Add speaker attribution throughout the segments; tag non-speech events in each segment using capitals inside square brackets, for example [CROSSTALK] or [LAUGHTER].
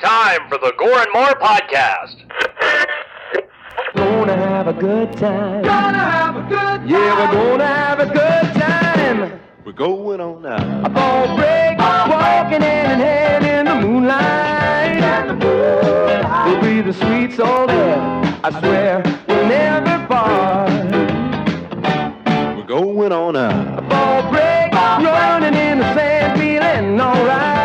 Speaker 1: time for the Gore and More podcast.
Speaker 2: Gonna have a good time. Gonna have a good time. Yeah, we're gonna have a good time.
Speaker 3: We're going on now.
Speaker 2: A ball break, walking hand in hand in the moonlight. We'll be the sweet soul there. I swear we'll never part.
Speaker 3: We're going on now.
Speaker 2: Ball break, running in the sand, feeling alright.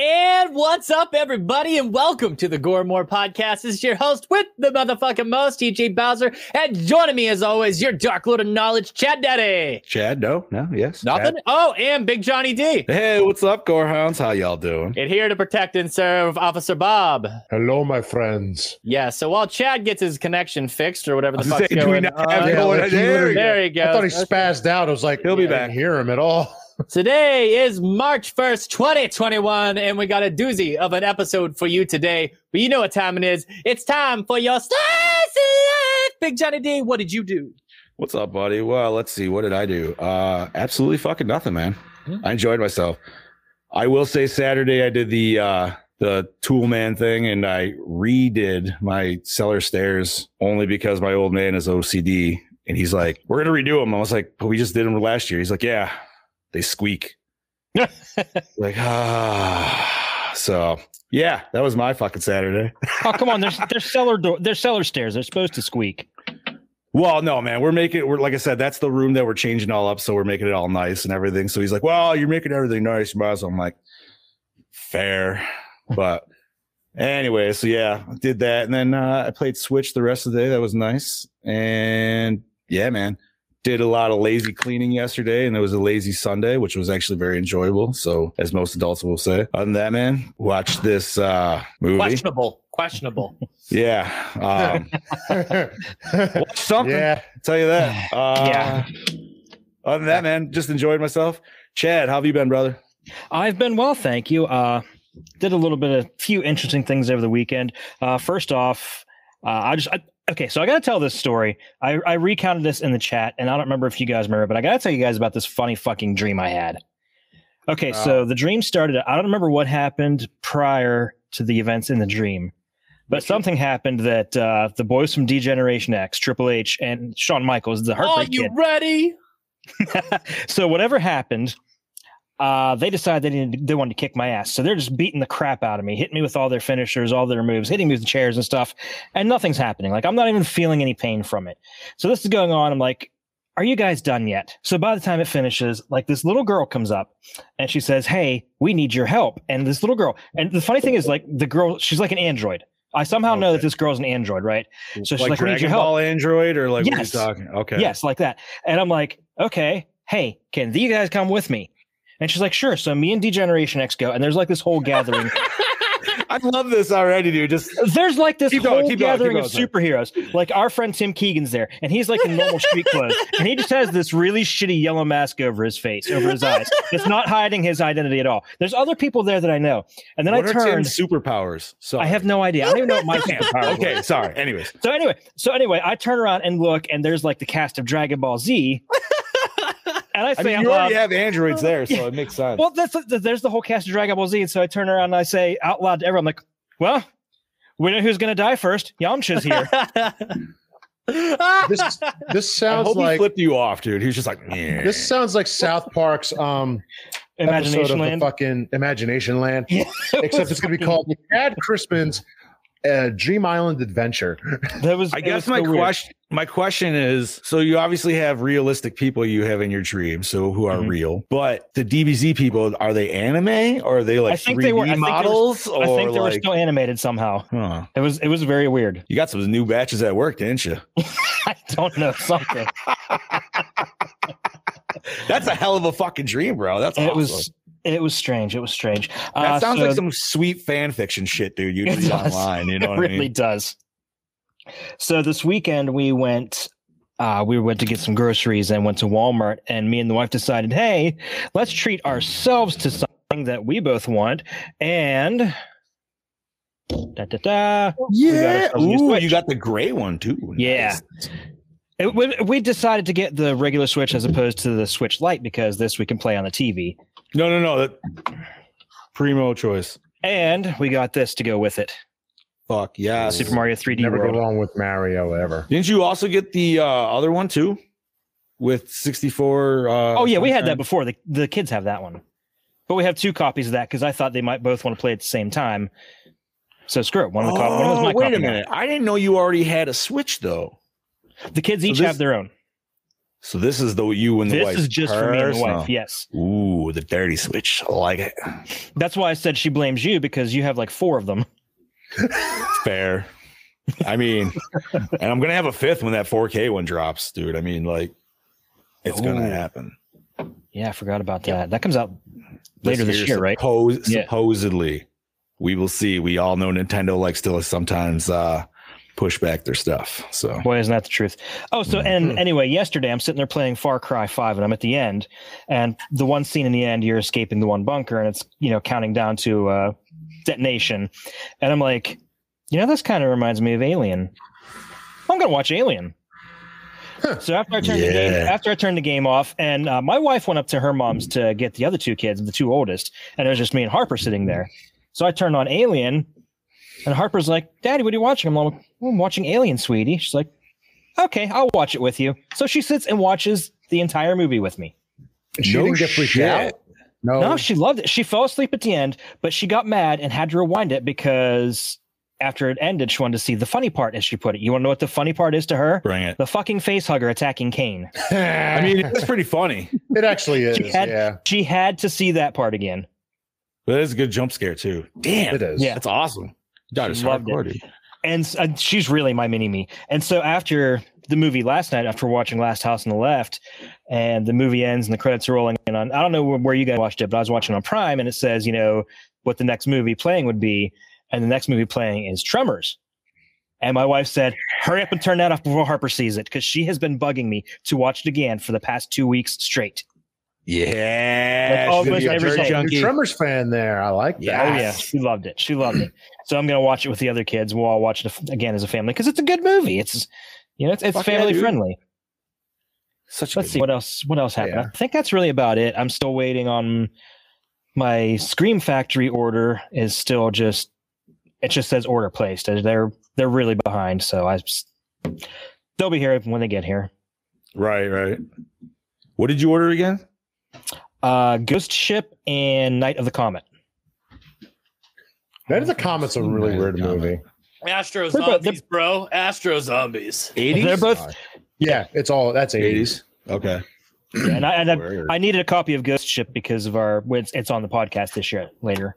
Speaker 4: And what's up, everybody, and welcome to the Gore More Podcast. This is your host with the motherfucking most, TJ Bowser, and joining me as always, your dark lord of knowledge, Chad Daddy.
Speaker 5: Chad, no, no, yes.
Speaker 4: Nothing?
Speaker 5: Chad.
Speaker 4: Oh, and Big Johnny D.
Speaker 5: Hey, what's up, Gorehounds? How y'all doing?
Speaker 4: And here to protect and serve Officer Bob.
Speaker 6: Hello, my friends.
Speaker 4: Yeah, so while Chad gets his connection fixed or whatever the
Speaker 5: I was
Speaker 4: fuck's
Speaker 5: saying, do we
Speaker 4: going
Speaker 5: not
Speaker 4: on.
Speaker 5: have
Speaker 6: Yeah,
Speaker 5: going-
Speaker 6: let's
Speaker 5: there
Speaker 6: do
Speaker 5: we
Speaker 6: it.
Speaker 5: go.
Speaker 4: there he goes.
Speaker 6: I thought he spazzed out. I was like,
Speaker 5: He'll be
Speaker 6: I
Speaker 5: back.
Speaker 6: Didn't hear him at all.
Speaker 7: [LAUGHS]
Speaker 4: Today is March 1st, 2021, and we got a doozy of an episode for you today. But you know what time it is. It's time for your slice of life. Big Johnny D, what did you do?
Speaker 5: What's up, buddy? Well, let's see. What did I do? Uh absolutely fucking nothing, man. I enjoyed myself. I will say Saturday I did the uh the tool man thing and I redid my cellar stairs only because my old man is OCD and he's like, We're gonna redo them. I was like, But we just did them last year. He's like, Yeah, they squeak. like, ah so yeah, that was my fucking Saturday.
Speaker 7: Oh come on, there's there's cellar door, there's cellar stairs. They're supposed to squeak.
Speaker 5: Well, no, man, we're making we're like I said, that's the room that we're changing all up, so we're making it all nice and everything. So he's like, "Well, you're making everything nice, you might as well." I'm like, "Fair," [LAUGHS] but anyway, so yeah, I did that, and then uh, I played Switch the rest of the day. That was nice, and yeah, man, did a lot of lazy cleaning yesterday, and it was a lazy Sunday, which was actually very enjoyable. So, as most adults will say, other than that, man, watch this uh, movie.
Speaker 4: Questionable. Questionable.
Speaker 5: Yeah, um, [LAUGHS] watch something
Speaker 6: yeah.
Speaker 5: tell you that. Uh,
Speaker 7: [SIGHS] Yeah.
Speaker 5: Other than that, man, just enjoyed myself. Chad, how have you been, brother?
Speaker 7: I've been well, thank you. Uh, did a little bit of few interesting things over the weekend. Uh, first off, uh, I just I, okay, so I got to tell this story. I, I recounted this in the chat, and I don't remember if you guys remember, but I got to tell you guys about this funny fucking dream I had. Okay, so the dream started. I don't remember what happened prior to the events in the dream, but something happened that uh, the boys from D Generation X, Triple H, and Shawn Michaels,
Speaker 4: [LAUGHS]
Speaker 7: the
Speaker 4: Are
Speaker 7: Heartbreak
Speaker 4: you
Speaker 7: Kid,
Speaker 4: ready? [LAUGHS]
Speaker 7: so whatever happened, uh, they decided they needed they wanted to kick my ass. So they're just beating the crap out of me, hitting me with all their finishers, all their moves, hitting me with chairs and stuff, and nothing's happening. Like I'm not even feeling any pain from it. So this is going on. I'm like, are you guys done yet? So by the time it finishes, like this little girl comes up and she says, Hey, we need your help. And this little girl, and the funny thing is, like the girl, she's like an android. I somehow know that
Speaker 5: Okay.
Speaker 7: this girl's an android, right? So she's like, we need
Speaker 5: Dragon
Speaker 7: your help.
Speaker 5: Ball Android or like
Speaker 7: Yes.
Speaker 5: what are you talking? Okay.
Speaker 7: Yes, like that. And I'm like, okay, hey, can these guys come with me? And she's like, sure. So me and D Generation X go, and there's like this
Speaker 5: [LAUGHS]
Speaker 7: whole gathering.
Speaker 5: [LAUGHS] I love this already, dude. Just
Speaker 7: there's like this
Speaker 5: Keep
Speaker 7: whole
Speaker 5: going, keep going, keep
Speaker 7: gathering
Speaker 5: going, sorry.
Speaker 7: of superheroes. Like our friend Tim Keegan's there, and he's like in normal street clothes, and he just has this really shitty yellow mask over his face, over his eyes. It's not hiding his identity at all. There's other people there that I know, and then
Speaker 5: what
Speaker 7: I
Speaker 5: are
Speaker 7: turned.
Speaker 5: Tim's superpowers. So
Speaker 7: I
Speaker 5: [LAUGHS]
Speaker 7: have no idea. I don't even know what my superpower was.
Speaker 5: Okay, sorry. Anyways,
Speaker 7: So anyway, so anyway, I turn around and look, and there's like the cast of Dragon Ball
Speaker 5: [LAUGHS]
Speaker 7: Z. And I
Speaker 5: I
Speaker 7: say,
Speaker 5: mean,
Speaker 7: out
Speaker 5: you
Speaker 7: loud,
Speaker 5: already have androids there, so it makes sense.
Speaker 7: well, that's th- there's the whole cast of Dragon Ball Z. And so I turn around and I say out loud to everyone, like, well, we know who's gonna die first. Yamcha's here.
Speaker 6: This this
Speaker 5: I
Speaker 6: sounds
Speaker 5: hope he
Speaker 6: like
Speaker 5: flipped you off, dude. He was just like, "Meh."
Speaker 6: this sounds like South Park's um [LAUGHS] episode
Speaker 7: Imagination
Speaker 6: of
Speaker 7: Land.
Speaker 6: the fucking Imagination Land.
Speaker 7: Yeah, [LAUGHS]
Speaker 6: [LAUGHS]
Speaker 7: it
Speaker 6: Except
Speaker 7: was
Speaker 6: it's gonna be
Speaker 7: fucking-
Speaker 6: called Chad Crispin's uh, Dream Island Adventure. [LAUGHS]
Speaker 7: That was.
Speaker 5: I
Speaker 7: it
Speaker 5: guess
Speaker 7: was
Speaker 5: my
Speaker 7: so weird.
Speaker 5: question my question is so you obviously have realistic people you have in your dream, so who are
Speaker 7: Mhm.
Speaker 5: real, but the DBZ people are they anime or are they like
Speaker 7: I think
Speaker 5: 3D
Speaker 7: they were- I think they were-
Speaker 5: models
Speaker 7: I
Speaker 5: or
Speaker 7: think they were
Speaker 5: like
Speaker 7: still animated somehow.
Speaker 5: Huh.
Speaker 7: It was. It was
Speaker 6: [LAUGHS]
Speaker 7: very weird.
Speaker 5: You got some new batches at work, didn't you?
Speaker 7: I don't know something.
Speaker 5: That's a hell of a fucking dream, bro. That's
Speaker 7: it
Speaker 5: awesome.
Speaker 7: was. It was strange. It was strange.
Speaker 5: that
Speaker 7: Uh,
Speaker 5: sounds
Speaker 7: so
Speaker 5: like some sweet fan fiction shit, dude. You
Speaker 7: It
Speaker 5: read
Speaker 7: does.
Speaker 5: online,
Speaker 7: [LAUGHS]
Speaker 5: you know
Speaker 7: it
Speaker 5: what
Speaker 7: really
Speaker 5: I mean?
Speaker 7: does. So this weekend we went uh, we went to get some groceries and went to Walmart and me and the wife decided, hey, let's treat ourselves to something that we both want. And da, da, da.
Speaker 5: Yeah.
Speaker 7: ourselves a new
Speaker 5: Ooh,
Speaker 7: Switch.
Speaker 5: you got the gray one too.
Speaker 7: Yeah. It- we, we decided to get the regular Switch as opposed to the Switch Lite because this we can play on the TV.
Speaker 5: No, no, no. That, Primo choice.
Speaker 7: And we got this to go with it.
Speaker 5: Fuck yeah.
Speaker 7: Super Mario 3D
Speaker 6: Never
Speaker 7: World.
Speaker 6: go wrong with Mario ever.
Speaker 5: Didn't you also get the uh, other one too? With 64 uh
Speaker 7: Oh yeah, we had that
Speaker 5: before.
Speaker 7: before. The the kids have that one, but we have two copies of that because I thought they might both want to play at the same time. So screw it. One of the cop- one of them's
Speaker 5: Oh,
Speaker 7: my
Speaker 5: wait
Speaker 7: copy
Speaker 5: a
Speaker 7: now.
Speaker 5: minute. I didn't know you already had a Switch though.
Speaker 7: The kids
Speaker 5: So
Speaker 7: each
Speaker 5: this-
Speaker 7: have their own.
Speaker 5: So this is the you and the wife.
Speaker 7: This is just for me and the
Speaker 5: personal.
Speaker 7: wife. Yes,
Speaker 5: Ooh, the dirty Switch. I like it.
Speaker 7: that's why I said she blames you because you have like four of them.
Speaker 5: Fair. I
Speaker 7: [LAUGHS]
Speaker 5: mean, and I'm gonna have a fifth when that 4K one drops, dude. I mean, like, it's gonna
Speaker 7: Ooh.
Speaker 5: happen
Speaker 7: Yeah, I forgot about that. That comes out later this, year, right?
Speaker 5: suppos-
Speaker 7: Yeah.
Speaker 5: Supposedly, we will see. We all know Nintendo likes to sometimes uh, push back their stuff. So
Speaker 7: Boy, isn't that the truth? Oh, so
Speaker 5: Mm-hmm.
Speaker 7: and anyway, yesterday I'm sitting there playing Far Cry Five, and I'm at the end, and the one scene in the end, you're escaping the one bunker, and it's you know counting down to uh, detonation, and I'm like, you know, this kind of reminds me of Alien. I'm gonna watch Alien. So after I turned the game,
Speaker 5: Yeah.
Speaker 7: after I turned the game off, and uh, my wife went up to her mom's to get the other two kids, the two oldest, and it was just me and Harper sitting there. So I turned on Alien, and Harper's like, "Daddy, what are you watching?" I'm like, "Well, "I'm watching Alien, sweetie." She's like, "Okay, I'll watch it with you." So she sits and watches the entire movie with me.
Speaker 6: She
Speaker 5: No
Speaker 6: didn't get freaked
Speaker 5: shit.
Speaker 6: out. No, [LAUGHS]
Speaker 7: No, she loved it. She fell asleep at the end, but she got mad and had to rewind it because after it ended, she wanted to see the funny part, as she put it. You want to know what the funny part is to her?
Speaker 5: bring it.
Speaker 7: [LAUGHS] The fucking face hugger attacking Kane.
Speaker 5: I mean, it's pretty funny.
Speaker 6: it actually is.
Speaker 7: She had-
Speaker 6: yeah,
Speaker 7: She had to see that part again.
Speaker 5: That is a good jump scare too. Damn,
Speaker 6: it is.
Speaker 7: Yeah.
Speaker 5: that's awesome. Daughter's
Speaker 7: Loved it.
Speaker 5: hardcore, dude.
Speaker 7: and s- uh, she's really my mini me. And so after the movie last night, after watching Last House on the Left, and the movie ends and the credits are rolling, and on, I don't know where you guys watched it, but I was watching on Prime, and it says you know what the next movie playing would be, and the next movie playing is Tremors. And my wife said, "Hurry up and turn that off before Harper sees it," because she has been bugging me to watch it again for the past two weeks straight. Oh,
Speaker 5: Yeah,
Speaker 7: Like,
Speaker 5: she's gonna
Speaker 7: almost
Speaker 5: be a
Speaker 7: every
Speaker 5: dirt
Speaker 7: single-
Speaker 5: junkie.
Speaker 6: New Tremors fan there. I like that.
Speaker 5: Yeah.
Speaker 7: Oh yeah, she loved it. She loved it. So I'm gonna watch it with the other kids. We'll all watch it af- again as a family because it's a good movie. It's you know it's, it's
Speaker 5: Fuck yeah,
Speaker 7: family
Speaker 5: dude.
Speaker 7: friendly.
Speaker 5: Such a
Speaker 7: Let's see what else. What else happened?
Speaker 6: Yeah.
Speaker 7: I think that's really about it. I'm still waiting on my Scream Factory order. Is still just it just says order placed. They're they're really behind. So I s- they'll be here when they get here.
Speaker 5: Right, right. What did you order again?
Speaker 7: Uh, Ghost Ship and Night of the Comet.
Speaker 6: That is a comet's a really
Speaker 5: Nice
Speaker 6: weird
Speaker 5: comet.
Speaker 6: movie.
Speaker 4: Astro
Speaker 7: They're both-
Speaker 4: zombies, bro. Astro zombies.
Speaker 7: They're both
Speaker 6: Yeah, it's all that's eighties.
Speaker 5: eighties. Okay.
Speaker 7: and I and I,
Speaker 5: Word.
Speaker 7: I needed a copy of Ghost Ship because of our it's, it's on the podcast this year later.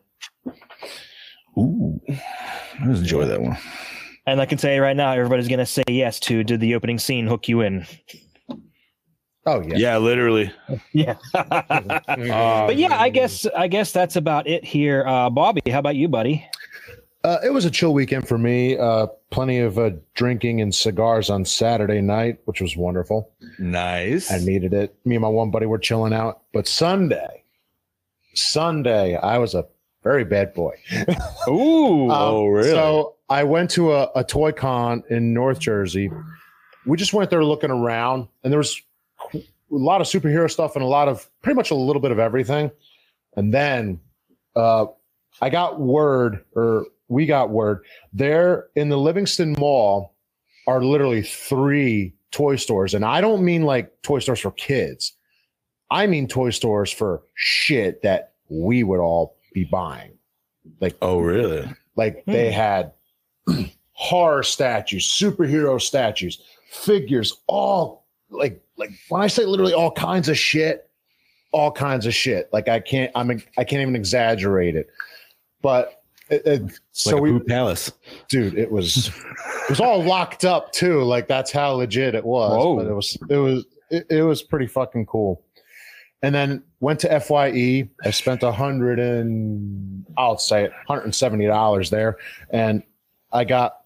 Speaker 5: Ooh, I just enjoy that one.
Speaker 7: And I can say right now, everybody's gonna say yes to did the opening scene hook you in?
Speaker 6: Oh yeah.
Speaker 5: literally.
Speaker 7: [LAUGHS] Yeah.
Speaker 6: Uh,
Speaker 7: but yeah, I guess I guess that's about it here. Uh, Bobby, how about you, buddy?
Speaker 6: Uh, it was a chill weekend for me. Uh, plenty of uh, drinking and cigars on Saturday night, which was wonderful.
Speaker 5: Nice.
Speaker 6: I needed it. Me and my one buddy were chilling out. But Sunday, Sunday, I was a very bad boy.
Speaker 7: Ooh,
Speaker 5: Oh, really?
Speaker 6: Um, So I went to a, a toy con in North Jersey. We just went there looking around, and there was a lot of superhero stuff and a lot of pretty much a little bit of everything. And then uh, I got word, or we got word, there in the Livingston Mall are literally three toy stores. And I don't mean like toy stores for kids, I mean toy stores for shit that we would all be buying.
Speaker 5: oh, really?
Speaker 6: Like they had [CLEARS THROAT] horror statues, superhero statues, figures, all like like when I say literally all kinds of shit, all kinds of shit. Like I can't I'm I can't even exaggerate it. But it, it- so
Speaker 5: like a
Speaker 6: we
Speaker 5: poop palace.
Speaker 6: dude, it was it was all locked up too. Like that's how legit it was.
Speaker 7: Whoa.
Speaker 6: But it was it was it, it was pretty fucking cool. And then went to Fye. I spent a hundred and I'll say it, hundred and seventy dollars there, and I got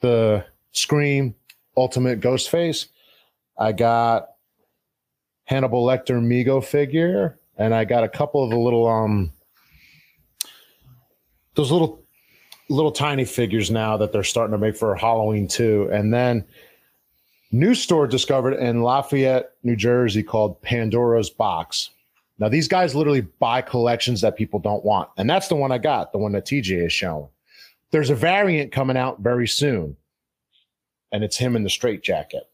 Speaker 6: the Scream Ultimate Ghostface. I got Hannibal Lecter Mego figure, and I got a couple of the little um those little little tiny figures now that they're starting to make for Halloween too. And then new store discovered in Lafayette, New Jersey called Pandora's Box. Now these guys literally buy collections that people don't want, and that's the one I got, the one that TJ is showing. There's a variant coming out very soon, and it's him in the straight jacket.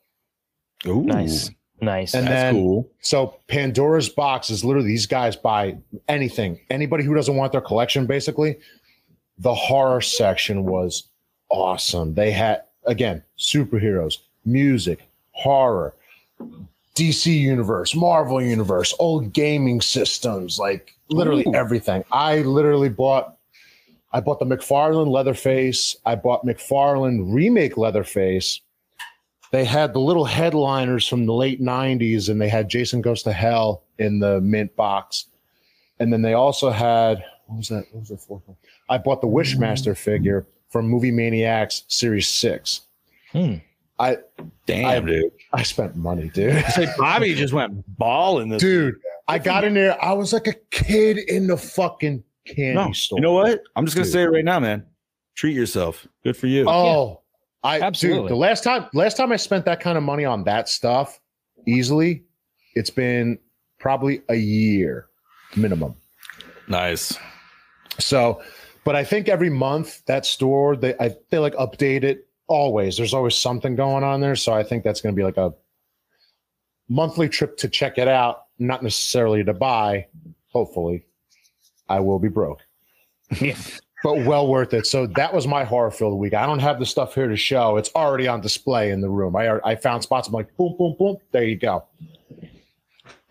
Speaker 5: Ooh,
Speaker 7: Nice. Nice.
Speaker 6: And
Speaker 5: That's
Speaker 6: then-
Speaker 5: cool.
Speaker 6: So Pandora's box is literally these guys buy anything. Anybody who doesn't want their collection, basically. The horror section was awesome. They had again superheroes, music, horror, DC universe, Marvel universe, old gaming systems, like literally
Speaker 5: Ooh.
Speaker 6: everything. I literally bought I bought the McFarlane Leatherface. I bought McFarlane remake Leatherface. They had the little headliners from the late 90s, and they had Jason Goes to Hell in the mint box. And then they also had what was that? What was the fourth one? I bought the Wishmaster figure from Movie Maniacs Series 6.
Speaker 7: Hmm.
Speaker 6: I
Speaker 5: Damn, dude.
Speaker 6: I spent money,
Speaker 5: [LAUGHS]
Speaker 6: dude.
Speaker 5: It's like Bobby just went balling this.
Speaker 6: dude, I got in there. I was like a kid in the fucking candy
Speaker 5: no,
Speaker 6: store.
Speaker 5: you know what? I'm just gonna
Speaker 6: Dude.
Speaker 5: say it right now, man. Treat yourself. Good for you.
Speaker 6: Oh, I absolutely.
Speaker 7: Absolutely.
Speaker 6: the last time, last time I spent that kind of money on that stuff, easily, it's been probably a year minimum.
Speaker 5: nice.
Speaker 6: So, but I think every month that store they I, they like update it always. There's always something going on there, so I think that's going to be like a monthly trip to check it out, not necessarily to buy. Hopefully, I will be broke.
Speaker 7: Yeah.
Speaker 6: But well worth it. So that was my horror filled week. I don't have the stuff here to show. It's already on display in the room. I I found spots. I'm like boom, boom, boom. There you go.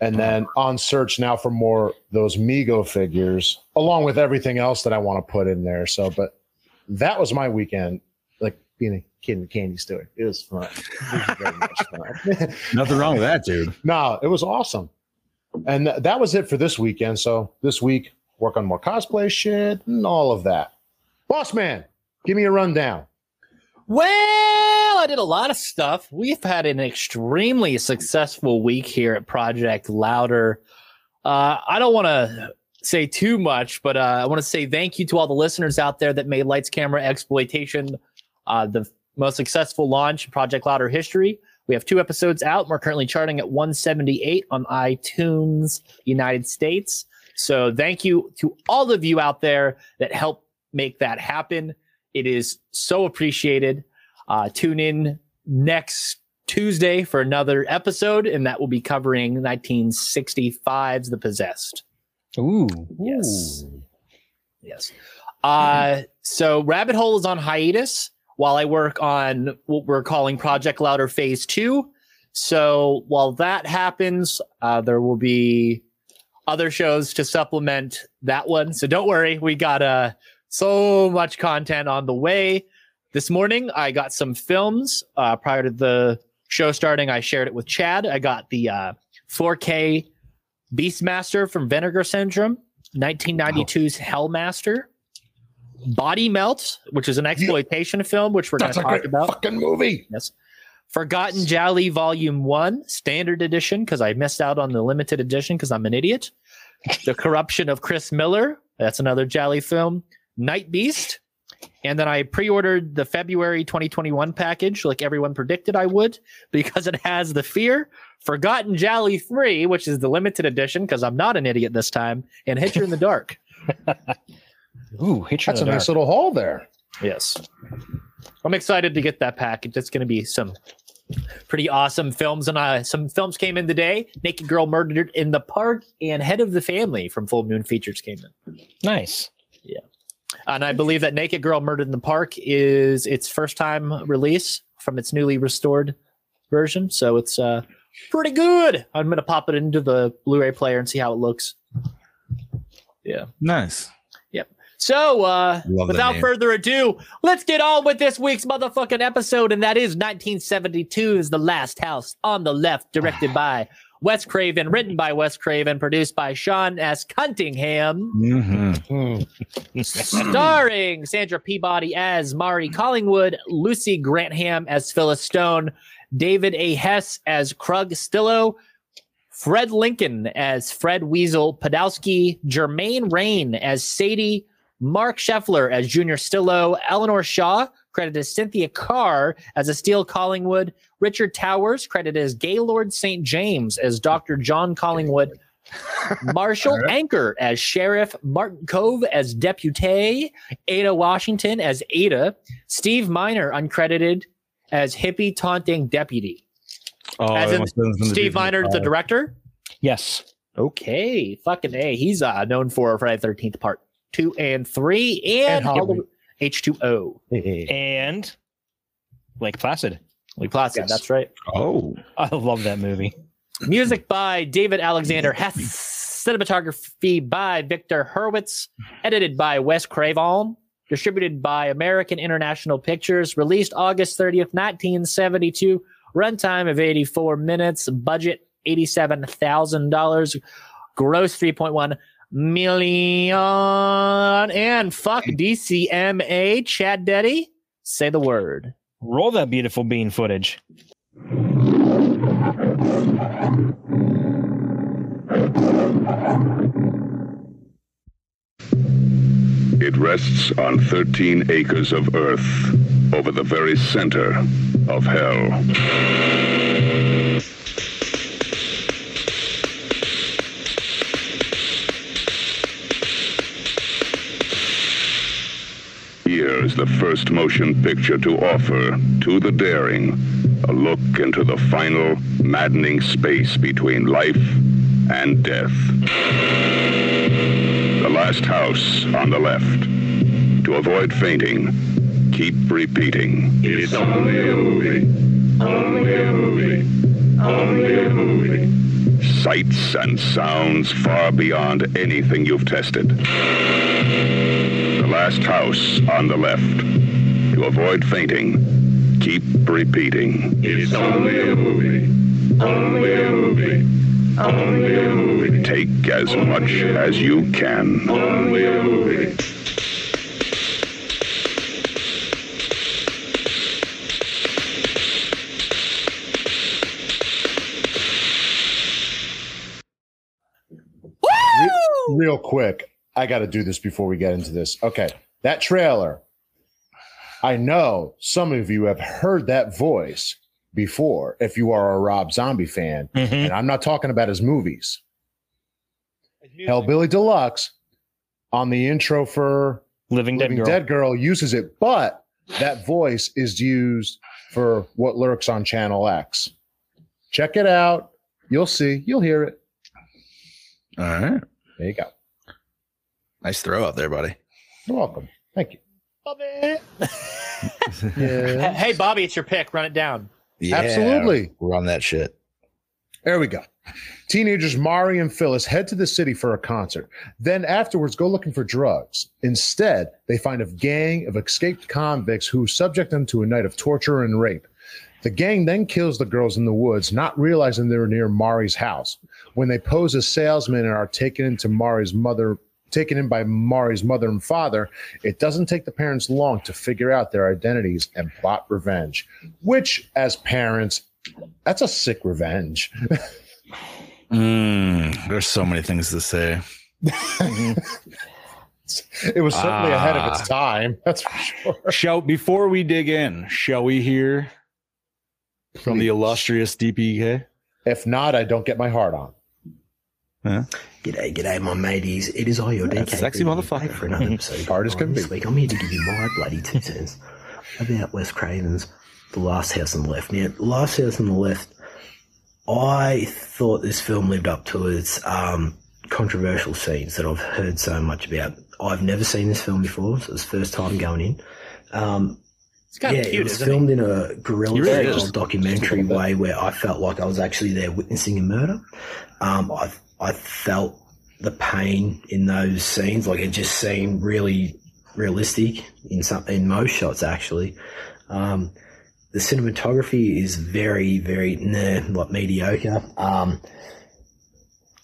Speaker 6: And then on search now for more those Mego figures, along with everything else that I want to put in there. So, but that was my weekend, like being a kid in the candy store. It was fun. It was very much fun. [LAUGHS]
Speaker 5: Nothing wrong with that, dude.
Speaker 6: no, it was awesome. And th- that was it for this weekend. So this week, work on more cosplay shit and all of that. Boss man, give me a rundown.
Speaker 4: Well, I did a lot of stuff. We've had an extremely successful week here at Project Louder. Uh, I don't want to say too much, but uh, I want to say thank you to all the listeners out there that made Lights Camera Exploitation uh, the most successful launch in Project Louder history. We have two episodes out. We're currently charting at 178 on iTunes United States. So thank you to all of you out there that helped make that happen. It is so appreciated. Uh, tune in next Tuesday for another episode, and that will be covering 1965's The Possessed.
Speaker 7: Ooh.
Speaker 4: Yes. Yes. Uh, so Rabbit Hole is on hiatus while I work on what we're calling Project Louder Phase 2. So while that happens, uh, there will be other shows to supplement that one. So don't worry, we got uh, so much content on the way. This morning, I got some films. Uh, prior to the show starting, I shared it with Chad. I got the uh, 4K Beastmaster from Vinegar Syndrome. 1992's Hellmaster, Body Melt, which is an exploitation film, which we're going to talk about.
Speaker 6: fucking movie.
Speaker 4: Yes. Forgotten Jolly Volume 1, Standard Edition, because I missed out on the limited edition because I'm an idiot. the Corruption of Chris Miller, that's another Jolly film. Night Beast. And then I pre ordered the February 2021 package, like everyone predicted I would, because it has The Fear, Forgotten Jolly 3, which is the limited edition because I'm not an idiot this time, and Hitcher in the Dark.
Speaker 7: Ooh, hit you
Speaker 6: That's a nice little haul there.
Speaker 4: Yes. I'm excited to get that package. It's going to be some pretty awesome films. And uh, some films came in today Naked Girl Murdered in the Park and Head of the Family from Full Moon Features came in.
Speaker 7: Nice.
Speaker 4: And I believe that Naked Girl Murdered in the Park is its first time release from its newly restored version. So it's uh, pretty good. I'm going to pop it into the Blu ray player and see how it looks.
Speaker 5: Nice.
Speaker 4: So, uh,
Speaker 5: Love that
Speaker 4: without
Speaker 5: name.
Speaker 4: further ado, let's get on with this week's motherfucking episode, and that is 1972's The Last House on the Left,
Speaker 5: [SIGHS]
Speaker 4: directed by Wes Craven, written by Wes Craven, produced by Sean S. Cuntingham,
Speaker 5: Mm-hmm.
Speaker 4: [CLEARS THROAT] starring Sandra Peabody as Mari Collingwood, Lucy Grantham as Phyllis Stone, David A. Hess as Krug Stillo, Fred Lincoln as Fred Weasel Podowski, Jermaine Rain as Sadie, Mark Scheffler as Junior Stillo, Eleanor Shaw, credited as Cynthia Carr as Estelle Collingwood, Richard Towers, credited as Gaylord St. James as Dr. John Collingwood, Marshall Anchor as Sheriff, Martin Cove as Deputy, Ada Washington as Ada, Steve Miner uncredited as hippie taunting deputy.
Speaker 5: Oh,
Speaker 4: As
Speaker 5: it
Speaker 4: in
Speaker 5: must have been from the
Speaker 4: Steve
Speaker 5: DVD.
Speaker 4: Miner, the director.
Speaker 7: Yes.
Speaker 4: Okay, fucking a. He's uh, known for Friday Thirteenth Part Two and Three and
Speaker 6: And Halloween.
Speaker 4: H two O.
Speaker 7: And Lake Placid.
Speaker 4: Lee Placid.
Speaker 6: Yes.
Speaker 4: That's right.
Speaker 5: Oh,
Speaker 7: [LAUGHS] I love that movie.
Speaker 4: Music by David Alexander Hess. Cinematography by Victor Hurwitz. Edited by Wes Craven. Distributed by American International Pictures. Released August 30th, 1972. Runtime of 84 minutes. Budget $87,000. Gross 3.1 million. And fuck DCMA. Chad Deddy, say the word.
Speaker 7: Roll that beautiful bean footage.
Speaker 8: It rests on 13 acres of earth over the very center of hell. Here is the first motion picture to offer to the daring a look into the final maddening space between life and death. The last house on the left. To avoid fainting, keep repeating. It's only a movie. Only a movie. Only a movie. Sights and sounds far beyond anything you've tested. The last house on the left. To avoid fainting, keep repeating. It's only a movie. Only a movie. Only a movie. Take as much as you can. Only a movie.
Speaker 6: real quick, I got to do this before we get into this. Okay, that trailer. I know some of you have heard that voice before if you are a Rob Zombie fan,
Speaker 7: Mhm.
Speaker 6: and I'm not talking about his movies. Hellbilly Deluxe on the intro for
Speaker 7: Living,
Speaker 6: Living
Speaker 7: Dead Girl.
Speaker 6: Dead Girl uses it, but that voice is used for what lurks on Channel X. Check it out. You'll see. You'll hear it.
Speaker 5: all right.
Speaker 6: There you go.
Speaker 5: Nice throw out there, buddy.
Speaker 6: You're welcome. Thank you.
Speaker 4: H- Hey, Bobby, it's your pick. Run it down.
Speaker 6: Absolutely.
Speaker 9: Run that shit.
Speaker 6: There we go. Teenagers Mari and Phyllis head to the city for a concert. Then afterwards, go looking for drugs. Instead, they find a gang of escaped convicts who subject them to a night of torture and rape. The gang then kills the girls in the woods, not realizing they're near Mari's house. When they pose as salesmen and are taken into Mari's mother, taken in by Mari's mother and father, it doesn't take the parents long to figure out their identities and plot revenge. Which, as parents, that's a sick revenge.
Speaker 5: Mm, there's so many things to say.
Speaker 6: It was certainly ahead of
Speaker 5: Ah.
Speaker 6: its time. [LAUGHS] That's for sure.
Speaker 5: Shall before we dig in, shall we hear from the illustrious DPK?
Speaker 6: If not, I don't get my heart on.
Speaker 10: G'day, g'day, my mateys. It is I, your
Speaker 5: That's
Speaker 10: DK.
Speaker 5: sexy
Speaker 10: bringing you
Speaker 5: motherfucker.
Speaker 10: back
Speaker 5: [LAUGHS]
Speaker 10: For another episode.
Speaker 6: Hard as
Speaker 10: Well,
Speaker 6: can
Speaker 10: this
Speaker 6: be.
Speaker 10: week, I'm here to give you my bloody two cents about Wes Craven's The Last House on the Left. Now, The Last House on the Left, I thought this film lived up to its um, controversial scenes that I've heard so much about. I've never seen this film before, so it's the first time going in. Um,
Speaker 4: It's kind of
Speaker 10: yeah,
Speaker 4: cute,
Speaker 10: it was
Speaker 4: isn't it?
Speaker 10: filmed in a guerrilla
Speaker 5: It really
Speaker 10: style
Speaker 5: is.
Speaker 10: documentary way where I felt like I was actually there witnessing a murder. Um, I I felt the pain in those scenes. Like it just seemed really realistic in some in most shots actually. Um, the cinematography is very very nah, like mediocre. Um,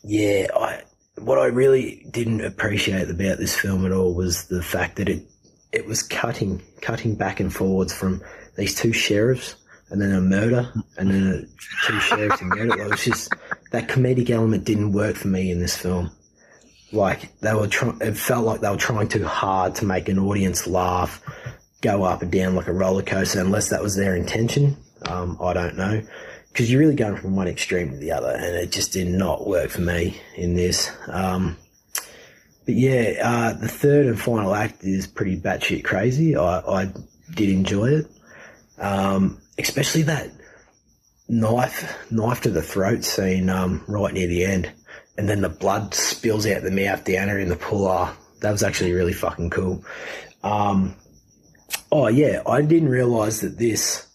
Speaker 10: yeah, I what I really didn't appreciate about this film at all was the fact that it it was cutting cutting back and forwards from these two sheriffs and then a murder and then a, two sheriffs and murder. Like, it was just that comedic element didn't work for me in this film. Like they were trying, it felt like they were trying too hard to make an audience laugh, go up and down like a roller coaster. Unless that was their intention, um, I don't know. because you're really going from one extreme to the other, and it just did not work for me in this. Um, but yeah, uh, the third and final act is pretty batshit crazy. I, I did enjoy it, um, especially that knife knife to the throat scene um, right near the end, and then the blood spills out the mouth down her in the pool. Ah, that was actually really fucking cool. Um, oh yeah, I didn't realize that this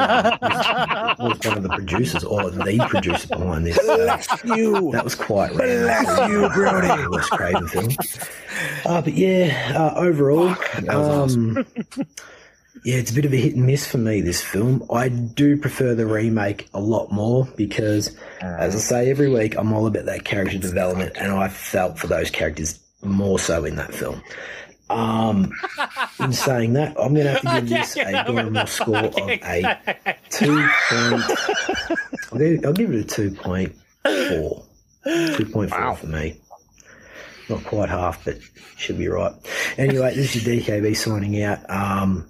Speaker 10: was one of the producers or the producer behind this. So
Speaker 5: you.
Speaker 10: that was quite rare. you, Brody. Wes Craven film. Uh, but yeah, uh, overall, um, yeah, it's a bit of a hit and miss for me. This film, I do prefer the remake a lot more because, as I say every week, I'm all about that character development, and I felt for those characters more so in that film. Um, in saying that, I'm going to
Speaker 4: [LAUGHS]
Speaker 10: have to give this a Gorimore score of a two point. I'll give, I'll give it a two point four. Two point four for me. Not quite half, but should be right. Anyway, this is your DKB signing out. Um,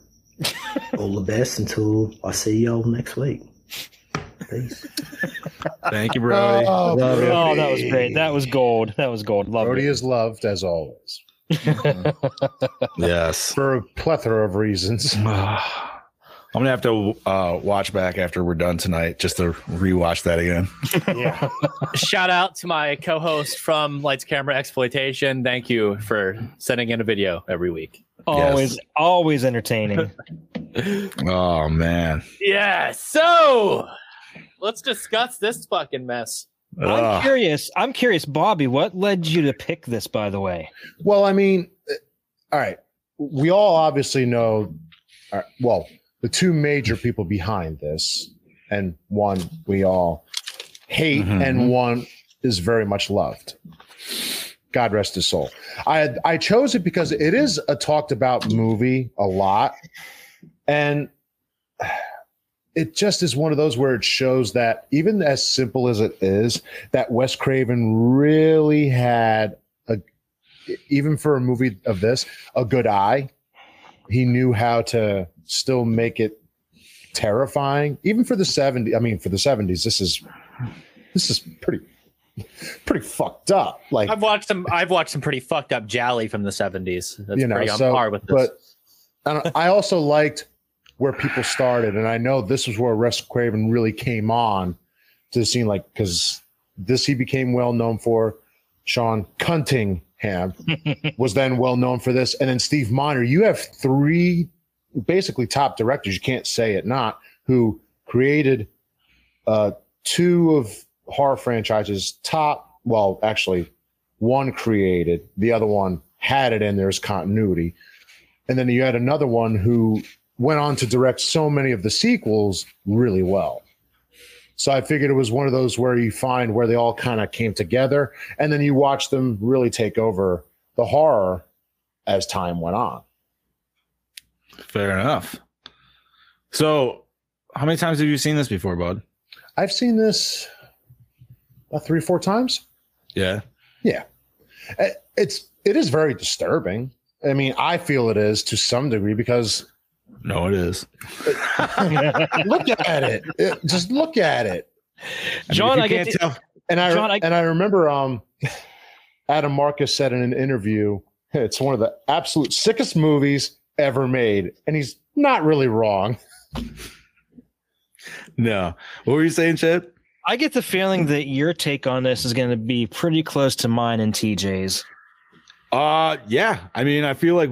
Speaker 10: all the best until I see y'all next week. Peace.
Speaker 3: Thank you,
Speaker 4: [LAUGHS]
Speaker 3: Brody.
Speaker 6: Oh,
Speaker 7: Oh, that was great. That was gold. That was gold. Love
Speaker 6: Brody
Speaker 7: it.
Speaker 6: is loved as always
Speaker 5: Yes.
Speaker 6: for a plethora of reasons.
Speaker 5: I'm gonna have to uh, watch back after we're done tonight just to rewatch that again.
Speaker 6: yeah.
Speaker 4: Shout out to my co-host from Lights Camera Exploitation. Thank you for sending in a video every week.
Speaker 7: [SIGHS] Always, always [LAUGHS] entertaining.
Speaker 5: Oh man.
Speaker 4: Yeah. So let's discuss this fucking mess.
Speaker 7: I'm
Speaker 5: Ugh.
Speaker 7: curious. I'm curious, Bobby. What led you to pick this? By the way,
Speaker 6: [LAUGHS] Well, I mean, uh, all right. We all obviously know, all right, well, the two major people behind this, and one we all hate,
Speaker 5: Mhm.
Speaker 6: and one is very much loved. God rest his soul. I I chose it because it is a talked about movie a lot, and it just is one of those where it shows that even as simple as it is, that Wes Craven really had a even for a movie of this a good eye. He knew how to still make it terrifying, even for the 70s. I mean, for the seventies, this is this is pretty pretty fucked up. Like
Speaker 4: I've watched some. I've watched some pretty fucked up jolly from the seventies. That's
Speaker 6: You know,
Speaker 4: pretty on
Speaker 6: so-
Speaker 4: par with this.
Speaker 6: but I, don't- I also liked where people started, and I know this was where Wes Craven really came on to the scene, like because this he became well known for. Sean
Speaker 4: [LAUGHS]
Speaker 6: Cuntingham was then well known for this, and then Steve Miner. You have three basically top directors. You can't say it not who created uh, two of horror franchises top. Well, actually, one created, the other one had it in there's continuity. And then you had another one who went on to direct so many of the sequels really well. So I figured it was one of those where you find where they all kind of came together and then you watch them really take over the horror as time went on.
Speaker 5: Fair enough. So, how many times have you seen this before, bud?
Speaker 6: I've seen this about three, four times.
Speaker 5: Yeah.
Speaker 6: I- It's it is very disturbing. I mean, I feel it is to some degree because
Speaker 5: No, it is.
Speaker 6: look at it. It- Just look at it.
Speaker 5: mean,
Speaker 7: John,
Speaker 5: if
Speaker 7: I
Speaker 5: you
Speaker 7: get
Speaker 5: can't
Speaker 7: to-
Speaker 5: tell.
Speaker 6: And I,
Speaker 7: John, I-
Speaker 6: and I remember um, [LAUGHS] Adam Marcus said in an interview, it's one of the absolute sickest movies ever made, and he's not really [LAUGHS] wrong.
Speaker 5: No. What were you saying, Chip?
Speaker 7: I get the feeling that your take on this is going to be pretty close to mine and TJ's.
Speaker 5: Uh, yeah. I mean, I feel like.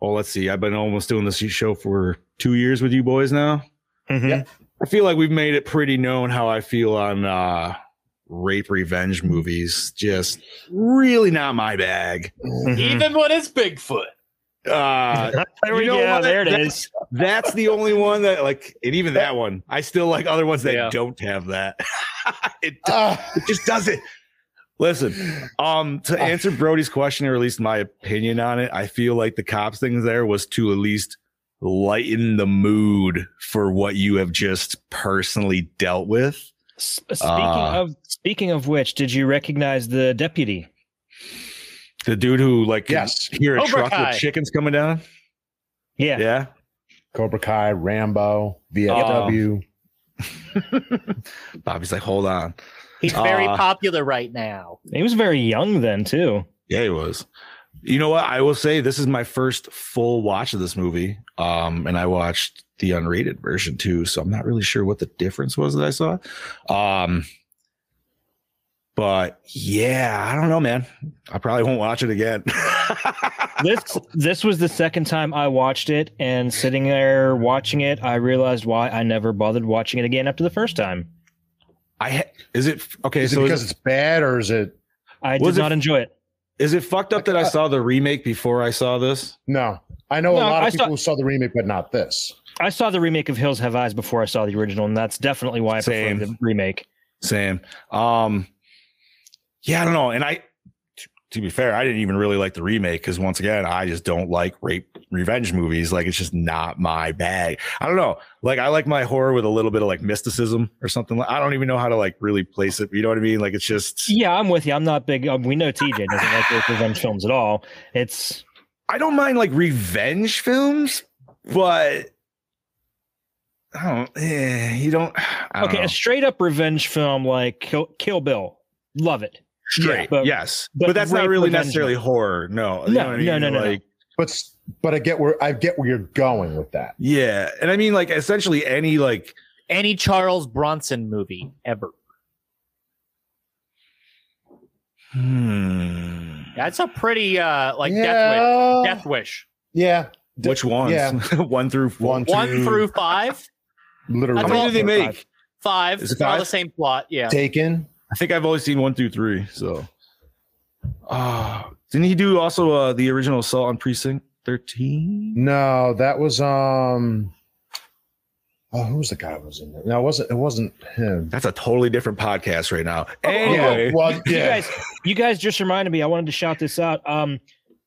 Speaker 5: Well, let's see. I've been almost doing this show for two years with you boys now.
Speaker 6: Yep.
Speaker 5: I feel like we've made it pretty known how I feel on uh rape revenge movies. Just really not my bag.
Speaker 4: Even when it's Bigfoot.
Speaker 5: Uh
Speaker 7: [LAUGHS] There
Speaker 5: You
Speaker 7: we
Speaker 5: know
Speaker 7: go.
Speaker 5: what?
Speaker 7: There it
Speaker 5: That-
Speaker 7: is.
Speaker 5: That's the only one that like, and even that one, I still like other ones that
Speaker 4: Yeah.
Speaker 5: don't have that. [LAUGHS] it,
Speaker 6: [LAUGHS]
Speaker 5: do-
Speaker 6: Ah,
Speaker 5: it just doesn't. Listen, um, to answer Brody's question, or at least my opinion on it, I feel like the cops thing there was to at least lighten the mood for what you have just personally dealt with.
Speaker 7: S- Speaking
Speaker 5: Uh,
Speaker 7: of speaking of which, did you recognize the deputy?
Speaker 5: The dude who like can
Speaker 6: Yes.
Speaker 5: hear a
Speaker 4: Cobra
Speaker 5: truck
Speaker 4: Kai.
Speaker 5: with chickens coming down.
Speaker 7: Yeah.
Speaker 5: Yeah.
Speaker 6: Cobra Kai, Rambo, VFW.
Speaker 5: [LAUGHS] Bobby's like, hold on.
Speaker 4: He's very
Speaker 5: Uh,
Speaker 4: popular right now.
Speaker 7: He was very young then too.
Speaker 5: Yeah, he was. You know what? I will say this is my first full watch of this movie. Um, and I watched the unrated version too, so I'm not really sure what the difference was that I saw. Um, but yeah, I don't know, man. I probably won't watch it again. [LAUGHS]
Speaker 7: This this was the second time I watched it, and sitting there watching it, I realized why I never bothered watching it again after the first time.
Speaker 5: I ha- is it okay?
Speaker 6: Is it
Speaker 5: so
Speaker 6: because
Speaker 5: is,
Speaker 6: it's bad or is it
Speaker 7: I
Speaker 5: Was
Speaker 7: did
Speaker 5: it-
Speaker 7: not enjoy it.
Speaker 5: is it fucked up that I saw the remake before I saw this?
Speaker 6: no? I know a
Speaker 7: No,
Speaker 6: lot of
Speaker 7: I
Speaker 6: people
Speaker 7: saw-
Speaker 6: who saw the remake, but not this.
Speaker 7: I saw the remake of Hills Have Eyes before I saw the original, and that's definitely why I
Speaker 5: Same.
Speaker 7: prefer the remake.
Speaker 5: Same. Um, yeah, I don't know. And I, t- to be fair, I didn't even really like the remake because once again, I just don't like rape revenge movies. Like it's just not my bag. I don't know. Like I like my horror with a little bit of like mysticism or something. I don't even know how to like really place it. You know what I mean? Like it's just.
Speaker 7: Yeah, I'm with you. I'm not big. Um, we know TJ doesn't like
Speaker 5: [LAUGHS]
Speaker 7: those revenge films at all. It's
Speaker 5: I don't mind like revenge films, but I don't. Eh, you don't. I don't
Speaker 7: okay.
Speaker 5: know.
Speaker 7: A straight up revenge film like Kill, Kill Bill, love it.
Speaker 5: straight.
Speaker 7: but-
Speaker 5: yes, but,
Speaker 7: but
Speaker 5: that's not
Speaker 7: rape
Speaker 5: really
Speaker 7: revenge-
Speaker 5: necessarily horror. No,
Speaker 7: No, no, no, no, no.
Speaker 5: Like,
Speaker 6: But s- but I get where I get where you're going with that.
Speaker 5: Yeah, and I mean like essentially any like
Speaker 4: Any Charles Bronson movie ever.
Speaker 5: hmm,
Speaker 4: That's a pretty uh like Death
Speaker 6: yeah,
Speaker 4: Wish. Death Wish.
Speaker 6: yeah. D-
Speaker 5: which ones?
Speaker 6: Yeah.
Speaker 5: [LAUGHS] one through four.
Speaker 6: One,
Speaker 4: One
Speaker 6: two,
Speaker 4: through five.
Speaker 6: literally.
Speaker 5: How many
Speaker 4: all
Speaker 5: did they
Speaker 4: four,
Speaker 5: make?
Speaker 4: five. Five.
Speaker 5: Is it
Speaker 4: They're All
Speaker 5: five?
Speaker 4: the same plot. Yeah.
Speaker 6: Taken.
Speaker 5: I think I've only seen one through three. So, ah, didn't he do also uh, the original Assault on Precinct Thirteen?
Speaker 6: No, that was um. Oh, who was the guy who was in there? No, it wasn't. It wasn't him.
Speaker 5: That's a totally different podcast right now.
Speaker 6: Yeah,
Speaker 5: Anyway,
Speaker 6: well,
Speaker 7: You
Speaker 6: yeah.
Speaker 7: guys, you guys just reminded me. I wanted to shout this out. Um,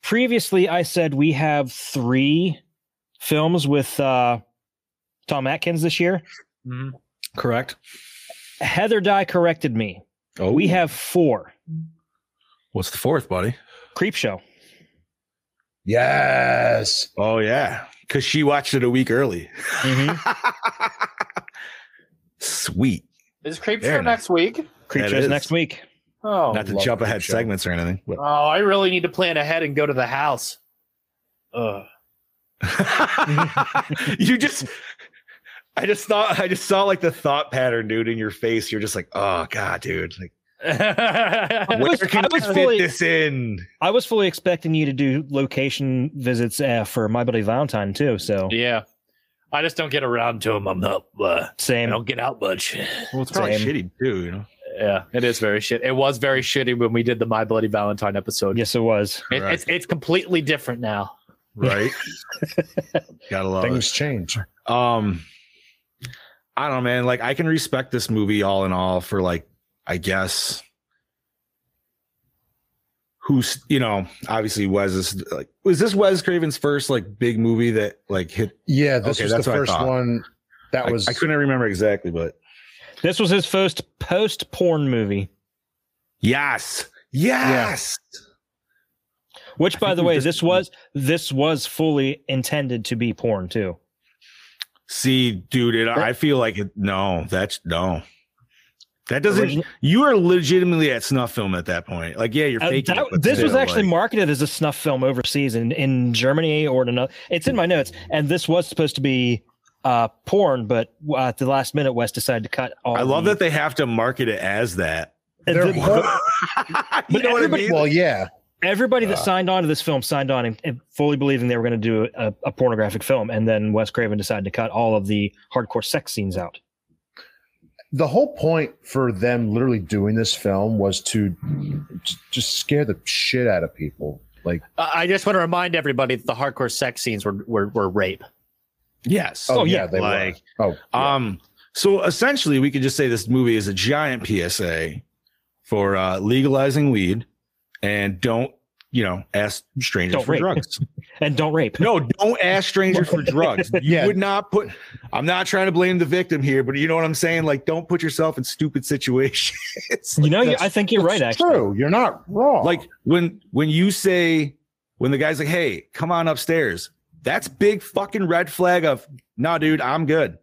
Speaker 7: previously I said we have three films with uh Tom Atkins this year.
Speaker 4: Mhm.
Speaker 5: correct.
Speaker 7: Heather Dye corrected me.
Speaker 5: Oh,
Speaker 7: We have four.
Speaker 5: what's the fourth, buddy?
Speaker 7: Creep Show.
Speaker 6: Yes.
Speaker 5: Oh yeah, because she watched it a week early.
Speaker 7: Mhm.
Speaker 5: [LAUGHS] Sweet.
Speaker 4: Is Creepshow
Speaker 5: Very nice.
Speaker 4: next week?
Speaker 7: Creep
Speaker 5: That
Speaker 7: Show's
Speaker 5: is.
Speaker 7: next week.
Speaker 4: Oh.
Speaker 5: Not to
Speaker 6: love
Speaker 5: jump
Speaker 6: that
Speaker 5: ahead
Speaker 6: show.
Speaker 5: segments or anything. But
Speaker 4: oh, I really need to plan ahead and go to the house. Ugh.
Speaker 5: [LAUGHS] you just I just thought I just saw like the thought pattern, dude, in your face. You're just like, oh god, dude. Like
Speaker 7: I
Speaker 5: where
Speaker 7: was-
Speaker 5: can
Speaker 7: I
Speaker 5: I
Speaker 7: was
Speaker 5: fit
Speaker 7: fully-
Speaker 5: this in?
Speaker 7: I was fully expecting you to do location visits uh, for My Buddy Valentine too. So
Speaker 4: yeah. I just don't get around to them. I'm not. Uh, I
Speaker 7: same.
Speaker 4: don't get out much.
Speaker 5: Well, it's
Speaker 7: probably
Speaker 5: shitty too, [LAUGHS] you know.
Speaker 4: Yeah, it is very shit. It was very shitty when we did the My Bloody Valentine episode.
Speaker 7: Yes, it was.
Speaker 4: It- it's it's completely different now.
Speaker 5: Right. Gotta love
Speaker 6: Things change.
Speaker 5: it. Um I don't know, man. Like I can respect this movie all in all for like, I guess who's you know, obviously Wes is like was this Wes Craven's first like big movie that like hit
Speaker 6: Yeah, this
Speaker 5: Okay,
Speaker 6: was the
Speaker 5: that's what I
Speaker 6: first
Speaker 5: thought.
Speaker 6: one. That
Speaker 5: I-
Speaker 6: was
Speaker 5: I couldn't remember exactly, but
Speaker 7: This was his first post porn movie.
Speaker 5: Yes. Yes.
Speaker 7: Which, by
Speaker 5: think
Speaker 7: the
Speaker 5: we
Speaker 7: way,
Speaker 5: just-
Speaker 7: this was this was fully intended to be porn too.
Speaker 5: See, dude, it, I feel like it, no, that's no. That doesn't.
Speaker 7: Origi-
Speaker 5: you are legitimately at snuff film at that point. Like, yeah, you're
Speaker 7: Uh,
Speaker 5: faking.
Speaker 7: that-
Speaker 5: it, but
Speaker 7: this was
Speaker 5: still,
Speaker 7: actually
Speaker 5: like,
Speaker 7: marketed as a snuff film overseas in, in Germany or in another. It's in my notes, and this was supposed to be uh, porn, but uh, at the last minute, West decided to cut all.
Speaker 5: I love
Speaker 7: the-
Speaker 5: that they have to market it as that. [LAUGHS]
Speaker 7: the-
Speaker 6: They're
Speaker 7: the-
Speaker 6: both-
Speaker 5: you know what I
Speaker 7: everybody-
Speaker 5: mean?
Speaker 6: well, yeah.
Speaker 7: everybody that
Speaker 5: Uh.
Speaker 7: signed on to this film signed on and, and fully believing they were going to do a, a pornographic film, and then Wes Craven decided to cut all of the hardcore sex scenes out.
Speaker 6: The whole point for them literally doing this film was to j- just scare the shit out of people. Like,
Speaker 4: Uh, I just want to remind everybody that the hardcore sex scenes were were, were rape.
Speaker 5: yes.
Speaker 6: oh,
Speaker 7: Oh,
Speaker 6: yeah,
Speaker 7: yeah,
Speaker 6: they
Speaker 5: like,
Speaker 6: were. Oh, yeah.
Speaker 5: Um. So essentially, we could just say this movie is a giant PSA for uh, legalizing weed, and don't you know ask strangers
Speaker 7: Don't
Speaker 5: for
Speaker 7: rape.
Speaker 5: drugs.
Speaker 7: And don't rape.
Speaker 5: No, don't ask strangers
Speaker 7: [LAUGHS]
Speaker 5: for drugs. You
Speaker 6: Yeah.
Speaker 5: would not put. I'm not trying to blame the victim here, but you know what I'm saying. Like, don't put yourself in stupid [LAUGHS] situations.
Speaker 7: you know, you,
Speaker 6: That's-
Speaker 7: I think you're right.
Speaker 6: It's
Speaker 7: Actually,
Speaker 6: true. You're not wrong.
Speaker 5: like when when you say when the guy's like, "Hey, come on upstairs," That's big fucking red flag of nah, dude, I'm good.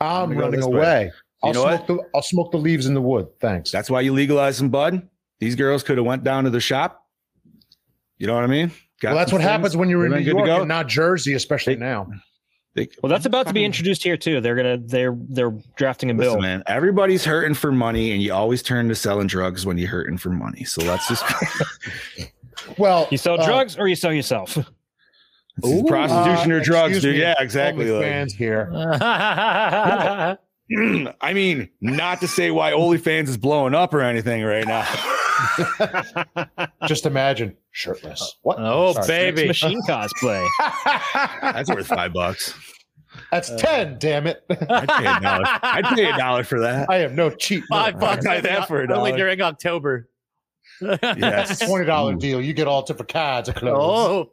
Speaker 6: I'm
Speaker 5: gonna go
Speaker 6: running
Speaker 5: this way.
Speaker 6: away. I'll
Speaker 5: know
Speaker 6: smoke the I'll smoke the leaves in the wood. Thanks.
Speaker 5: That's why you legalize some bud. These girls could have went down to the shop. You know what I mean? Got
Speaker 6: well, that's
Speaker 5: some
Speaker 6: what
Speaker 5: things.
Speaker 6: happens when you're in
Speaker 5: Am I
Speaker 6: New
Speaker 5: good to
Speaker 6: York
Speaker 5: go?
Speaker 6: and not Jersey, especially now.
Speaker 5: They-
Speaker 7: Well, that's about to be introduced here too. They're gonna they're they're drafting a bill.
Speaker 5: Listen, man, everybody's hurting for money, and you always turn to selling drugs when you're hurting for money. So
Speaker 6: [LAUGHS]
Speaker 5: let's just [LAUGHS]
Speaker 6: Well,
Speaker 7: You sell
Speaker 4: Oh.
Speaker 6: uh,
Speaker 7: drugs or you
Speaker 4: [LAUGHS]
Speaker 7: sell yourself.
Speaker 5: It's either
Speaker 6: Ooh.
Speaker 5: prostitution
Speaker 6: Uh,
Speaker 5: or drugs,
Speaker 6: excuse
Speaker 5: dude.
Speaker 6: me,
Speaker 5: Yeah, exactly.
Speaker 6: only
Speaker 5: like-
Speaker 6: fans [LAUGHS] here.
Speaker 4: Oh,
Speaker 5: [CLEARS THROAT] I mean, not to say why OnlyFans is blowing up or anything right now.
Speaker 6: Just imagine shirtless. Uh, What?
Speaker 4: Oh,
Speaker 6: Sorry.
Speaker 4: baby.
Speaker 7: Machine
Speaker 5: [LAUGHS]
Speaker 7: cosplay.
Speaker 5: [LAUGHS] That's worth five bucks.
Speaker 6: [LAUGHS] That's ten. Damn it!
Speaker 5: I'd pay a dollar. I'd pay a dollar for
Speaker 7: [LAUGHS]
Speaker 5: that.
Speaker 6: I am no cheap.
Speaker 4: Five
Speaker 6: motherfucker.
Speaker 4: bucks [LAUGHS]
Speaker 5: buy
Speaker 4: only-
Speaker 5: that for a
Speaker 4: only
Speaker 5: dollar.
Speaker 4: during October.
Speaker 7: [LAUGHS]
Speaker 5: Yes.
Speaker 6: Twenty dollar deal. You get all different kinds of clothes.
Speaker 4: Oh,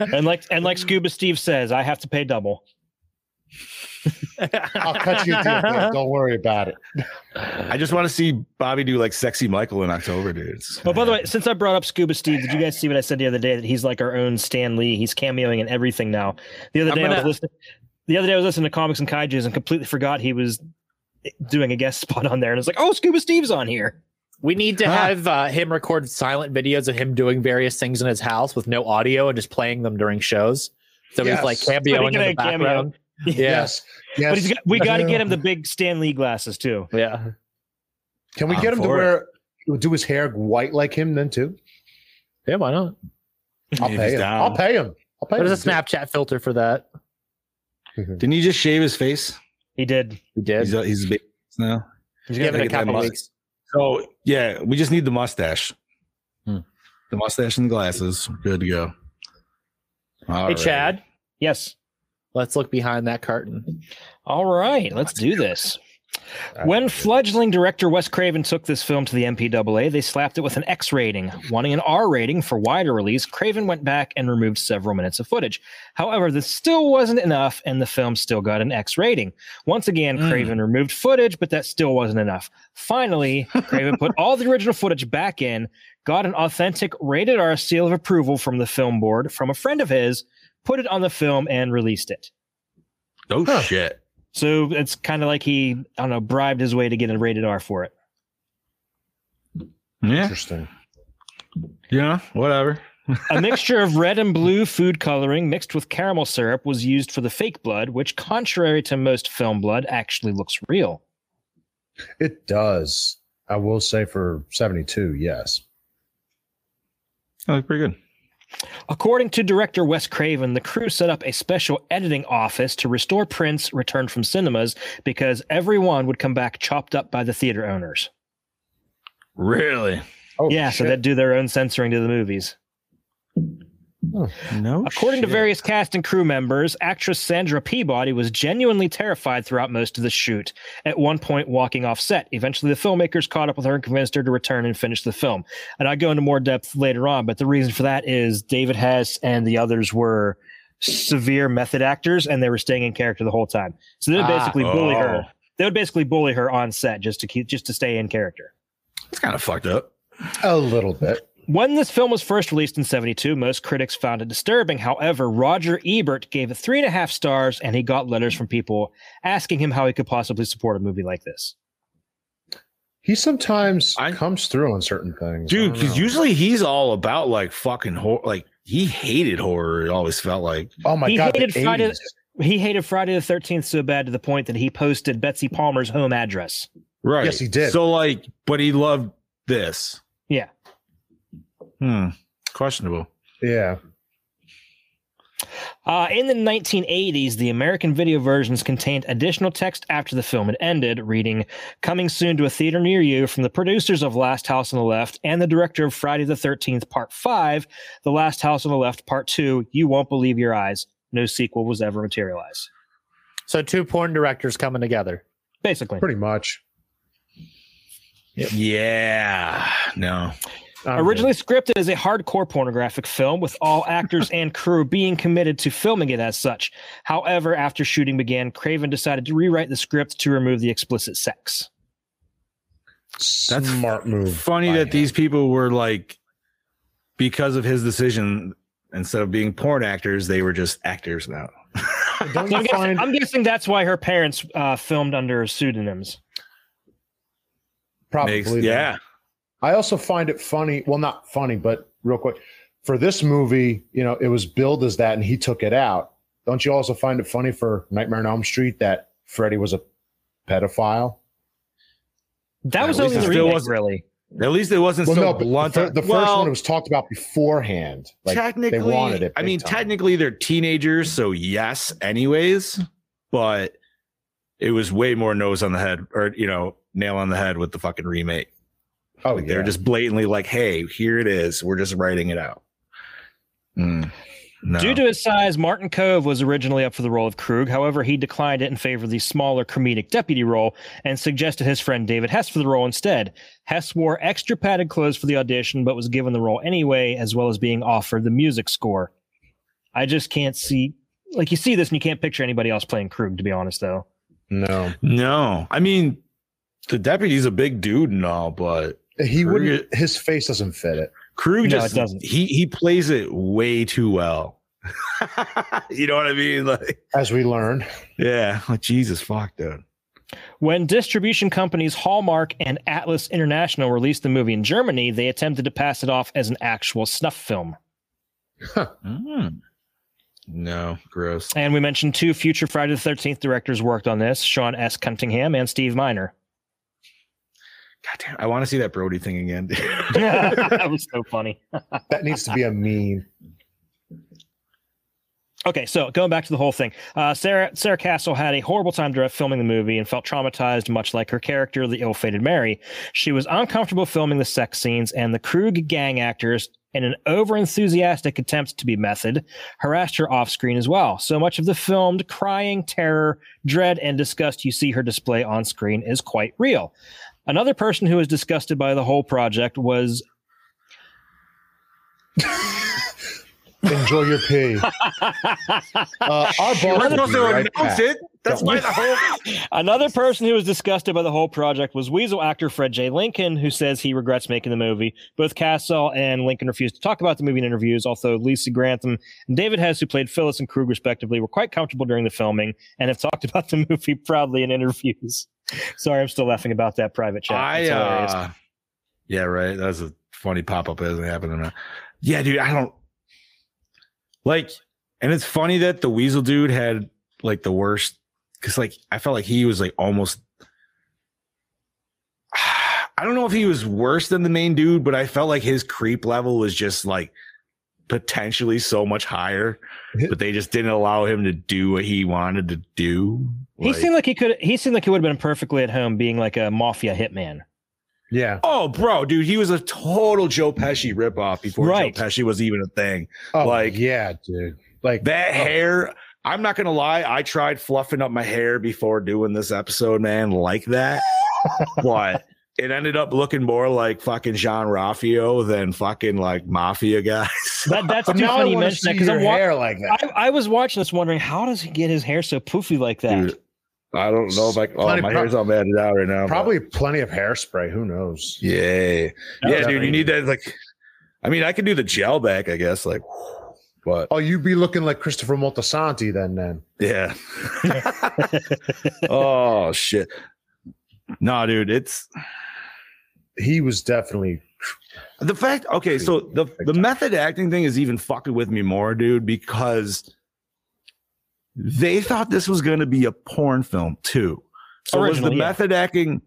Speaker 7: And like and like Scuba Steve says, I have to pay double.
Speaker 6: I'll cut you a
Speaker 4: [LAUGHS]
Speaker 6: deal. man. Don't worry about it.
Speaker 5: I just want to see Bobby do like sexy Michael in October, dude. It's-
Speaker 7: Oh, by the way, since I brought up Scuba Steve, did you guys see what I said the other day that he's like our own Stan Lee? He's cameoing in everything now. The other
Speaker 4: I'm
Speaker 7: day I
Speaker 4: gonna-
Speaker 7: was listening. The other day I was listening to comics and kaiju's and completely forgot he was doing a guest [LAUGHS] spot on there, and it's like, oh, Scuba Steve's on here.
Speaker 4: we need to
Speaker 5: Huh.
Speaker 4: have uh, him record silent videos of him doing various things in his house with no audio and just playing them during shows. So he's like
Speaker 6: Yes.
Speaker 4: cameoing in
Speaker 7: Making
Speaker 4: the
Speaker 7: a cameo.
Speaker 4: background. Yeah.
Speaker 6: Yes. Yes.
Speaker 7: But he's got, we got to get him the big Stan Lee glasses too.
Speaker 4: Yeah.
Speaker 6: Can we
Speaker 5: I'm
Speaker 6: get him to
Speaker 5: for it.
Speaker 6: wear? Do his hair white like him then too?
Speaker 4: Yeah, why not?
Speaker 6: I'll
Speaker 5: If he's
Speaker 6: pay him.
Speaker 5: down.
Speaker 6: I'll pay him. I'll pay
Speaker 4: There's
Speaker 6: him.
Speaker 4: a Snapchat filter for that.
Speaker 5: Didn't he just shave his face?
Speaker 7: He did.
Speaker 4: He did.
Speaker 5: He's a, he's a big now.
Speaker 4: He's given
Speaker 5: gotta
Speaker 4: it a
Speaker 5: get that
Speaker 4: couple
Speaker 5: money.
Speaker 4: weeks.
Speaker 5: So yeah, we just need the mustache.
Speaker 4: Hmm.
Speaker 5: The mustache and the glasses. We're Good to go. All
Speaker 4: Hey,
Speaker 5: right.
Speaker 4: Chad,
Speaker 7: Yes.
Speaker 4: let's look behind that curtain.
Speaker 7: All right, let's do this. When fledgling director Wes Craven took this film to the MPAA, they slapped it with an X rating. Wanting an R rating for wider release, Craven went back and removed several minutes of footage. However, this still wasn't enough, and the film still got an X rating. Once again,
Speaker 5: Mm.
Speaker 7: Craven removed footage, but that still wasn't enough. Finally, Craven put all the original footage back in, got an authentic rated R seal of approval from the film board from a friend of his, put it on the film, and released it.
Speaker 5: Oh shit.
Speaker 7: So it's kind of like he, I don't know, bribed his way to get a rated R for it.
Speaker 5: Yeah.
Speaker 6: Interesting.
Speaker 5: Yeah. Whatever.
Speaker 7: A mixture of red and blue food coloring mixed with caramel syrup was used for the fake blood, which, contrary to most film blood, actually looks real.
Speaker 6: It does. I will say for 72, yes.
Speaker 5: That looked pretty good.
Speaker 7: According to director Wes Craven, the crew set up a special editing office to restore prints returned from cinemas because everyone would come back chopped up by the theater owners.
Speaker 5: Really?
Speaker 6: Oh,
Speaker 7: yeah, so they'd do their own censoring to the movies.
Speaker 5: No.
Speaker 7: According to various cast and crew members, actress Sandra Peabody was genuinely terrified throughout most of the shoot, at one point walking off set. Eventually, the filmmakers caught up with her and convinced her to return and finish the film. And I go into more depth later on, but the reason for that is David Hess and the others were severe method actors and they were staying in character the whole time. So they would
Speaker 4: Ah.
Speaker 7: basically bully
Speaker 5: Oh.
Speaker 7: her. They would basically bully her on set just to keep just to stay in character.
Speaker 5: It's kind of fucked up.
Speaker 6: a little bit.
Speaker 7: When this film was first released in 72, most critics found it disturbing. However, Roger Ebert gave it three and a half stars, and he got letters from people asking him how he could possibly support a movie like this.
Speaker 6: He sometimes
Speaker 5: I-
Speaker 6: comes through on certain things.
Speaker 5: dude
Speaker 6: I don't
Speaker 5: because
Speaker 6: know.
Speaker 5: usually he's all about like fucking horror like he hated horror it always felt like
Speaker 6: Oh my
Speaker 7: he
Speaker 6: god, the
Speaker 7: hated Friday-
Speaker 6: 80s.
Speaker 7: He hated Friday the 13th so bad to the point that he posted Betsy Palmer's home address.
Speaker 5: right
Speaker 6: Yes, he did.
Speaker 5: so like but he loved this
Speaker 7: Yeah.
Speaker 5: hmm questionable
Speaker 6: Yeah.
Speaker 7: Uh, in the 1980s, the American video versions contained additional text after the film had ended, reading, Coming soon to a theater near you from the producers of Last House on the Left and the director of Friday the 13th, Part 5, The Last House on the Left, Part 2, You Won't Believe Your Eyes. No sequel was ever materialized.
Speaker 4: So two porn directors coming together.
Speaker 7: Basically,
Speaker 6: Pretty much.
Speaker 5: yeah no
Speaker 6: I'm
Speaker 7: originally scripted as a hardcore pornographic film, with all actors and crew being committed to filming it as such. However, after shooting began, Craven decided to rewrite the script to remove the explicit sex.
Speaker 6: good. smart move.
Speaker 5: [LAUGHS] funny
Speaker 6: by
Speaker 5: that
Speaker 6: him.
Speaker 5: these people were like because of his decision Instead of being porn actors, they were just actors now.
Speaker 6: Don't
Speaker 7: So I'm,
Speaker 6: you
Speaker 7: guessing, [LAUGHS]
Speaker 6: find
Speaker 7: I'm guessing that's why her parents uh, filmed under pseudonyms.
Speaker 6: probably
Speaker 5: Makes-
Speaker 6: that.
Speaker 5: yeah.
Speaker 6: I also find it funny. Well, not funny, but real quick for this movie, you know, it was billed as that, and he took it out. Don't you also find it funny for Nightmare on Elm Street that Freddy was a pedophile?
Speaker 7: That
Speaker 5: Yeah,
Speaker 7: was
Speaker 5: at
Speaker 7: only
Speaker 5: least
Speaker 7: the
Speaker 5: it still
Speaker 7: remake,
Speaker 5: wasn't-
Speaker 7: really.
Speaker 5: At least it wasn't
Speaker 6: Well,
Speaker 5: so
Speaker 6: no, but
Speaker 5: blunt.
Speaker 6: the, fir- the first
Speaker 5: Well,
Speaker 6: one was talked about beforehand. Like,
Speaker 5: technically,
Speaker 6: they wanted it.
Speaker 5: I
Speaker 6: big
Speaker 5: mean,
Speaker 6: time.
Speaker 5: technically, they're teenagers, so yes, anyways. But it was way more nose on the head, or you know, nail on the head with the fucking remake.
Speaker 6: oh,
Speaker 5: Like,
Speaker 6: yeah.
Speaker 5: They're just blatantly like, "Hey, here it is. We're just writing it out." Mm, no.
Speaker 7: Due to his size, Martin Cove was originally up for the role of Krug. However, he declined it in favor of the smaller comedic deputy role and suggested his friend David Hess for the role instead. Hess wore extra padded clothes for the audition, but was given the role anyway, as well as being offered the music score. I just can't see, like, you see this and you can't picture anybody else playing Krug, to be honest, though.
Speaker 6: no.
Speaker 5: no, I mean, the deputy's a big dude and all, but
Speaker 6: He
Speaker 5: Krug-
Speaker 6: wouldn't. His face doesn't fit it.
Speaker 5: Krug
Speaker 7: No,
Speaker 5: just
Speaker 7: it doesn't.
Speaker 5: he he plays it way too well. [LAUGHS] you know what I mean? Like,
Speaker 6: As we learned, [LAUGHS]
Speaker 5: yeah, like Jesus fuck, dude.
Speaker 7: When distribution companies Hallmark and Atlas International released the movie in Germany, they attempted to pass it off as an actual snuff film.
Speaker 5: Mm. No, gross.
Speaker 7: And we mentioned two future Friday the 13th directors worked on this Sean S. Cunningham and Steve Miner. [LAUGHS]
Speaker 5: Goddamn, I want to see that Brody thing again.
Speaker 6: [LAUGHS]
Speaker 7: that was so funny.
Speaker 6: that needs to be a meme.
Speaker 7: Okay, so going back to the whole thing, uh, Sarah Sarah Castle had a horrible time direct filming the movie and felt traumatized, much like her character, the ill-fated Mary. She was uncomfortable filming the sex scenes, and the Krug gang actors, in an over-enthusiastic attempt to be method, harassed her off-screen as well. So much of the filmed crying, terror, dread, and disgust you see her display on screen is quite real. Another person who was disgusted by the whole project was [LAUGHS]
Speaker 6: Enjoy your
Speaker 7: [LAUGHS]
Speaker 6: pee. Uh, our boss will be right back.
Speaker 5: it.
Speaker 6: That's why the
Speaker 5: whole.
Speaker 7: Another person who was disgusted by the whole project was Weasel actor Fred J. Lincoln, who says he regrets making the movie. Both Castle and Lincoln refused to talk about the movie in interviews, although Lisa Grantham and David Hess, who played Phyllis and Krug respectively, were quite comfortable during the filming and have [LAUGHS] talked about the movie proudly in interviews. [LAUGHS] Sorry, I'm still laughing about that private chat.
Speaker 5: I
Speaker 7: It's hilarious.
Speaker 5: uh, yeah, right. That's a funny pop up. It hasn't happened in a. Yeah, dude. I don't like, and it's funny that the Weasel dude had like the worst because like I felt like he was like almost. [SIGHS] I don't know if he was worse than the main dude, but I felt like his creep level was just like potentially so much higher, but they just didn't allow him to do what he wanted to do.
Speaker 7: he
Speaker 5: Like-
Speaker 7: seemed like he could. He seemed like he would have been perfectly at home being like a mafia hitman.
Speaker 6: Yeah.
Speaker 5: Oh, bro, dude, he was a total Joe Pesci ripoff before
Speaker 7: Right.
Speaker 5: Joe Pesci was even a thing.
Speaker 6: Oh,
Speaker 5: Like-
Speaker 6: yeah, dude. Like
Speaker 5: That hair, I'm not gonna lie, I tried fluffing up my hair before doing this episode, man, like
Speaker 7: [LAUGHS]
Speaker 5: that. but it ended up looking more like fucking John Raffio than fucking like mafia guys.
Speaker 7: That,
Speaker 6: [LAUGHS]
Speaker 7: that's
Speaker 6: But
Speaker 7: too
Speaker 6: now I
Speaker 7: funny you
Speaker 6: wanna
Speaker 7: mentioned
Speaker 6: see
Speaker 7: that because I'm
Speaker 6: your
Speaker 7: wa-
Speaker 6: hair like that.
Speaker 7: I, I was watching this wondering how does he get his hair so poofy like that.
Speaker 5: Dude, [LAUGHS] I don't know if I oh
Speaker 6: Plenty
Speaker 5: my
Speaker 6: pro-
Speaker 5: hair's all matted out right now. but-
Speaker 6: Probably plenty of hairspray. Who knows?
Speaker 5: Yeah.
Speaker 7: That
Speaker 5: Yeah,
Speaker 7: was
Speaker 5: dude, you
Speaker 7: crazy.
Speaker 5: need that like I mean I could do the gel back, I guess, like but
Speaker 6: Oh, you'd be looking like Christopher Moltisanti then. Then
Speaker 7: [LAUGHS]
Speaker 5: Yeah. oh shit. No, dude, it's
Speaker 6: he was definitely.
Speaker 5: the fact. Okay, so the the method acting thing is even fucking with me more, dude, because they thought this was going to be a porn film too. So was the
Speaker 7: Originally, yeah.
Speaker 5: method acting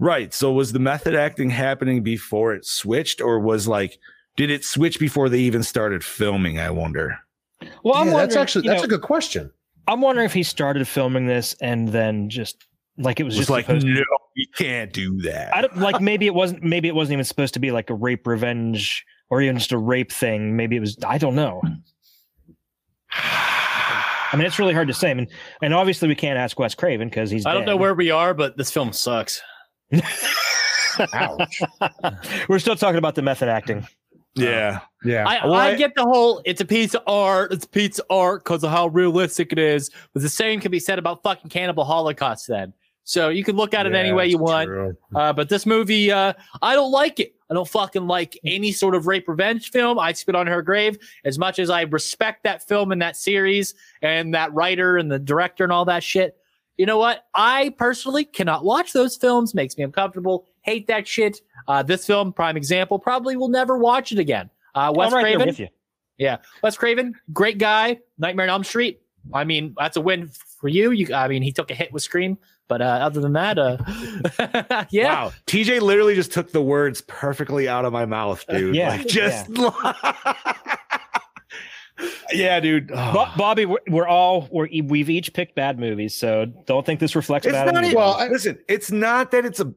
Speaker 5: right? So was the method acting happening before it switched, or was like, did it switch before they even started filming? I wonder.
Speaker 7: Well, I'm
Speaker 6: Yeah,
Speaker 7: wondering.
Speaker 6: that's actually
Speaker 7: you know-
Speaker 6: that's a good question.
Speaker 7: I'm wondering if he started filming this and then just like it was
Speaker 5: It's
Speaker 7: just
Speaker 5: like,
Speaker 7: supposed
Speaker 5: no, we can't do that.
Speaker 7: I don't like maybe it wasn't maybe it wasn't even supposed to be like a rape revenge or even just a rape thing. Maybe it was I don't know. I mean, it's really hard to say. I mean, and obviously we can't ask Wes Craven because he's.
Speaker 4: I don't know
Speaker 7: dead. [LAUGHS]
Speaker 4: where we are, but this film sucks.
Speaker 6: Ouch.
Speaker 7: we're still talking about the method acting.
Speaker 5: yeah.
Speaker 6: Yeah.
Speaker 4: I,
Speaker 5: Well, I-
Speaker 4: I get the whole it's a piece of art, it's a piece of art because of how realistic it is. But the same can be said about fucking Cannibal Holocaust then. So you can look at it any way you want. Uh, but this movie, uh, I don't like it. I don't fucking like any sort of rape revenge film. I spit on her grave as much as I respect that film and that series and that writer and the director and all that shit. You know what? I personally cannot watch those films. Makes me uncomfortable. Hate that shit. Uh, this film, prime example, probably will never watch it again. Uh, Wes
Speaker 7: I'm right there
Speaker 4: Craven,
Speaker 7: with you.
Speaker 4: yeah, Wes Craven, great guy. Nightmare on Elm Street. I mean, that's a win for you. You, I mean, he took a hit with Scream, but uh, other than that, uh, [LAUGHS] yeah,
Speaker 5: Wow. TJ literally just took the words perfectly out of my mouth, dude.
Speaker 7: Uh, Yeah.
Speaker 5: Like just [LAUGHS] Yeah, dude. Ugh.
Speaker 7: Bo- Bobby, we're, we're all we're, e- we've each picked bad movies, so don't think this reflects
Speaker 5: it's
Speaker 7: bad. on
Speaker 5: not
Speaker 7: you.
Speaker 5: even,
Speaker 6: Well, I-
Speaker 5: listen, it's not that it's a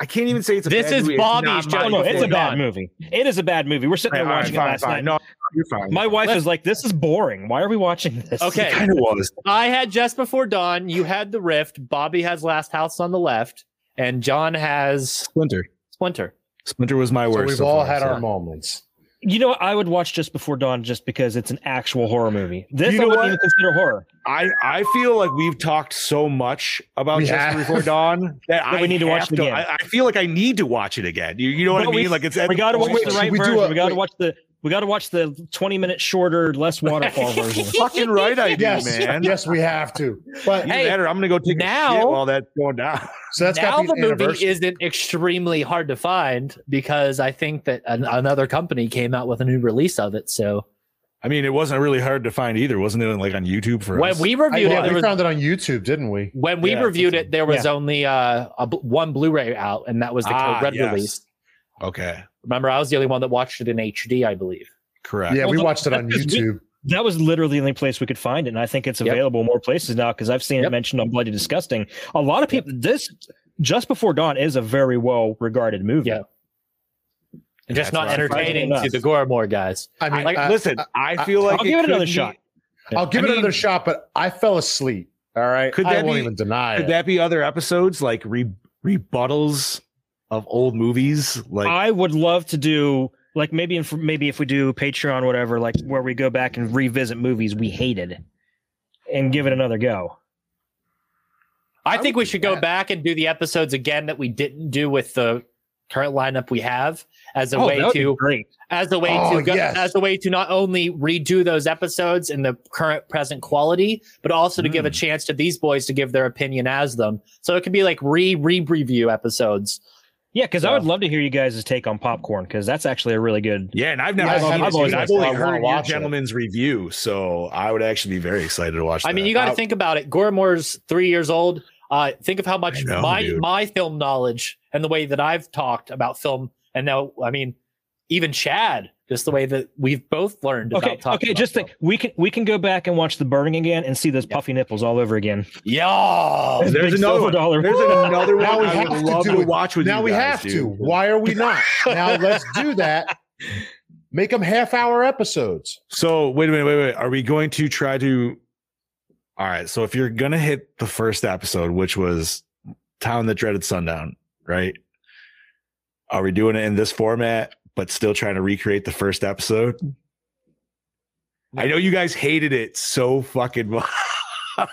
Speaker 5: I can't even say it's a
Speaker 4: This
Speaker 5: bad
Speaker 4: is
Speaker 5: movie. It's not
Speaker 4: Bobby's
Speaker 5: my
Speaker 4: judgment.
Speaker 7: Oh, no, it's a
Speaker 4: Gone.
Speaker 7: bad movie. It is a bad movie. We're sitting
Speaker 5: All
Speaker 7: there
Speaker 5: right,
Speaker 7: watching
Speaker 5: fine,
Speaker 7: it last
Speaker 5: fine.
Speaker 7: night.
Speaker 5: No, you're fine.
Speaker 7: My wife is like, "This is boring. Why are we watching this?"
Speaker 4: Okay.
Speaker 5: kind of was.
Speaker 4: I had just before dawn. You had the rift. Bobby has last house on the left, and John has
Speaker 3: Splinter.
Speaker 4: Splinter.
Speaker 5: Splinter was my
Speaker 6: So
Speaker 5: worst.
Speaker 6: we've
Speaker 5: so
Speaker 6: all
Speaker 5: far,
Speaker 6: had
Speaker 5: so.
Speaker 6: our moments.
Speaker 7: [LAUGHS] You know, what? I would watch Just Before Dawn just because it's an actual horror movie. This
Speaker 5: You
Speaker 7: I
Speaker 5: know
Speaker 7: wouldn't
Speaker 5: what?
Speaker 7: even consider horror.
Speaker 5: I I feel like we've talked so much about
Speaker 6: We
Speaker 5: Just
Speaker 6: have.
Speaker 5: Before
Speaker 7: [LAUGHS]
Speaker 5: Dawn that I
Speaker 7: we need to watch
Speaker 5: have
Speaker 7: it again.
Speaker 5: I, I feel like I need to watch it again. You, you know what
Speaker 7: But
Speaker 5: I mean?
Speaker 7: we-
Speaker 5: like it's at
Speaker 7: We got to watch
Speaker 6: wait,
Speaker 7: the
Speaker 6: should
Speaker 7: right
Speaker 6: we do
Speaker 7: version.
Speaker 6: a-
Speaker 7: we got to
Speaker 6: wait.
Speaker 7: watch the we got to watch the twenty minute shorter,
Speaker 5: [LAUGHS]
Speaker 7: less waterfall version.
Speaker 5: fucking right. I do, [LAUGHS]
Speaker 6: Yes,
Speaker 5: man.
Speaker 6: yes, we have to. But
Speaker 5: You
Speaker 4: Hey,
Speaker 5: better. I'm gonna go take
Speaker 4: now-
Speaker 5: a shit while that's going down.
Speaker 6: so that's got
Speaker 4: now
Speaker 6: to be
Speaker 4: the
Speaker 6: the
Speaker 4: movie
Speaker 6: anniversary.
Speaker 4: isn't extremely hard to find because I think that an, another company came out with a new release of it. So
Speaker 5: [LAUGHS] I mean, it wasn't really hard to find either, wasn't it? Like on YouTube for
Speaker 4: when
Speaker 5: us.
Speaker 4: we
Speaker 6: I,
Speaker 4: reviewed
Speaker 6: yeah,
Speaker 4: it, there
Speaker 6: we
Speaker 4: was
Speaker 6: found it on YouTube, didn't we?
Speaker 4: when we
Speaker 5: Yeah,
Speaker 4: reviewed
Speaker 5: that's-
Speaker 4: it, there was only uh, a bl- one Blu-ray out, and that was the
Speaker 5: Ah,
Speaker 4: Code Red
Speaker 5: yes.
Speaker 4: release.
Speaker 5: okay,
Speaker 4: Remember, I was the only one that watched it in HD, I believe.
Speaker 5: correct.
Speaker 6: Yeah, we
Speaker 7: Well,
Speaker 6: watched it on
Speaker 7: that's-
Speaker 6: YouTube.
Speaker 7: that was literally the only place we could find it, and I think it's
Speaker 4: Yep.
Speaker 7: available more places now because I've seen it
Speaker 4: Yep.
Speaker 7: mentioned on Bloody Disgusting. A lot of people. This just before dawn is a very well regarded movie.
Speaker 4: Yeah. And just
Speaker 5: That's
Speaker 4: not
Speaker 5: right.
Speaker 4: entertaining
Speaker 7: Surprising
Speaker 4: to the Goramore guys.
Speaker 6: I mean, uh,
Speaker 5: Like,
Speaker 6: I,
Speaker 5: listen, I, feel like
Speaker 7: I'll give it another
Speaker 5: could be-
Speaker 7: shot.
Speaker 6: will give
Speaker 5: I
Speaker 6: it
Speaker 5: mean-
Speaker 6: another shot, but I fell asleep. All right,
Speaker 5: Could
Speaker 6: I
Speaker 5: that
Speaker 6: won't
Speaker 5: be-
Speaker 6: even deny
Speaker 5: Could
Speaker 6: it.
Speaker 5: that be other episodes like re- rebuttals of old movies? Like
Speaker 7: I would love to do like maybe if, maybe if we do Patreon whatever, like where we go back and revisit movies we hated, and give it another go.
Speaker 4: I, think we should go back and do the episodes again that we didn't do with the current lineup we have as a
Speaker 7: Oh,
Speaker 4: way
Speaker 7: that would be
Speaker 4: to
Speaker 7: great.
Speaker 4: as a way
Speaker 6: Oh,
Speaker 4: to go,
Speaker 6: yes.
Speaker 4: as a way to not only redo those episodes in the current present quality, but also to
Speaker 7: Mm.
Speaker 4: give a chance to these boys to give their opinion as them. So it could be like re re review episodes.
Speaker 7: Yeah, because I
Speaker 4: So-
Speaker 7: would love to hear you guys' take on popcorn because that's actually a really good.
Speaker 5: yeah, and I've never
Speaker 6: Yeah,
Speaker 5: seen
Speaker 6: I've-
Speaker 5: it,
Speaker 6: I've
Speaker 5: dude.
Speaker 6: always-
Speaker 5: I've
Speaker 6: I
Speaker 5: only
Speaker 6: wanna
Speaker 5: heard your
Speaker 6: watch it.
Speaker 5: gentleman's review, so I would actually be very excited to watch.
Speaker 4: I mean,
Speaker 5: that. Uh,
Speaker 4: you got to
Speaker 5: I'll-
Speaker 4: think about it. Gorimore's three years old. Uh, think of how
Speaker 5: I
Speaker 4: much
Speaker 5: know,
Speaker 4: my
Speaker 5: dude.
Speaker 4: my film knowledge and the way that I've talked about film, and now I mean, even Chad, just the way that we've both learned.
Speaker 7: Okay,
Speaker 4: about talking
Speaker 7: okay,
Speaker 4: about
Speaker 7: just
Speaker 4: film.
Speaker 7: think we can we can go back and watch the burning again and see those puffy nipples all over again.
Speaker 4: Yeah,
Speaker 5: uh, Oh, There's
Speaker 7: Big
Speaker 5: another
Speaker 7: silver
Speaker 5: one.
Speaker 7: dollar.
Speaker 5: There's another one
Speaker 6: Now we
Speaker 5: I
Speaker 6: have
Speaker 5: would
Speaker 6: to
Speaker 5: love
Speaker 6: do
Speaker 5: to
Speaker 6: it.
Speaker 5: watch with you.
Speaker 6: now we
Speaker 5: guys,
Speaker 6: have to.
Speaker 5: dude.
Speaker 6: Why are we not?
Speaker 5: [LAUGHS]
Speaker 6: now let's do that. Make them half-hour episodes.
Speaker 5: So wait a minute, wait, wait. Are we going to try to? All right. So if you're gonna hit the first episode, which was Town That Dreaded Sundown, right? Are we doing it in this format, but still trying to recreate the first episode? I know you guys hated it so fucking [LAUGHS] much.
Speaker 4: we're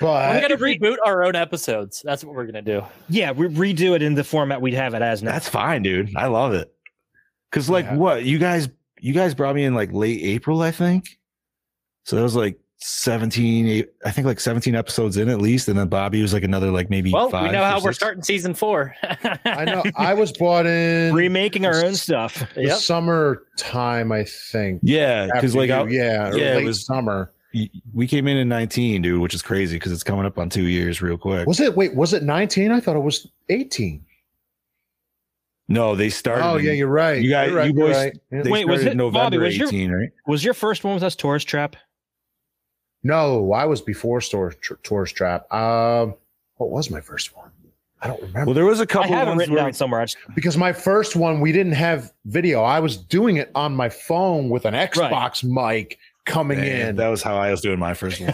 Speaker 6: But
Speaker 4: gonna reboot our own episodes. That's what we're gonna do.
Speaker 7: Yeah, we redo it in the format we have it as now.
Speaker 5: That's fine, dude. I love it. Cause like
Speaker 6: Yeah.
Speaker 5: what you guys you guys brought me in like late April, I think. So that was like 17, eight- I think like 17 episodes in at least. And then Bobby was like another like maybe
Speaker 4: Well,
Speaker 5: five.
Speaker 4: we know
Speaker 5: or
Speaker 4: how we we're
Speaker 5: six.
Speaker 4: starting season four. [LAUGHS]
Speaker 6: I know I was bought in
Speaker 7: Remaking our own stuff.
Speaker 6: the
Speaker 4: Yep.
Speaker 6: summer time, I think.
Speaker 5: Yeah, because
Speaker 6: after
Speaker 5: like
Speaker 6: you,
Speaker 5: I,
Speaker 6: yeah, or
Speaker 5: yeah, it
Speaker 6: late
Speaker 5: was-
Speaker 6: summer.
Speaker 5: we came in in 19, dude, which is crazy because it's coming up on two years real quick.
Speaker 6: Was it? Wait, was it nineteen? I thought it was eighteen.
Speaker 5: No, they started.
Speaker 6: Oh
Speaker 5: in-
Speaker 6: yeah, you're right.
Speaker 5: You guys-
Speaker 6: You're right,
Speaker 5: you
Speaker 6: you're
Speaker 5: boys-
Speaker 6: right. Yeah.
Speaker 5: They
Speaker 7: Wait, was
Speaker 5: started
Speaker 7: it- Bobby,
Speaker 5: November
Speaker 7: was your-
Speaker 5: 18, right?
Speaker 7: Was your first one with us Taurus Trap?
Speaker 6: No, I was before Stor- Tr- Tourist Trap. Um, what was my first one? I don't remember
Speaker 5: Well, there was a
Speaker 7: I
Speaker 5: couple
Speaker 7: have it
Speaker 5: ones
Speaker 7: written
Speaker 5: where
Speaker 7: down somewhere. I just,
Speaker 6: because my first one we didn't have video. I was doing it on my phone with an Xbox mic coming
Speaker 5: Man,
Speaker 6: in.
Speaker 5: Eh, that was how I was doing my first one.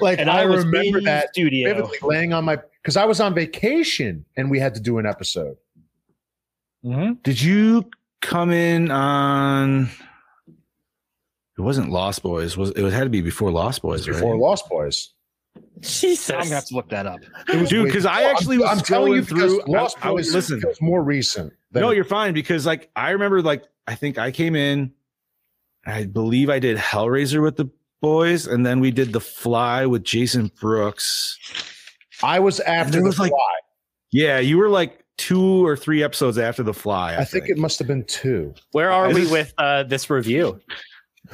Speaker 6: like
Speaker 7: and
Speaker 6: I,
Speaker 7: I, was
Speaker 6: remember
Speaker 7: in
Speaker 6: that
Speaker 7: studio.
Speaker 5: uh,
Speaker 6: vividly, laying on my because I was on vacation and we had to do an episode.
Speaker 5: Did you come in on? It wasn't Lost Boys. Was it had to be before Lost Boys?
Speaker 6: before
Speaker 5: right?
Speaker 6: Lost Boys.
Speaker 4: Jesus.
Speaker 7: I'm gonna have to look that up.
Speaker 6: It was
Speaker 5: Dude,
Speaker 6: way-
Speaker 5: because I
Speaker 6: No,
Speaker 5: actually was
Speaker 6: I'm, I'm telling you
Speaker 5: scrolling through.
Speaker 6: because Lost
Speaker 5: I- I was-
Speaker 6: Boys
Speaker 5: listen.
Speaker 6: feels more recent. than-
Speaker 5: No, you're fine because like I remember like I think I came in, I believe I did Hellraiser with the boys, and then we did The Fly with Jason Brooks.
Speaker 6: I was
Speaker 5: there
Speaker 6: after the
Speaker 5: was, like,
Speaker 6: fly.
Speaker 5: Yeah, you were like two or three episodes after The Fly. I,
Speaker 6: I think it must have been two.
Speaker 4: Where are
Speaker 5: Is
Speaker 4: we
Speaker 5: this-
Speaker 4: with uh, this review?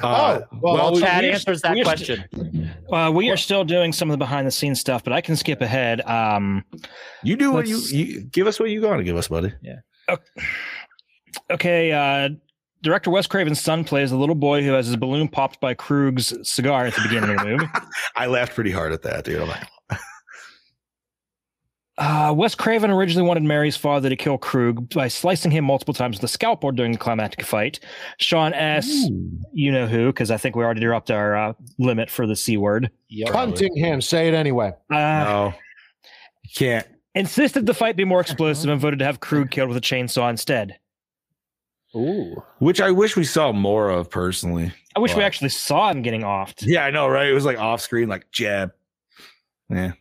Speaker 5: Uh,
Speaker 6: oh, well,
Speaker 5: well,
Speaker 6: I'll
Speaker 5: we-
Speaker 4: Chad
Speaker 7: we-
Speaker 4: answers that
Speaker 7: we-
Speaker 4: question.
Speaker 7: Uh, we are still doing some of the behind the scenes stuff, but I can skip ahead. Um,
Speaker 5: you do what you,
Speaker 7: let's-
Speaker 5: you give us what you got to give us, buddy.
Speaker 7: okay, uh, director Wes Craven's son plays a little boy who has his balloon popped by Krug's cigar at the beginning of the
Speaker 5: [LAUGHS]
Speaker 7: movie.
Speaker 5: I laughed pretty hard at that, dude. I'm like,
Speaker 7: Uh, Wes Craven originally wanted Mary's father to kill Krug by slicing him multiple times with a scalpel during the climactic fight. Sean S. You know who? Because I think we already dropped our uh, limit for the c word.
Speaker 6: Cuntingham, say it anyway.
Speaker 7: Uh,
Speaker 5: no, you can't.
Speaker 7: Insisted the fight be more explosive and voted to have
Speaker 5: [LAUGHS]
Speaker 7: Krug killed with a chainsaw instead.
Speaker 6: Ooh.
Speaker 5: Which I wish we saw more of personally.
Speaker 7: I wish we
Speaker 5: Wow.
Speaker 7: actually saw him getting offed.
Speaker 5: Yeah, I know, right? It was like off screen, like jab. Yeah.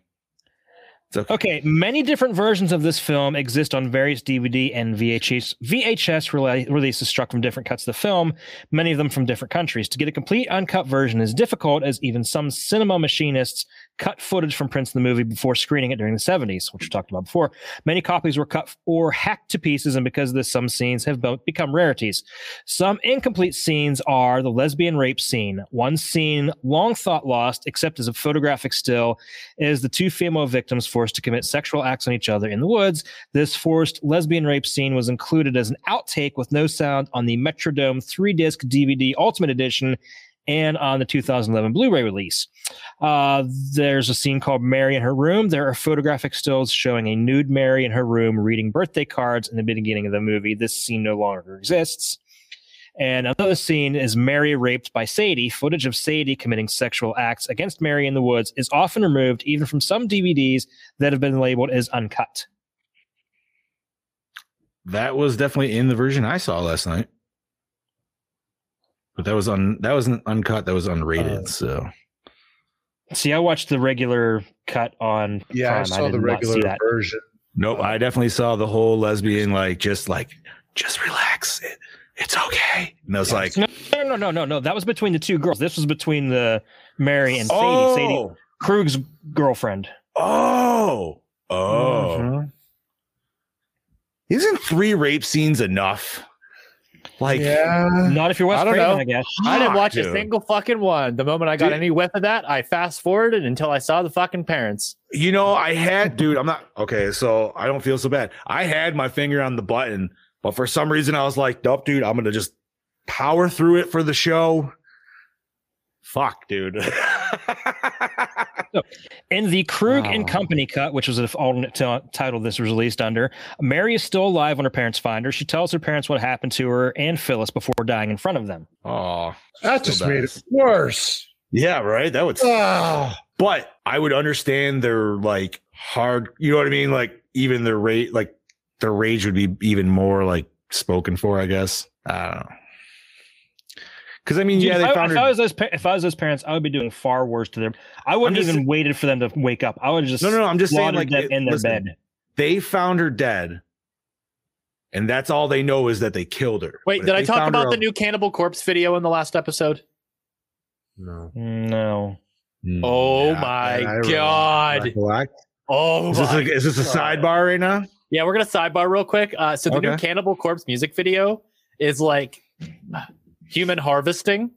Speaker 5: It's okay.
Speaker 7: Okay, many different versions of this film exist on various DVD and VHS VHS rela- releases struck from different cuts of the film, many of them from different countries. To get a complete uncut version is difficult as even some cinema machinists cut footage from prints of the movie before screening it during the 70s, which we talked about before. Many copies were cut or hacked to pieces and because of this some scenes have be- become rarities. Some incomplete scenes are the lesbian rape scene, one scene long thought lost except as a photographic still is the two female victims forced to commit sexual acts on each other in the woods. This forced lesbian rape scene was included as an outtake with no sound on the Metrodome three disc DVD Ultimate Edition and on the 2011 Blu ray release. Uh, there's a scene called Mary in Her Room. There are photographic stills showing a nude Mary in her room reading birthday cards in the beginning of the movie. This scene no longer exists. And another scene is Mary raped by Sadie. Footage of Sadie committing sexual acts against Mary in the woods is often removed, even from some DVDs that have been labeled as uncut.
Speaker 5: That was definitely in the version I saw last night. But that was un that wasn't uncut, that was unrated. so
Speaker 7: See, I watched the regular cut on.
Speaker 6: Yeah, I
Speaker 7: Prime.
Speaker 6: saw
Speaker 7: did
Speaker 6: the
Speaker 7: not see
Speaker 6: regular
Speaker 7: that.
Speaker 6: version.
Speaker 5: nope, I definitely saw the whole lesbian like just like just relax. It, it's okay. And I was like,
Speaker 7: No, no, no, no, no, no. That was between the two girls. This was between the Mary and Sadie.
Speaker 5: oh,
Speaker 7: Sadie Krug's girlfriend.
Speaker 5: oh, oh.
Speaker 7: Mhm.
Speaker 5: Isn't three rape scenes enough? Like
Speaker 6: yeah.
Speaker 7: Not if you're West
Speaker 6: I don't
Speaker 7: Craven,
Speaker 6: know.
Speaker 7: I guess.
Speaker 4: I didn't
Speaker 5: fuck,
Speaker 4: watch a
Speaker 5: dude.
Speaker 4: single fucking one. The moment I got
Speaker 5: Dude.
Speaker 4: any whiff of that, I fast forwarded until I saw the fucking parents.
Speaker 5: You know, I had, dude, I'm not okay. So I don't feel so bad. I had my finger on the button, but for some reason I was like, nope, dude, I'm going to just power through it for the show. Fuck, dude. [LAUGHS]
Speaker 7: In the Krug and
Speaker 5: Oh.
Speaker 7: Company cut, which was an alternate t- title this was released under, Mary is still alive when her parents find her. She tells her parents what happened to her and Phyllis before dying in front of them.
Speaker 5: oh,
Speaker 6: That
Speaker 5: So
Speaker 6: just
Speaker 5: bad.
Speaker 6: made it worse.
Speaker 5: yeah, right. That would,
Speaker 6: Ah.
Speaker 5: but I would understand their like hard, you know what I mean? Like, even their rate, like their rage would be even more like spoken for, I guess. I don't know. Cause I mean, yeah,
Speaker 7: Dude,
Speaker 5: they
Speaker 7: if, I,
Speaker 5: found
Speaker 7: if,
Speaker 5: her.
Speaker 7: I was those, pa- if I was those parents, I would be doing far worse to them. I wouldn't
Speaker 5: just-
Speaker 7: even waited for them to wake up. I would have just
Speaker 5: no, no, no. I'm just saying, like,
Speaker 7: slaughtered them
Speaker 5: it-
Speaker 7: in their
Speaker 5: listen,
Speaker 7: bed.
Speaker 5: they found her dead, and that's all they know is that they killed her.
Speaker 4: Wait,
Speaker 5: But
Speaker 4: did
Speaker 5: if
Speaker 4: I
Speaker 5: they
Speaker 4: talk
Speaker 5: found her
Speaker 4: about the
Speaker 5: al-
Speaker 4: new Cannibal Corpse video in the last episode?
Speaker 6: No.
Speaker 7: No.
Speaker 5: Mm,
Speaker 4: Oh
Speaker 5: yeah,
Speaker 4: my
Speaker 5: I really-
Speaker 4: god.
Speaker 5: Black.
Speaker 4: Oh
Speaker 5: Is this,
Speaker 4: my
Speaker 5: like, is this a
Speaker 4: God.
Speaker 5: sidebar right now?
Speaker 4: Yeah, we're gonna sidebar real quick. Uh, so the new
Speaker 5: Okay.
Speaker 4: Cannibal Corpse music video is like human harvesting,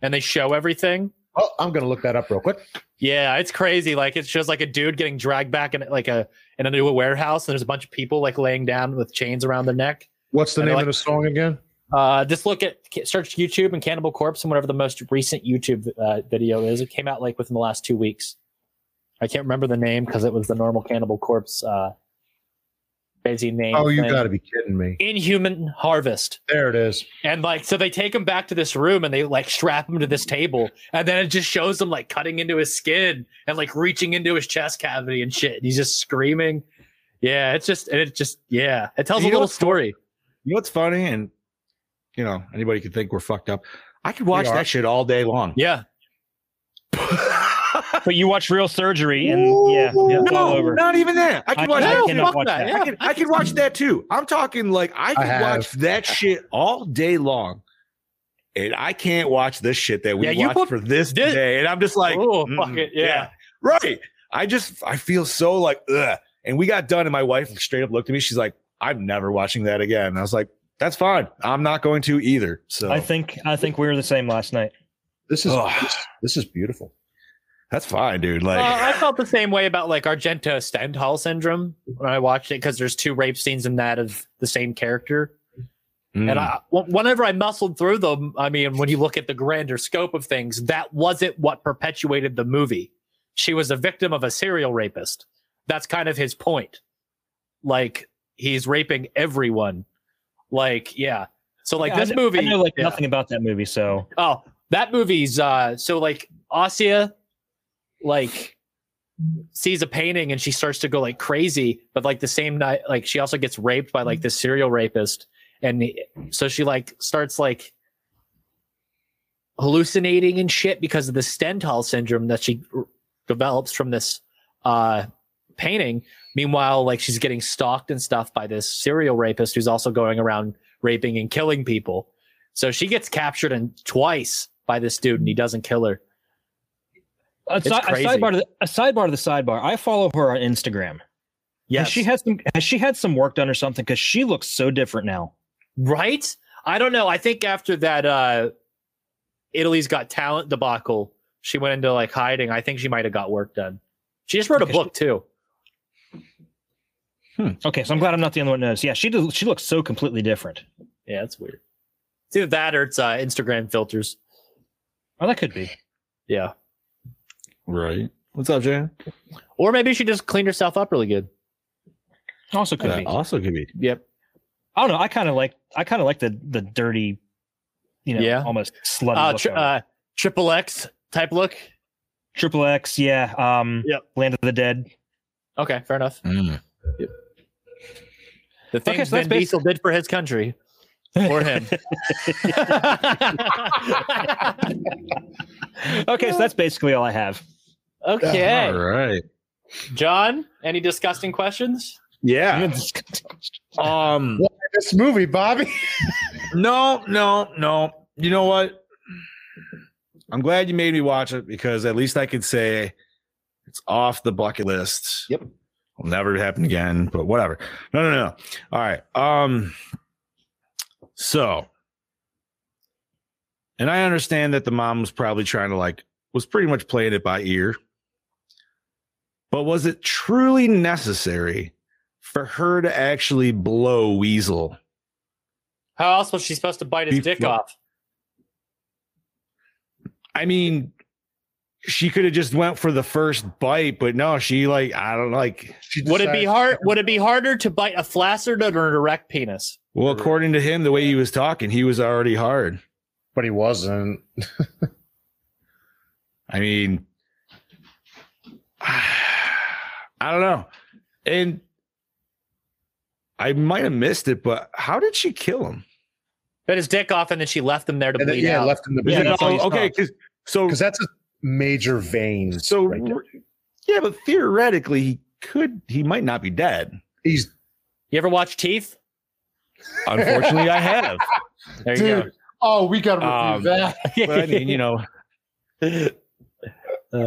Speaker 4: and they show everything.
Speaker 6: Well, I'm gonna look that up real quick.
Speaker 4: Yeah, it's crazy. Like it shows like a dude getting dragged back in like a in a new warehouse, and there's a bunch of people like laying down with chains around their neck.
Speaker 6: What's the
Speaker 4: I know,
Speaker 6: name
Speaker 4: like-
Speaker 6: of the song again?
Speaker 4: Uh, just look at search YouTube and Cannibal Corpse and whatever the most recent YouTube uh, video is. It came out like within the last two weeks. I can't remember the name because it was the normal Cannibal Corpse uh, busy name.
Speaker 6: Oh, you
Speaker 4: thing.
Speaker 6: got to be kidding me!
Speaker 4: Inhuman Harvest.
Speaker 6: There it is.
Speaker 4: And like, so they take him back to this room and they like strap him to this table. And then it just shows him like cutting into his skin and like reaching into his chest cavity and shit. He's just screaming. Yeah, it's just, and it just, yeah, it tells
Speaker 5: You
Speaker 4: a
Speaker 5: know
Speaker 4: little
Speaker 5: what's
Speaker 4: story.
Speaker 5: You know what's funny, and you know anybody could think we're fucked up. I could watch
Speaker 6: We are.
Speaker 5: that shit all day long.
Speaker 4: Yeah.
Speaker 7: but you watch Real Surgery, and yeah, yeah it's all
Speaker 5: No,
Speaker 7: over.
Speaker 5: not even that. I can
Speaker 7: I-
Speaker 5: watch
Speaker 7: I
Speaker 5: that.
Speaker 7: cannot
Speaker 5: too.
Speaker 7: watch
Speaker 5: I,
Speaker 7: that.
Speaker 4: Yeah.
Speaker 5: can, I can watch that too. I'm talking like I can
Speaker 6: have.
Speaker 5: watch that shit all day long. And I can't watch this shit that we
Speaker 4: Yeah, you
Speaker 5: watched
Speaker 4: put-
Speaker 5: for this,
Speaker 4: this-
Speaker 5: day. And I'm just like,
Speaker 4: oh,
Speaker 5: mm,
Speaker 4: fuck it. Yeah.
Speaker 5: Right. I just I feel so like ugh. And we got done, and my wife straight up looked at me. She's like, I'm never watching that again. And I was like, that's fine. I'm not going to either. So
Speaker 7: I think I think we were the same last night.
Speaker 6: This is
Speaker 5: Ugh.
Speaker 6: this, this is beautiful.
Speaker 5: that's fine, dude. Like
Speaker 4: Uh, I felt the same way about like Argento Stendhal syndrome when I watched it because there's two rape scenes in that of the same character.
Speaker 5: mm.
Speaker 4: And I, w- whenever I muscled through them, I mean, when you look at the grander scope of things, that wasn't what perpetuated the movie. She was a victim of a serial rapist. That's kind of his point. Like he's raping everyone. Like yeah. So like
Speaker 7: Yeah, I
Speaker 4: this
Speaker 7: kn-
Speaker 4: movie,
Speaker 7: I know like
Speaker 4: yeah.
Speaker 7: nothing about that movie, so
Speaker 4: Oh, that movie's uh so like Ossia like sees a painting and she starts to go like crazy, but like the same night like she also gets raped by like this serial rapist and he- so she like starts like hallucinating and shit because of the Stendhal syndrome that she r- develops from this uh painting. Meanwhile, like she's getting stalked and stuff by this serial rapist who's also going around raping and killing people. So she gets captured and twice by this dude, and he doesn't kill her.
Speaker 7: a, si- a
Speaker 4: crazy.
Speaker 7: sidebar to the, a sidebar to the sidebar. I follow her on Instagram.
Speaker 4: Yes,
Speaker 7: Has she had some has she had some work done or something? Because she looks so different now.
Speaker 4: right? I don't know. I think after that, uh, Italy's Got Talent debacle, she went into like hiding. I think she might have got work done. She just wrote a
Speaker 7: Okay,
Speaker 4: book too.
Speaker 7: Okay, so I'm glad I'm not the only one who knows. Yeah, she does, she looks so completely different.
Speaker 4: Yeah, that's weird. It's either that or it's uh, Instagram filters.
Speaker 7: Oh, that could be.
Speaker 4: Yeah,
Speaker 5: right. What's up, Jan?
Speaker 4: or maybe she just cleaned herself up really good.
Speaker 7: Also could
Speaker 5: That
Speaker 7: be.
Speaker 5: also could be.
Speaker 4: Yep.
Speaker 7: I don't know. I kind of like I kind of like the the dirty, you know,
Speaker 4: Yeah.
Speaker 7: almost slutty
Speaker 4: Uh,
Speaker 7: look
Speaker 4: tri-
Speaker 7: of her.
Speaker 4: uh, triple X type look.
Speaker 7: Triple X. Yeah. Um.
Speaker 4: Yep.
Speaker 7: Land of the Dead.
Speaker 4: Okay, fair enough. The
Speaker 7: Okay,
Speaker 4: things
Speaker 7: so that's
Speaker 4: Vin Diesel did for his country. For him. [LAUGHS]
Speaker 7: Okay, so that's basically all I have. [LAUGHS]
Speaker 5: All
Speaker 4: okay.
Speaker 5: right.
Speaker 4: John, any disgusting questions?
Speaker 5: Yeah. Um
Speaker 6: This movie, Bobby. [LAUGHS]
Speaker 5: No, no, no. You know what? I'm glad you made me watch it because at least I could say it's off the bucket list.
Speaker 4: Yep.
Speaker 5: Will never happen again, but whatever. No, no, no. All right. Um so and I understand that the mom was probably trying to like was pretty much playing it by ear. But was it truly necessary for her to actually blow Weasel?
Speaker 4: How else was she supposed to bite his
Speaker 5: Beef
Speaker 4: dick
Speaker 5: mo-
Speaker 4: off?
Speaker 5: I mean, she could have just went for the first bite, but no, she like I don't like.
Speaker 6: She
Speaker 4: Would it be
Speaker 6: decided-
Speaker 4: hard? Would it be harder to bite a flaccid or an erect penis?
Speaker 5: Well, according to him, the way he was talking, he was already hard.
Speaker 6: But he wasn't.
Speaker 5: I mean, [SIGHS] I don't know, and I might have missed it, but how did she kill him?
Speaker 4: Bit his dick off, and then she left him there to
Speaker 6: And then,
Speaker 4: bleed
Speaker 6: yeah,
Speaker 4: out.
Speaker 6: left in the
Speaker 7: Yeah,
Speaker 5: Is it
Speaker 7: that's
Speaker 5: all-
Speaker 7: how you
Speaker 5: okay, because so
Speaker 6: because that's a major vein.
Speaker 5: so
Speaker 6: right there.
Speaker 5: yeah, but theoretically, he could he might not be dead.
Speaker 6: he's
Speaker 4: you ever watch Teeth?
Speaker 5: Unfortunately, [LAUGHS] I have.
Speaker 4: There you
Speaker 6: [LAUGHS] dude. Oh, we got to
Speaker 5: Um,
Speaker 6: review that.
Speaker 5: but I mean, you know, I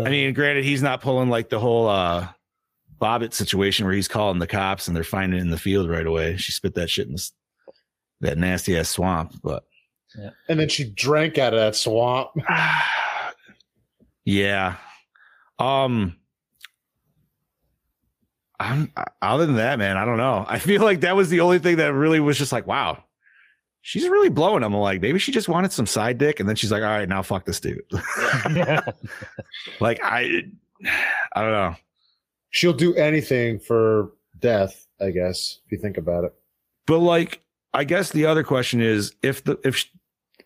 Speaker 5: mean, granted, he's not pulling like the whole uh Bobbitt situation where he's calling the cops and they're finding it in the field right away. She spit that shit in this, that nasty ass swamp, but [SIGHS]
Speaker 6: And then she drank out of that swamp.
Speaker 5: yeah. Um, I'm I- other than that, man, I don't know. I feel like that was the only thing that really was just like, wow, she's really blowing him. I'm like, maybe she just wanted some side dick, and then she's like, all right, now fuck this dude. like I, [SIGHS] I don't know.
Speaker 6: She'll do anything for death, I guess, if you think about it.
Speaker 5: But like, I guess the other question is if the if sh-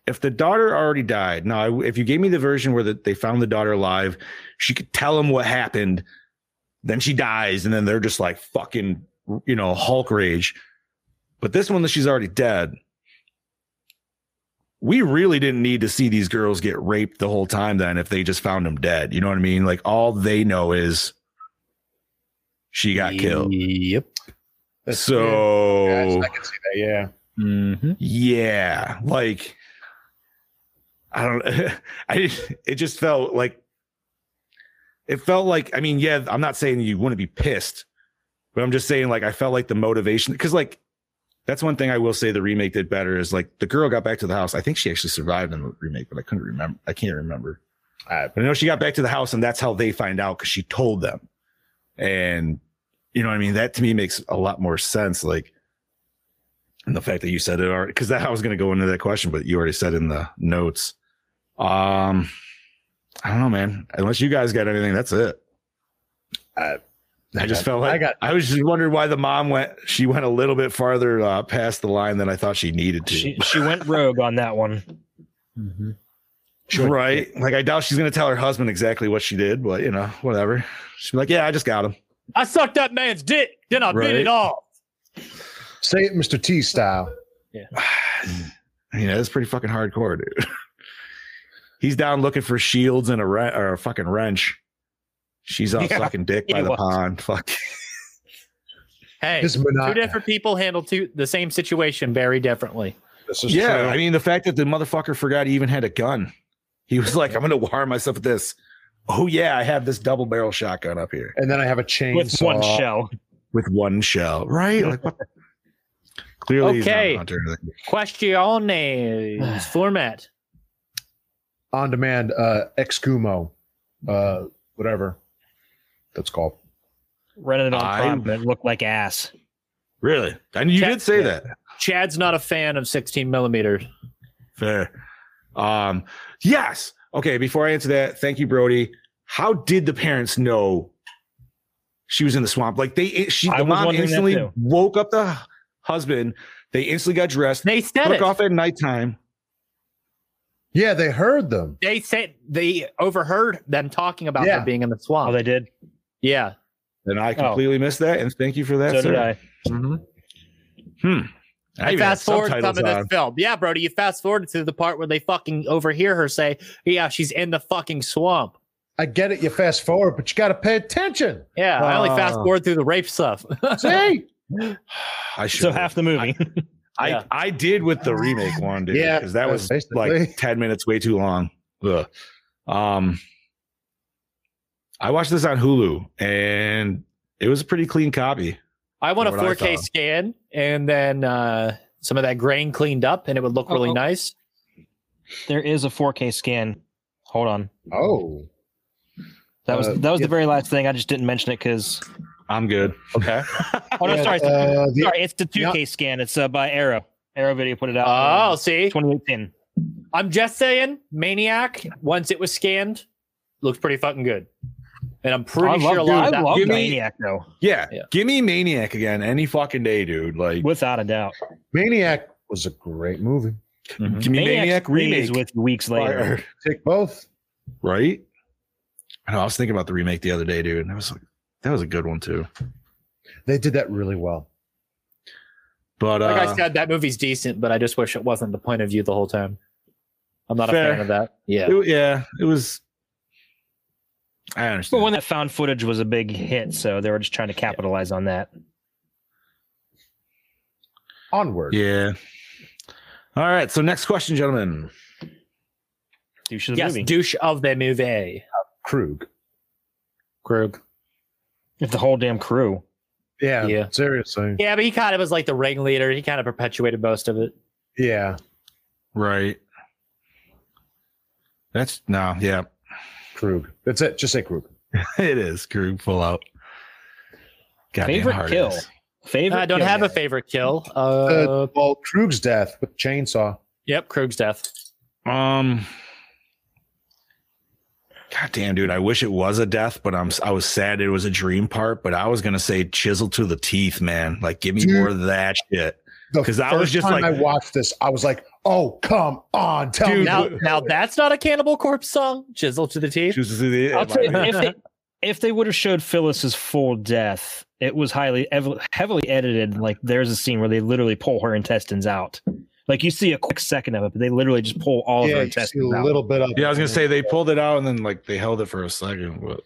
Speaker 5: if the daughter already died. Now, I- if you gave me the version where that they found the daughter alive, she could tell him what happened. Then she dies, and then they're just like fucking, you know, Hulk rage. But this one that she's already dead. we really didn't need to see these girls get raped the whole time then if they just found them dead. You know what I mean? Like all they know is she got killed.
Speaker 7: Yep.
Speaker 5: So
Speaker 6: yeah, I can see that. Yeah.
Speaker 7: Mm-hmm.
Speaker 5: yeah, like I don't. [LAUGHS] I didn't- it just felt like it felt like. I mean, yeah, I'm not saying you wouldn't be pissed, but I'm just saying like I felt like the motivation because like that's one thing I will say the remake did better is like the girl got back to the house. I think she actually survived in the remake, but I couldn't remember. I can't remember. but I know she got back to the house, and that's how they find out because she told them. And you know, what I mean, that to me makes a lot more sense. Like and the fact that you said it already because that I was going to go into that question, but you already said in the notes. Um, I don't know, man. Unless you guys got anything, that's it. I, I just felt like I,
Speaker 6: I got-
Speaker 5: was just wondering why the mom went. She went a little bit farther uh, past the line than I thought she needed to.
Speaker 7: She she went rogue on that one.
Speaker 5: [LAUGHS] right? Like I doubt she's going to tell her husband exactly what she did, but you know, whatever. She'd be like, "Yeah, I just got him."
Speaker 4: [LAUGHS] I sucked that man's dick, then I bit
Speaker 5: Right.
Speaker 4: it off.
Speaker 6: Say it, Mr. T style.
Speaker 5: I mean, that's pretty fucking hardcore, dude. [LAUGHS] He's down looking for shields and a re- or a fucking wrench. She's out
Speaker 7: Yeah,
Speaker 5: sucking dick by
Speaker 7: he
Speaker 5: the
Speaker 7: was.
Speaker 5: pond. Fuck.
Speaker 4: Hey,
Speaker 6: His
Speaker 4: two
Speaker 6: monotonous.
Speaker 4: different people handle two the same situation very differently.
Speaker 6: This is
Speaker 5: Yeah,
Speaker 6: true.
Speaker 5: I mean, the fact that the motherfucker forgot he even had a gun. He was like, "I'm gonna wire myself with this." Oh yeah, I have this double barrel shotgun up here
Speaker 6: and then I have a chainsaw.
Speaker 7: With one shell.
Speaker 5: with one shell. Right? Like, what? Clearly, he's not a
Speaker 4: Okay.
Speaker 5: hunter.
Speaker 4: Questiones format.
Speaker 6: on demand uh excumo uh whatever that's called
Speaker 7: Rented it on
Speaker 5: I-
Speaker 7: Prime, but it looked like ass.
Speaker 5: Really? And you
Speaker 4: Check-
Speaker 5: did say
Speaker 4: yeah.
Speaker 5: that.
Speaker 4: Chad's not a fan of 16 millimeters.
Speaker 5: Fair. Um, yes. Okay. Before I answer that, thank you, Brody. How did the parents know she was in the swamp? Like they, she,
Speaker 7: I
Speaker 5: the
Speaker 7: was
Speaker 5: mom
Speaker 7: wondering that
Speaker 5: instantly
Speaker 7: too.
Speaker 5: woke up the husband. They instantly got dressed,
Speaker 4: They said
Speaker 5: took
Speaker 4: it.
Speaker 5: off at nighttime.
Speaker 6: yeah they heard them
Speaker 4: They said they overheard them talking about
Speaker 6: Yeah.
Speaker 4: her being in the swamp.
Speaker 7: Oh, they did.
Speaker 4: yeah.
Speaker 5: And I
Speaker 7: Oh.
Speaker 5: completely missed that. And thank you for that.
Speaker 7: so
Speaker 5: sir.
Speaker 7: did I.
Speaker 5: I
Speaker 4: I
Speaker 5: even had
Speaker 4: fast forward some of
Speaker 5: subtitles
Speaker 4: this
Speaker 5: on.
Speaker 4: film. Yeah, Brody, you fast forward to the part where they fucking overhear her say, "Yeah, she's in the fucking swamp."
Speaker 6: i get it you fast forward but you got to pay [LAUGHS] attention
Speaker 4: Yeah, I only
Speaker 5: Ah.
Speaker 4: fast forward through the rape stuff.
Speaker 6: see
Speaker 5: I should.
Speaker 7: So half the movie.
Speaker 5: I,
Speaker 4: Yeah.
Speaker 5: I did with
Speaker 4: [LAUGHS]
Speaker 5: the remake one, dude.
Speaker 6: Yeah,
Speaker 5: because that was
Speaker 6: basically.
Speaker 5: like ten minutes way too long. Ugh. Um, I watched this on Hulu, and it was a pretty clean copy.
Speaker 4: I want a
Speaker 5: What I
Speaker 4: 4K
Speaker 5: thought.
Speaker 4: scan and then uh, some of that grain cleaned up, and it would look really
Speaker 7: Uh-oh.
Speaker 4: nice.
Speaker 7: there is a 4K scan. Hold on.
Speaker 6: oh
Speaker 7: That was
Speaker 6: Uh,
Speaker 7: that was
Speaker 6: yeah.
Speaker 7: the very last thing. I just didn't mention it because.
Speaker 5: I'm good. Okay.
Speaker 7: Oh no,
Speaker 6: Yeah,
Speaker 7: sorry,
Speaker 6: uh, the-
Speaker 7: sorry. It's the 2K scan. It's uh, by Arrow. Arrow Video put it out.
Speaker 4: Oh,
Speaker 7: in
Speaker 4: see,
Speaker 7: 2018.
Speaker 4: I'm just saying, Maniac. Once it was scanned, looks pretty fucking good, and I'm pretty
Speaker 7: I
Speaker 4: sure a
Speaker 7: love,
Speaker 4: lot
Speaker 7: I
Speaker 4: of that.
Speaker 7: love
Speaker 5: Give me-
Speaker 7: Maniac though,
Speaker 5: Yeah.
Speaker 4: Yeah.
Speaker 5: Give me Maniac again any fucking day, dude. Like,
Speaker 7: without a doubt.
Speaker 6: maniac was a great movie
Speaker 5: give me Maniac,
Speaker 7: Maniac's
Speaker 5: remake.
Speaker 7: stays with you weeks later.
Speaker 5: Fire.
Speaker 6: take both
Speaker 5: right? I know. I was thinking about the remake the other day, dude. And that was like, that was a good one too.
Speaker 6: they did that really well
Speaker 5: But
Speaker 4: Like
Speaker 5: uh,
Speaker 4: I said, that movie's decent, but I just wish it wasn't the point of view the whole time. I'm not
Speaker 5: Fair.
Speaker 4: a fan of that. Yeah.
Speaker 5: it- yeah, it was. I
Speaker 7: But
Speaker 5: understand.
Speaker 7: when that found footage was a big hit, so they were just trying to capitalize on that.
Speaker 6: onward
Speaker 5: Yeah. All right. So next question, gentlemen.
Speaker 7: Douche of the
Speaker 4: yes,
Speaker 7: movie.
Speaker 4: douche of the movie.
Speaker 6: krug
Speaker 4: Krug.
Speaker 7: If the whole damn crew.
Speaker 6: yeah,
Speaker 4: Yeah.
Speaker 6: seriously
Speaker 4: Yeah, but he kind of was like the ringleader. He kind of perpetuated most of it.
Speaker 6: yeah
Speaker 5: Right. That's no, yeah, [LAUGHS]
Speaker 6: krug that's it just say krug
Speaker 5: it is. Crew pull out. Goddamn
Speaker 7: Favorite
Speaker 5: hard
Speaker 7: kill.
Speaker 5: ass.
Speaker 7: Favorite.
Speaker 4: I don't
Speaker 7: kill,
Speaker 4: have a
Speaker 7: man.
Speaker 4: favorite kill. Uh,
Speaker 6: Uh, well krug's death with chainsaw
Speaker 4: yep, Krug's death.
Speaker 5: Um. Goddamn, dude! I wish it was a death, but I'm s- I was sad it was a dream part. But I was gonna say chisel to the teeth, man. Like, give me
Speaker 6: Dude.
Speaker 5: more of that shit.
Speaker 6: The
Speaker 5: 'Cause I was
Speaker 6: first
Speaker 5: just
Speaker 6: time
Speaker 5: like-
Speaker 6: I watched this, I was like, "Oh, come on, tell me."
Speaker 4: Now, now that's not a Cannibal Corpse song. Chisel to the teeth.
Speaker 5: Chisel to the-
Speaker 7: I'll tell you, if they, if they would have showed Phyllis's full death, it was highly ev- heavily edited. Like there's a scene where they literally pull her intestines out. Like you see a quick second of it, but they literally just pull all of
Speaker 6: yeah,
Speaker 7: her
Speaker 6: you see
Speaker 7: intestines
Speaker 6: a
Speaker 7: out.
Speaker 6: little bit of.
Speaker 3: Yeah, I was
Speaker 6: it.
Speaker 3: gonna say they pulled it out and then like they held it for a second. But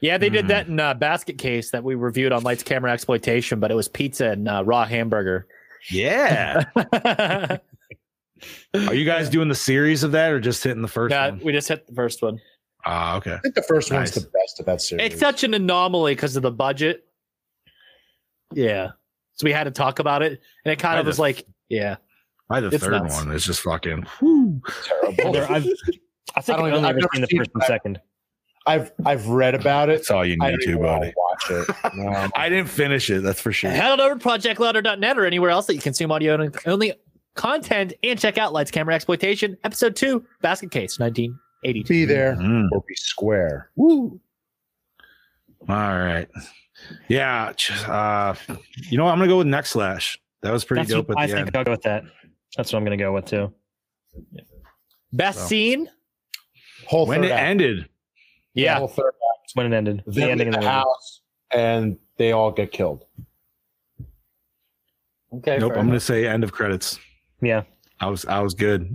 Speaker 4: Yeah, they
Speaker 7: Hmm.
Speaker 4: did
Speaker 3: Mm.
Speaker 4: that in uh, Basket Case that we reviewed on Lights Camera Exploitation, but it was pizza and uh, raw hamburger.
Speaker 5: Yeah.
Speaker 4: yeah,
Speaker 5: Are you guys doing the series of that or just hitting the first one?
Speaker 4: we just hit the first one.
Speaker 3: Ah, okay.
Speaker 6: I think the first
Speaker 3: Nice.
Speaker 6: one's the best of that series.
Speaker 4: It's such an anomaly because of the budget. Yeah. So we had to talk about it, and it kind
Speaker 3: I
Speaker 4: of was
Speaker 3: just-
Speaker 4: like, yeah.
Speaker 3: By the
Speaker 4: It's
Speaker 3: third
Speaker 4: nuts.
Speaker 3: one, it's just fucking.
Speaker 6: terrible.
Speaker 7: Older,
Speaker 6: [LAUGHS]
Speaker 7: I've, I think
Speaker 6: I don't even-
Speaker 7: I have only
Speaker 6: I've
Speaker 7: ever
Speaker 6: never
Speaker 7: seen the
Speaker 6: seen
Speaker 7: first and
Speaker 6: that.
Speaker 7: second.
Speaker 6: I've I've read about it.
Speaker 5: That's all you
Speaker 6: I
Speaker 5: need
Speaker 6: don't
Speaker 5: to,
Speaker 6: even
Speaker 5: buddy.
Speaker 6: want to watch it. [LAUGHS] No.
Speaker 5: I didn't finish it. That's for sure.
Speaker 4: Head on over to projectlouder.net or anywhere else that you consume audio only content and check out Lights Camera Exploitation, Episode 2, Basket Case, 1982.
Speaker 6: be there
Speaker 5: Mm.
Speaker 6: or be square.
Speaker 4: Woo.
Speaker 5: All right. Yeah. ch- Uh, you know what? I'm gonna go with Next Slash. That was pretty
Speaker 7: That's
Speaker 5: dope
Speaker 7: what
Speaker 5: at
Speaker 7: I
Speaker 5: the
Speaker 7: think
Speaker 5: end.
Speaker 7: I'll go with that. That's what I'm going to go with too.
Speaker 4: Best
Speaker 5: Wow.
Speaker 4: scene?
Speaker 6: Whole
Speaker 5: When
Speaker 6: third
Speaker 5: it
Speaker 6: act.
Speaker 5: ended.
Speaker 4: Yeah.
Speaker 6: Whole third act.
Speaker 7: It's when it ended. The
Speaker 6: Them
Speaker 7: ending
Speaker 6: in
Speaker 7: of
Speaker 6: the
Speaker 7: the movie.
Speaker 6: house, and they all get killed.
Speaker 4: Okay. fair
Speaker 5: Nope. I'm
Speaker 4: enough.
Speaker 5: gonna say end of credits.
Speaker 7: Yeah.
Speaker 5: I was I was good.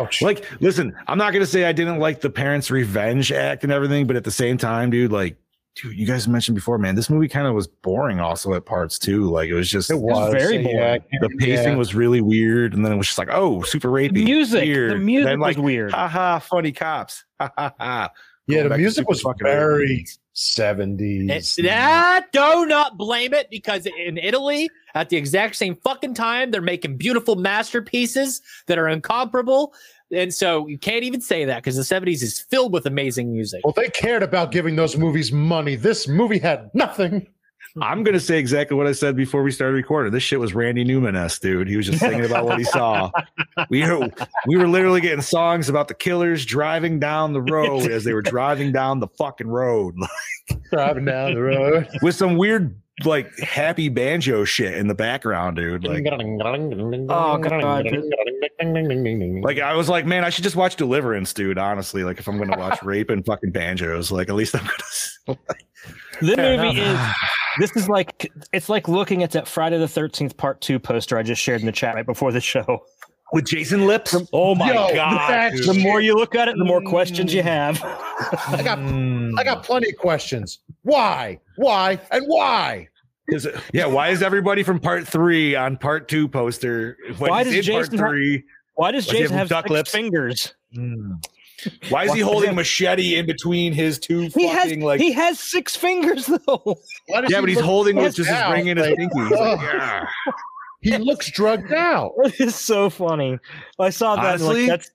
Speaker 6: Ouch!
Speaker 5: like, listen, I'm not gonna say I didn't like the parents' revenge act and everything, but at the same time, dude, like, dude, you guys mentioned before, man, this movie kind of was boring also at parts too. Like it was just
Speaker 7: very boring.
Speaker 5: the pacing
Speaker 6: yeah.
Speaker 5: was really weird, and then it was just like, oh, super rapey.
Speaker 7: The music, the
Speaker 5: weird.
Speaker 7: music
Speaker 5: then, like,
Speaker 7: was weird.
Speaker 5: ha ha, funny cops. [LAUGHS] Ha ha ha.
Speaker 6: yeah.
Speaker 5: going
Speaker 6: The
Speaker 5: back to
Speaker 6: music
Speaker 5: super
Speaker 6: was
Speaker 5: fucking
Speaker 6: very
Speaker 5: early.
Speaker 6: seventies.
Speaker 4: It- nah, do not blame it because in Italy, at the exact same fucking time, they're making beautiful masterpieces that are incomparable. And so you can't even say that because the 70s is filled with amazing music.
Speaker 6: Well, they cared about giving those movies money. This movie had nothing. [LAUGHS]
Speaker 5: I'm gonna say exactly what I said before we started recording. This shit was Randy Newman esque, dude. He was just singing about what
Speaker 6: [LAUGHS]
Speaker 5: he saw. We were, we were literally getting songs about the killers driving down the road
Speaker 6: [LAUGHS]
Speaker 5: as they were driving down the fucking road [LAUGHS]
Speaker 6: Driving down the road.
Speaker 5: with some weird like happy banjo shit in the
Speaker 6: [LAUGHS]
Speaker 5: background, dude. Like,
Speaker 6: oh
Speaker 7: God.
Speaker 5: like I was like, man, I should just watch Deliverance, dude. Honestly, like if I'm
Speaker 6: [LAUGHS]
Speaker 5: gonna watch rape and fucking banjos, like at least I'm gonna.
Speaker 7: The
Speaker 4: Fair
Speaker 7: movie is this is like it's like looking at that Friday the Thirteenth Part Two poster I just shared in the chat right before the show.
Speaker 5: [LAUGHS] with Jason Lips.
Speaker 7: Oh my
Speaker 6: Yo,
Speaker 7: god!
Speaker 6: that's-
Speaker 7: The more you look at it, the more questions you have. [LAUGHS]
Speaker 6: I got
Speaker 5: Mm.
Speaker 6: I got plenty of questions. Why? Why? And why?
Speaker 5: Is it- yeah, why is everybody from part three on part two poster? When
Speaker 7: Why
Speaker 5: he's
Speaker 7: does
Speaker 5: in
Speaker 7: Jason
Speaker 5: part
Speaker 7: have-
Speaker 5: three?
Speaker 7: Why does
Speaker 5: Why does he
Speaker 7: Jason
Speaker 5: have
Speaker 7: have
Speaker 5: duck
Speaker 7: six
Speaker 5: lips?
Speaker 7: fingers?
Speaker 6: Hmm.
Speaker 5: Why is he
Speaker 7: Why-
Speaker 5: holding a machete in between his two
Speaker 7: He
Speaker 5: fucking
Speaker 7: has
Speaker 5: like?
Speaker 7: he has six fingers [LAUGHS] though.
Speaker 6: Why does
Speaker 5: yeah,
Speaker 6: he
Speaker 5: but he's
Speaker 6: look-
Speaker 5: holding with
Speaker 6: pissed
Speaker 5: just his
Speaker 6: out,
Speaker 5: ring and his
Speaker 6: like,
Speaker 5: pinky.
Speaker 7: [LAUGHS]
Speaker 5: He's
Speaker 7: oh.
Speaker 5: like,
Speaker 6: [LAUGHS] ugh.
Speaker 5: yeah.
Speaker 6: He looks drugged out.
Speaker 7: It is so funny. I saw that. and,
Speaker 5: Honestly,
Speaker 7: like, that's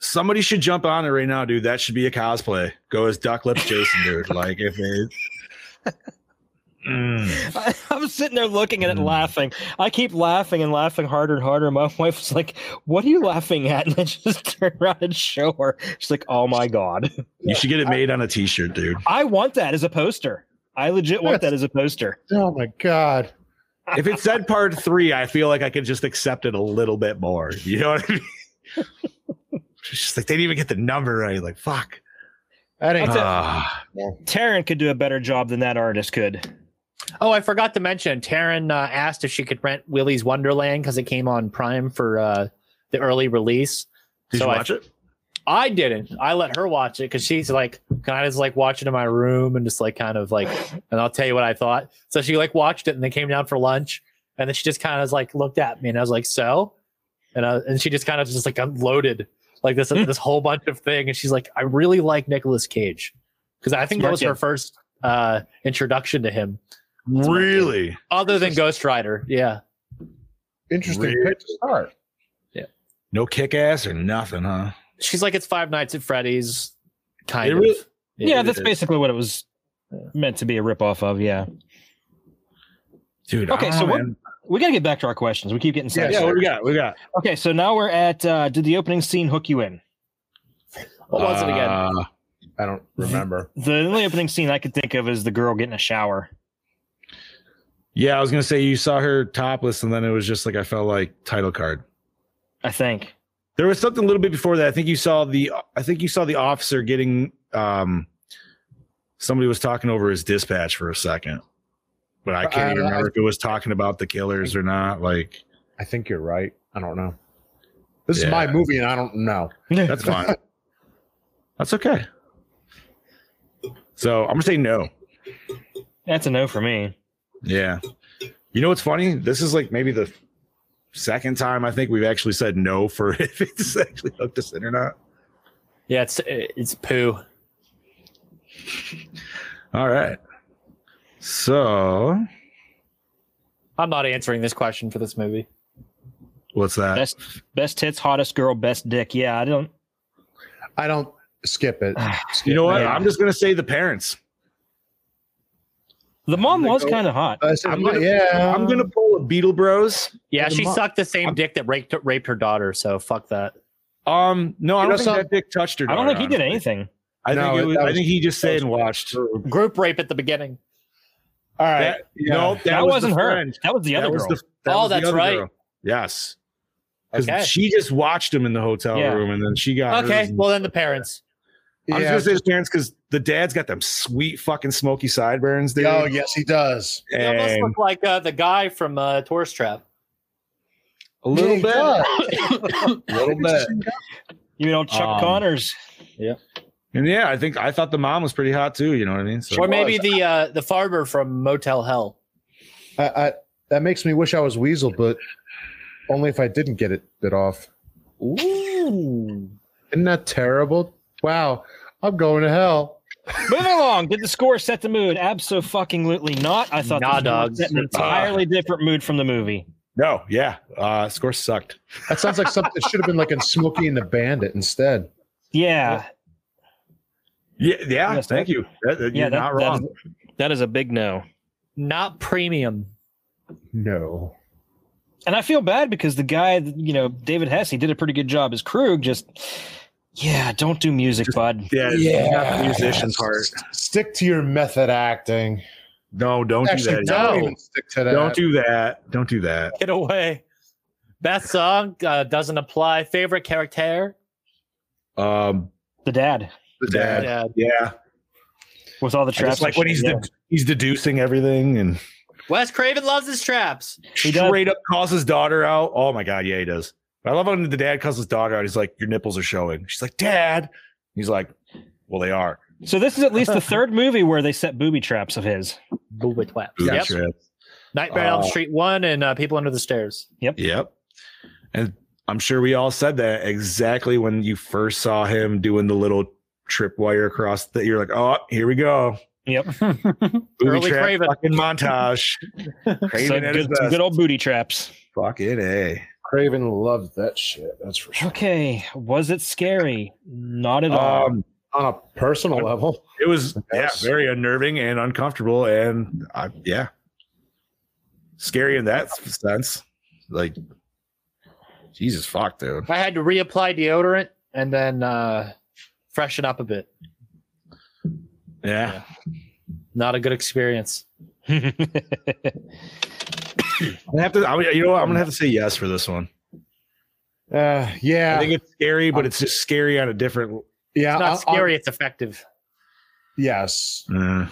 Speaker 5: Somebody should jump on it right now, dude. That should be a cosplay. Go as Duck Lips Jason, dude. Like if they. Mm.
Speaker 7: I, [LAUGHS] I was sitting there looking at it, and
Speaker 5: Mm.
Speaker 7: laughing. I keep laughing and laughing harder and harder. My [LAUGHS] wife was like, "What are you laughing at?" And I just [LAUGHS] turned around and show her. She's like, "Oh my god, [LAUGHS]
Speaker 5: You should get it made on a T-shirt, dude.
Speaker 7: I want that as a poster. I legit want that as a poster."
Speaker 6: Oh my god.
Speaker 5: If it said part three, I feel like I could just accept it a little bit more. [LAUGHS] You know what I mean? It's just like they didn't even get the number right. Like fuck.
Speaker 6: That ain't
Speaker 7: That's it.
Speaker 5: Ah.
Speaker 7: Taryn could do a better job than that artist could.
Speaker 4: Oh, I forgot to mention, Taryn uh, asked if she could rent Willy's Wonderland because it came on Prime for uh, the early release.
Speaker 5: Did
Speaker 4: So
Speaker 5: you
Speaker 4: I-
Speaker 5: watch it?
Speaker 4: I didn't. I let her watch it because she's like kind of just like watching in my room and just like kind of like, and I'll tell you what I thought. So she like watched it and they came down for lunch and then she just kind of like looked at me and I was like, so, and I, and she just kind of just like unloaded like this
Speaker 7: Hmm.
Speaker 4: this whole bunch of thing and she's like, I really like Nicolas Cage because I think that
Speaker 7: Smart
Speaker 4: was
Speaker 7: kid.
Speaker 4: her first uh introduction to him,
Speaker 5: Really?
Speaker 4: other than Ghost Rider. Yeah.
Speaker 6: interesting
Speaker 5: Really?
Speaker 6: pitch to start.
Speaker 5: No kick ass or nothing, huh?
Speaker 4: She's like, it's Five Nights at Freddy's, kind
Speaker 5: It
Speaker 4: of.
Speaker 5: really-
Speaker 7: Yeah, that's basically what it was meant to be a ripoff of. Yeah,
Speaker 5: Dude. ah,
Speaker 7: Okay, so what- we got to get back to our questions. We keep getting
Speaker 5: Yeah,
Speaker 7: sidetracked.
Speaker 5: yeah, what do we got? What do we got?
Speaker 7: Okay, so now we're at. Uh, did the opening scene hook you in?
Speaker 4: What was it again?
Speaker 5: Uh,
Speaker 6: I [LAUGHS] don't remember.
Speaker 7: The only opening scene I could think of is the girl getting a shower.
Speaker 5: yeah, I was gonna say you saw her topless, and then it was just like I felt like title card.
Speaker 7: I think.
Speaker 5: There was something a little bit before that. I think you saw the I think you saw the officer getting um somebody was talking over his dispatch for a second. But I can't even
Speaker 6: Uh,
Speaker 5: remember if it was talking about the killers or not. Like
Speaker 6: I I think you're right. I don't know. This
Speaker 5: Yeah.
Speaker 6: is my movie, and I don't know.
Speaker 5: That's fine. That's okay. So I'm gonna say no.
Speaker 7: That's a no for me.
Speaker 5: Yeah. You know what's funny? This is like maybe the second time I think we've actually said no for [LAUGHS] if it's actually hooked us in or not.
Speaker 4: Yeah, it's it's poo.
Speaker 5: All right. So
Speaker 4: I'm not answering this question for this movie.
Speaker 5: what's that?
Speaker 7: Best best tits, hottest girl, best dick. Yeah, I don't.
Speaker 6: I don't skip it.
Speaker 5: you know what?
Speaker 7: Yeah.
Speaker 5: I'm just gonna say the parents.
Speaker 7: The mom was
Speaker 5: go-
Speaker 7: kind of hot.
Speaker 6: I said,
Speaker 5: I'm gonna-
Speaker 6: yeah,
Speaker 5: I'm gonna pull a Beetle Bros.
Speaker 4: Yeah,
Speaker 5: the
Speaker 4: she
Speaker 5: mo-
Speaker 4: sucked the same dick that raped raped her daughter. So fuck that.
Speaker 5: Um, no, I
Speaker 6: You know
Speaker 5: don't think
Speaker 6: something?
Speaker 5: that dick touched her.
Speaker 7: I don't
Speaker 5: daughter,
Speaker 7: think he did
Speaker 5: honestly.
Speaker 7: anything.
Speaker 5: I
Speaker 6: No,
Speaker 5: think it was,
Speaker 6: that
Speaker 5: I
Speaker 6: was-
Speaker 5: think he just
Speaker 6: that
Speaker 5: stayed
Speaker 6: was-
Speaker 5: and watched.
Speaker 4: Group rape at the beginning.
Speaker 6: All right.
Speaker 5: That-
Speaker 6: yeah.
Speaker 5: No, that,
Speaker 7: That,
Speaker 5: was
Speaker 7: wasn't
Speaker 5: the
Speaker 7: her.
Speaker 5: friend.
Speaker 7: That was the
Speaker 5: That
Speaker 7: other
Speaker 5: was
Speaker 7: girl.
Speaker 5: the- that
Speaker 4: Oh,
Speaker 5: was the
Speaker 4: that's
Speaker 5: other
Speaker 4: right.
Speaker 5: girl. Yes. Because
Speaker 4: Okay.
Speaker 5: she just watched him in the hotel
Speaker 7: Yeah.
Speaker 5: room and then she got
Speaker 4: Okay.
Speaker 5: hers and-
Speaker 4: Well, then the parents.
Speaker 6: Yeah.
Speaker 5: I'm just gonna say his parents because the dad's got them sweet fucking smoky sideburns, dude.
Speaker 6: Oh yes, he does.
Speaker 4: They almost
Speaker 5: And
Speaker 4: look like uh, the guy from uh, Tourist Trap.
Speaker 5: a little
Speaker 6: He
Speaker 5: bit,
Speaker 6: does.
Speaker 5: a little bit.
Speaker 7: You know, Chuck
Speaker 5: Um,
Speaker 7: Connors.
Speaker 5: And yeah, I think I thought the mom was pretty hot too. You know what I mean? So,
Speaker 4: or maybe the uh, the farmer from Motel Hell.
Speaker 6: I, I, that makes me wish I was Weasel, but only if I didn't get it bit off.
Speaker 4: Ooh.
Speaker 6: Isn't that terrible? Wow, I'm going to hell.
Speaker 7: Moving along, did the score set the mood? Absolutely not. I thought
Speaker 4: Nah,
Speaker 7: the score
Speaker 4: dogs.
Speaker 7: set
Speaker 5: Ah.
Speaker 7: an entirely different mood from the movie.
Speaker 5: no, yeah, uh, score sucked.
Speaker 6: That sounds like something that should have been like in Smokey and the Bandit instead.
Speaker 7: Yeah,
Speaker 5: Yeah, yeah.
Speaker 7: Yes,
Speaker 5: thank
Speaker 7: that-
Speaker 5: you. That- that-
Speaker 7: yeah,
Speaker 5: you're
Speaker 7: that-
Speaker 5: not
Speaker 7: that
Speaker 5: wrong.
Speaker 7: that is a big no.
Speaker 4: Not premium.
Speaker 6: No.
Speaker 7: And I feel bad because the guy, you know, David Hess, he did a pretty good job as Krug. Just yeah, don't do music, bud.
Speaker 5: yeah, yeah. Not the musician part.
Speaker 6: S- Stick to your method acting.
Speaker 5: No, don't do
Speaker 6: Actually,
Speaker 5: that.
Speaker 6: don't
Speaker 4: No.
Speaker 6: even stick to that.
Speaker 5: Don't do that. Don't do that.
Speaker 4: Get away. Best song uh, doesn't apply. Favorite character?
Speaker 5: Um,
Speaker 7: The dad
Speaker 6: the
Speaker 5: dad.
Speaker 4: Dad.
Speaker 5: yeah,
Speaker 7: with all the
Speaker 5: I
Speaker 7: traps.
Speaker 5: just like
Speaker 7: and
Speaker 5: when
Speaker 7: shit,
Speaker 5: he's
Speaker 7: yeah.
Speaker 5: ded- he's deducing everything and
Speaker 4: Wes Craven loves his traps.
Speaker 7: He does.
Speaker 5: straight up calls his daughter out. Oh my god, yeah, he does. I love when the dad calls his daughter out. He's like, "Your nipples are showing." She's like, "Dad." He's like, "Well, they are."
Speaker 7: So this is at
Speaker 5: [LAUGHS]
Speaker 7: least the third movie where they set booby traps of his.
Speaker 4: Booba traps.
Speaker 5: Booby
Speaker 4: Yep.
Speaker 5: traps.
Speaker 4: Nightmare on
Speaker 5: Uh,
Speaker 4: Elm Street 1 and uh, People Under the Stairs.
Speaker 5: Yep. And I'm sure we all said that exactly when you first saw him doing the little tripwire across. That you're like, "Oh, here we go."
Speaker 7: [LAUGHS] Yep.
Speaker 5: Booby
Speaker 4: Early
Speaker 5: trap
Speaker 4: Craven.
Speaker 5: fucking
Speaker 7: [LAUGHS]
Speaker 5: montage.
Speaker 7: So
Speaker 5: Craven at his
Speaker 7: good, some
Speaker 5: best.
Speaker 7: good old booty traps.
Speaker 5: Fucking a.
Speaker 6: Craven loved that shit. That's for sure.
Speaker 7: Okay, was it scary? Not at all.
Speaker 5: Um,
Speaker 6: On a personal level,
Speaker 5: it was yeah,
Speaker 6: Yes.
Speaker 5: very unnerving and uncomfortable, and I, yeah, scary in that sense. Like, Jesus fuck, dude.
Speaker 4: I had to reapply deodorant and then uh, freshen up a bit.
Speaker 5: Yeah,
Speaker 4: Not a good experience.
Speaker 5: I have to. I mean, you know what? I'm gonna have to say yes for this one.
Speaker 6: uh, yeah,
Speaker 5: I think it's scary, but it's just scary on a different.
Speaker 6: yeah,
Speaker 4: It's not
Speaker 6: I- I-
Speaker 4: scary, it's effective.
Speaker 6: yes,
Speaker 5: Mm,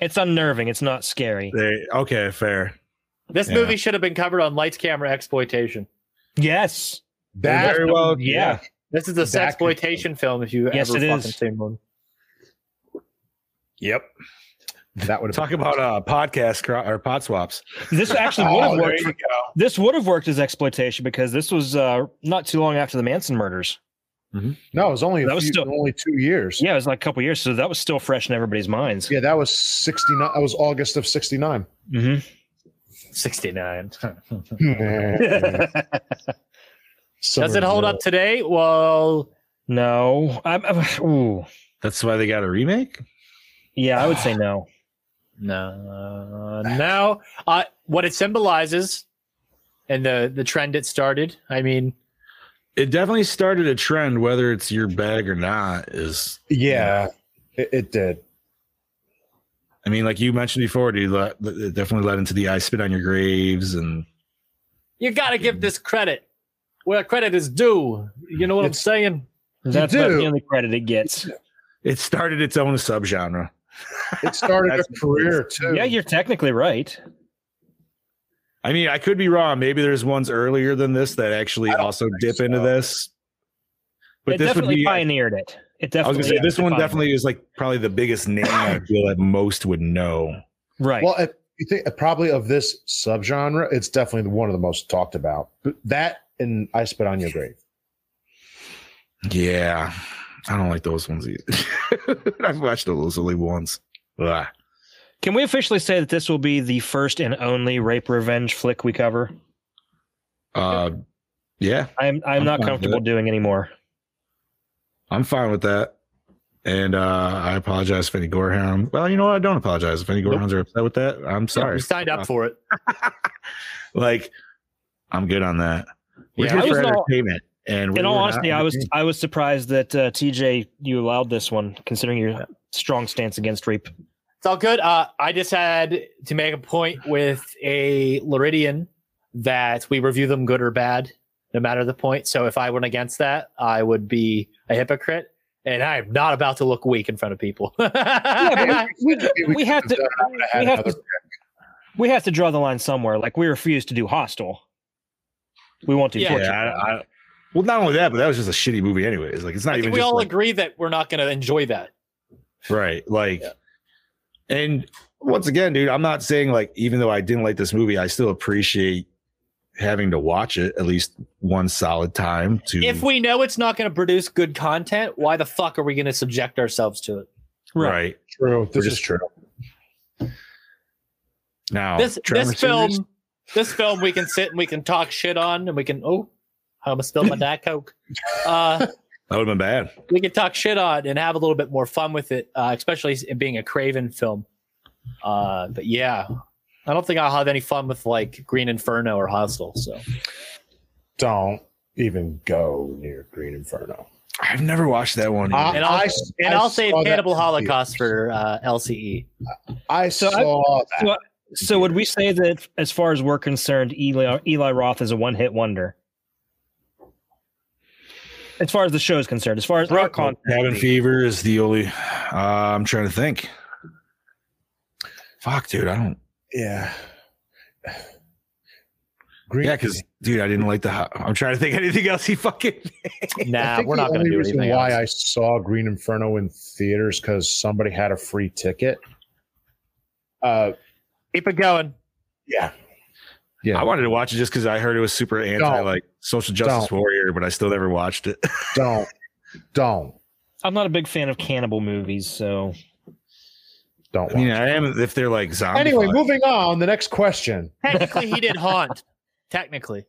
Speaker 7: it's unnerving. It's not scary.
Speaker 5: they- okay, fair.
Speaker 4: This
Speaker 5: Yeah.
Speaker 4: movie should have been covered on Lights Camera Exploitation.
Speaker 7: Yes.
Speaker 6: that
Speaker 5: very well.
Speaker 7: Yeah.
Speaker 4: This is a
Speaker 6: That could-
Speaker 4: exploitation film if you
Speaker 7: Yes,
Speaker 4: ever
Speaker 7: it
Speaker 4: fucking
Speaker 7: is.
Speaker 4: seen one.
Speaker 5: Yep.
Speaker 6: that would have
Speaker 5: Talk about uh podcast cro- or pod swaps.
Speaker 7: This actually would
Speaker 6: Oh,
Speaker 7: have
Speaker 6: there
Speaker 5: [LAUGHS]
Speaker 7: worked.
Speaker 6: you go.
Speaker 7: This would have worked as exploitation because this was uh, not too long after the Manson murders.
Speaker 6: No, it was only a
Speaker 7: That was
Speaker 6: few,
Speaker 7: still-
Speaker 6: only two years.
Speaker 7: Yeah, it was like a couple years, so that was still fresh in everybody's minds.
Speaker 6: Yeah, that was 69. That was August
Speaker 4: [LAUGHS]
Speaker 6: of 69.
Speaker 5: Mm-hmm.
Speaker 7: hmm [LAUGHS]
Speaker 4: 69.
Speaker 6: Summer
Speaker 4: Does it hold
Speaker 6: of
Speaker 4: up today? Well,
Speaker 7: no, I'm, I'm- ooh,
Speaker 5: That's why they got a remake.
Speaker 7: yeah, I would say no.
Speaker 4: no. No. Uh, what it symbolizes and the, the trend it started, I mean,
Speaker 5: It definitely started a trend, whether it's your bag or not. Is
Speaker 6: the- Yeah, it, it did.
Speaker 5: I mean, like you mentioned before, dude, le- it definitely led into the I spit on your graves and
Speaker 4: you got to give this credit where credit is due. You know what I'm
Speaker 6: It's-
Speaker 4: saying?
Speaker 7: That's about
Speaker 6: do.
Speaker 7: the only credit it gets.
Speaker 5: it started its own subgenre.
Speaker 6: It started
Speaker 4: [LAUGHS]
Speaker 6: a
Speaker 5: That's-
Speaker 6: career too.
Speaker 7: Yeah, you're technically right.
Speaker 5: I mean, I could be wrong. Maybe there's ones earlier than this that actually also dip into this. But
Speaker 7: it
Speaker 5: this would
Speaker 7: definitely
Speaker 5: be.
Speaker 7: pioneered it. It
Speaker 5: I was
Speaker 7: definitely.
Speaker 5: gonna say this one
Speaker 7: defined it.
Speaker 5: definitely is like probably the biggest name [COUGHS] I feel that most would know.
Speaker 7: Right.
Speaker 6: Well, if you think uh, probably of this subgenre, it's definitely one of the most talked about. But that and I Spit on Your [LAUGHS] Grave.
Speaker 5: Yeah, I don't like those ones either. [LAUGHS] I've watched those only once. Ugh.
Speaker 7: Can we officially say that this will be the first and only rape revenge flick we cover?
Speaker 5: Uh, yeah,
Speaker 7: I'm I'm
Speaker 5: I'm fine
Speaker 7: not
Speaker 5: with
Speaker 7: comfortable
Speaker 5: it.
Speaker 7: doing anymore.
Speaker 5: I'm fine with that. And uh, I apologize if any Gorehound. Well, you know what? I don't apologize if any Gorehounds are upset with that. I'm sorry.
Speaker 4: You signed
Speaker 7: Uh,
Speaker 4: up for it.
Speaker 5: Like, I'm good on that. We're
Speaker 4: Yeah,
Speaker 5: here
Speaker 7: I was
Speaker 5: for
Speaker 7: all-
Speaker 5: entertainment. And we
Speaker 7: In all
Speaker 5: were not
Speaker 7: honesty, I was
Speaker 5: entertained.
Speaker 7: I was surprised that uh, TJ you allowed this one, considering your strong stance against rape.
Speaker 4: It's all good. Uh, I just had to make a point with a Luridian that we review them good or bad, no matter the point. So if I went against that, I would be a hypocrite, and I am not about to look weak in front of people. [LAUGHS]
Speaker 7: we, we have to we have to we have to draw the line somewhere. Like we refuse to do hostile. We won't do
Speaker 4: Yeah.
Speaker 7: torture.
Speaker 5: Yeah, I, I, well, not only that, but that was just a shitty movie, anyways. Like, it's not
Speaker 4: I
Speaker 5: even
Speaker 4: think we
Speaker 5: just,
Speaker 4: all
Speaker 5: like,
Speaker 4: agree that we're not going to enjoy that.
Speaker 5: Right. Like,
Speaker 4: Yeah.
Speaker 5: and once again, dude, I'm not saying like, even though I didn't like this movie, I still appreciate having to watch it at least one solid time to.
Speaker 4: If we know it's not going to produce good content, why the fuck are we going to subject ourselves to it?
Speaker 5: right.
Speaker 6: True. This
Speaker 5: just-
Speaker 6: is true.
Speaker 5: now,
Speaker 4: This
Speaker 5: Tremor
Speaker 4: this film,
Speaker 5: Oh, series?
Speaker 4: this film, we can sit and we can talk shit on, and we can oh, I almost
Speaker 5: [LAUGHS]
Speaker 4: spilled my diet coke. Uh,
Speaker 5: that would have been bad.
Speaker 4: we can talk shit on and have a little bit more fun with it, uh, especially it being a Craven film. Uh, but yeah, I don't think I'll have any fun with like Green Inferno or Hostel. So
Speaker 6: Don't even go near Green Inferno.
Speaker 5: I've never watched that one.
Speaker 6: Uh,
Speaker 5: either.
Speaker 4: and I'll
Speaker 6: I-
Speaker 4: and
Speaker 6: I
Speaker 4: I'll save
Speaker 6: saw that
Speaker 4: Cannibal
Speaker 6: movie.
Speaker 4: Holocaust for uh, LCE.
Speaker 6: I
Speaker 7: So I-
Speaker 6: saw that.
Speaker 7: so I- So would we say that as far as we're concerned, Eli Eli Roth is a one hit wonder? As far as the show is concerned, as far as our content,
Speaker 5: Cabin Fever is the only. Uh, I'm trying to think. Fuck, dude, I don't.
Speaker 6: yeah. [SIGHS] Green,
Speaker 5: Yeah, because dude, I didn't like the. ho- I'm trying to think of anything else he fucking.
Speaker 6: I
Speaker 4: Nah,
Speaker 6: think
Speaker 4: we're
Speaker 6: the
Speaker 4: not going
Speaker 6: only
Speaker 4: to do
Speaker 6: reason
Speaker 4: anything.
Speaker 6: Why
Speaker 4: else.
Speaker 6: I saw Green Inferno in theaters because somebody had a free ticket. Uh,
Speaker 4: Keep it going.
Speaker 6: yeah,
Speaker 5: I wanted to watch it just because I heard it was super anti
Speaker 6: Don't.
Speaker 5: like social justice
Speaker 6: Don't.
Speaker 5: warrior, but I still never watched it.
Speaker 6: don't, don't,
Speaker 7: I'm not a big fan of cannibal movies, so
Speaker 6: don't.
Speaker 5: I [LAUGHS] mean,
Speaker 6: watch.
Speaker 5: I am if they're like zombie.
Speaker 6: anyway,
Speaker 5: fuck.
Speaker 6: moving on. The next question.
Speaker 4: Technically, he did haunt. Technically,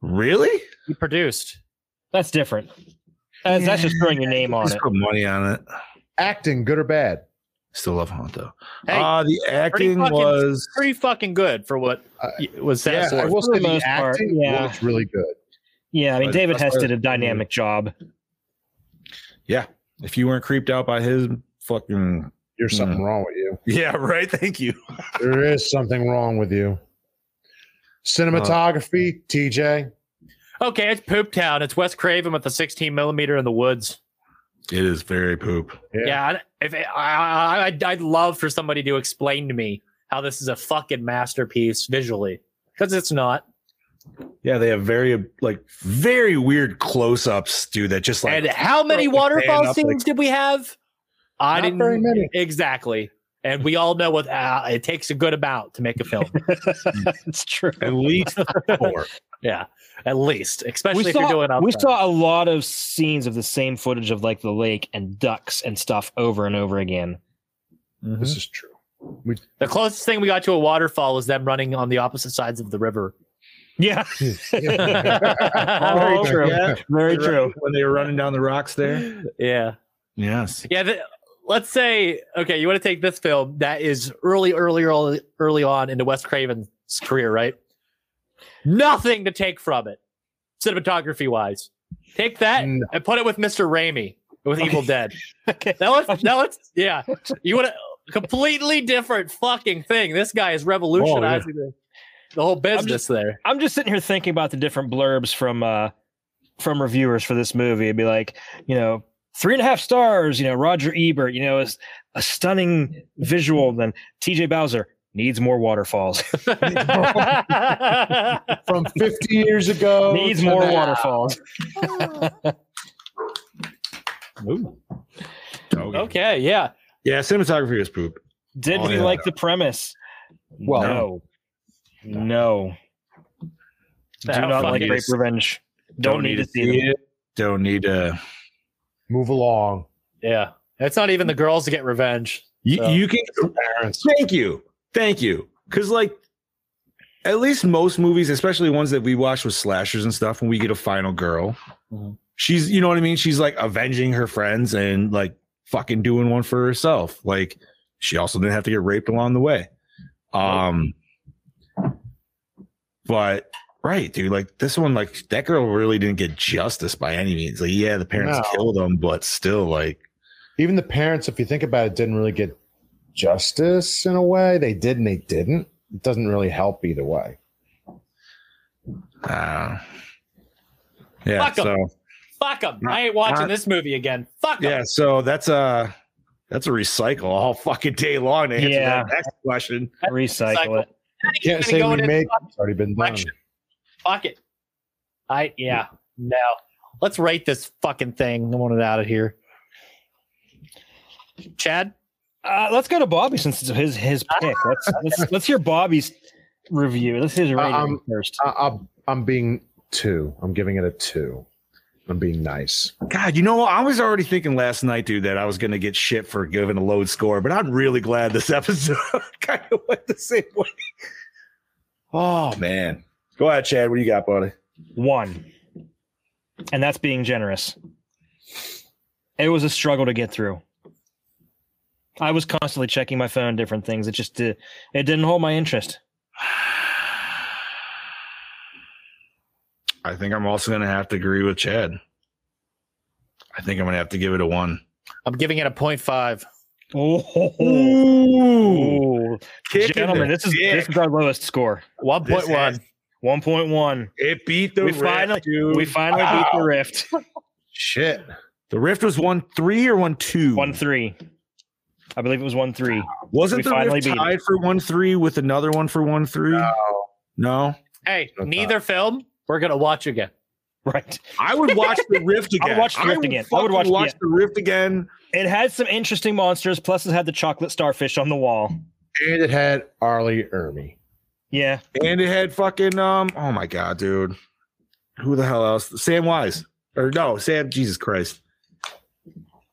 Speaker 5: really?
Speaker 4: he produced.
Speaker 7: that's different. That's, that's just throwing your name on
Speaker 5: Just
Speaker 7: it.
Speaker 5: put money on it.
Speaker 6: Acting, good or bad?
Speaker 5: Still love Haunt though.
Speaker 4: Hey,
Speaker 5: uh, the acting
Speaker 4: fucking-
Speaker 5: was
Speaker 4: pretty fucking good for what
Speaker 6: Uh,
Speaker 4: it was set
Speaker 6: Yeah,
Speaker 4: for.
Speaker 6: I will
Speaker 7: For
Speaker 6: say
Speaker 7: the
Speaker 6: the
Speaker 7: most part,
Speaker 6: acting
Speaker 7: yeah.
Speaker 6: was really good.
Speaker 7: Yeah, I mean,
Speaker 5: But
Speaker 7: David
Speaker 5: that's
Speaker 7: Hess
Speaker 5: why-
Speaker 7: did a dynamic job. [LAUGHS]
Speaker 5: if you weren't creeped out by his fucking
Speaker 6: There's something
Speaker 5: Mm.
Speaker 6: wrong with you.
Speaker 5: yeah right. Thank you.
Speaker 6: There is something wrong with you. Cinematography, TJ.
Speaker 4: Okay, it's Poop Town. It's Wes Craven with the 16 millimeter in the woods.
Speaker 5: It is very poop.
Speaker 6: Yeah.
Speaker 4: Yeah, I- if it, I, I, I'd, I'd love for somebody to explain to me how this is a fucking masterpiece visually, because it's not.
Speaker 5: Yeah, they have very like very weird close ups, dude. That just like
Speaker 4: and
Speaker 5: [LAUGHS]
Speaker 4: how many
Speaker 5: throwing the fan
Speaker 4: waterfall
Speaker 5: up, like-
Speaker 4: scenes did we have? I
Speaker 6: Not
Speaker 4: didn't
Speaker 6: very many.
Speaker 4: exactly. And we all know what uh, it takes a good amount to make a film.
Speaker 7: It's true.
Speaker 5: at least four.
Speaker 4: yeah, at least, especially
Speaker 7: We
Speaker 4: if you're doing
Speaker 7: saw,
Speaker 4: outside.
Speaker 7: we saw a lot of scenes of the same footage of like the lake and ducks and stuff over and over again.
Speaker 6: This is true.
Speaker 4: the closest thing we got to a waterfall was them running on the opposite sides of the river. [LAUGHS]
Speaker 7: Yeah,
Speaker 6: [LAUGHS]
Speaker 7: Oh,
Speaker 4: yeah.
Speaker 7: [LAUGHS] very true. Very true.
Speaker 5: When they were running down the rocks there.
Speaker 7: [GASPS]
Speaker 5: Yes.
Speaker 4: Yeah, th let's say okay, you want to take this film that is early, early, early, early on into Wes Craven's career, right? Nothing to take from it, cinematography wise. Take that
Speaker 6: No.
Speaker 4: and put it with Mr. Raimi with Evil Dead.
Speaker 7: Mm. [LAUGHS] Okay.
Speaker 4: That was that
Speaker 7: [LAUGHS]
Speaker 4: was yeah. You want a completely different fucking thing. This guy is revolutionizing the, the whole business
Speaker 7: [LAUGHS]
Speaker 4: there. [LAUGHS]
Speaker 7: Oh, I'm just sitting here thinking about the different blurbs from uh from reviewers for this movie. It'd be like, you know, three and a half stars, you know, Roger Ebert, you know, is a stunning visual. Then TJ Bowser, needs more waterfalls. [LAUGHS]
Speaker 6: from 50 years ago.
Speaker 7: needs
Speaker 6: to
Speaker 7: more
Speaker 6: now.
Speaker 7: waterfalls.
Speaker 5: Oh, yeah.
Speaker 4: okay, yeah.
Speaker 5: Yeah, cinematography was poop.
Speaker 7: Did
Speaker 5: Oh,
Speaker 7: we
Speaker 5: yeah.
Speaker 7: like the premise?
Speaker 6: Well,
Speaker 7: no. No. Do
Speaker 4: How
Speaker 7: not like
Speaker 4: fucking-
Speaker 7: Rape Revenge. Don't, need, to see it.
Speaker 5: Don't need to.
Speaker 6: Move along.
Speaker 4: Yeah. It's not even the girls to get revenge.
Speaker 5: You,
Speaker 4: So-
Speaker 5: you can. Thank you, thank you. Because like, at least most movies, especially ones that we watch with slashers and stuff, when we get a final girl,
Speaker 4: Mhm.
Speaker 5: she's you know what I mean. She's like avenging her friends and like fucking doing one for herself. Like she also didn't have to get raped along the way. Um, but right, dude. Like this one, like that girl really didn't get justice by any means. Like yeah, the parents
Speaker 6: No.
Speaker 5: killed them, but still, like
Speaker 6: Even the parents, if you think about it, didn't really get justice in a way. They did and they didn't. It doesn't really help either way.
Speaker 5: Uh, yeah.
Speaker 4: Fuck 'em.
Speaker 5: so
Speaker 4: Fuck 'em. I ain't watching this movie again. Fuck 'em.
Speaker 5: yeah, so that's a that's a recycle all fucking day long to answer
Speaker 7: Yeah.
Speaker 5: that next question.
Speaker 7: Recycle it.
Speaker 4: I ain't
Speaker 6: Can't
Speaker 4: even
Speaker 6: say
Speaker 4: going in-
Speaker 6: remake. It's already been done.
Speaker 4: Election. Fuck it. I yeah. No. Let's rate this fucking thing. I want it out of here. Chad?
Speaker 7: Uh, let's go to Bobby since it's his [LAUGHS] his pick. Let's let's, let's hear Bobby's review. Let's hear his rating
Speaker 6: Um,
Speaker 7: first.
Speaker 6: I, I'm, I'm being two. I'm giving it a two. I'm being nice.
Speaker 5: God, you know, what? I was already thinking last night, dude, that I was gonna get shit for giving a low score, but I'm really glad this [LAUGHS] episode kind of went the same way. Oh man. Go ahead, Chad. What do you got, buddy?
Speaker 7: One, and that's being generous. It was a struggle to get through. I was constantly checking my phone, different things. It just did, it didn't hold my interest.
Speaker 5: I think I'm also gonna have to agree with Chad. I think I'm gonna have to give it a one.
Speaker 4: I'm giving it a point five.
Speaker 7: Oh,
Speaker 5: Ooh, Kicking
Speaker 7: gentlemen,
Speaker 5: the
Speaker 7: this is
Speaker 5: dick.
Speaker 7: this is our lowest score.
Speaker 4: One
Speaker 5: This
Speaker 4: point one.
Speaker 5: has-
Speaker 7: One point one.
Speaker 5: It beat the
Speaker 7: We
Speaker 5: rift,
Speaker 7: finally-
Speaker 5: dude. Ah.
Speaker 7: We finally beat the rift.
Speaker 5: Hmm.
Speaker 6: Shit.
Speaker 5: the rift was one three or one two.
Speaker 7: One three. I believe it was one three. we
Speaker 5: Wasn't the
Speaker 7: finally
Speaker 5: rift
Speaker 7: beat it.
Speaker 5: tied for one three with another one for one three? No.
Speaker 4: Hey, neither film we're gonna watch again.
Speaker 7: Right.
Speaker 5: I would watch the rift
Speaker 7: [LAUGHS] I would
Speaker 5: again.
Speaker 7: watch the Rift again. I would
Speaker 5: fucking
Speaker 7: watch- yeah.
Speaker 5: the rift again.
Speaker 7: It had some interesting monsters. Plus, it had the chocolate starfish on the wall.
Speaker 6: And it had Arlie Ermy.
Speaker 7: Yeah,
Speaker 5: And it had fucking um. Oh my god, dude. Who the hell else? Sam Wise or no Sam? Jesus Christ.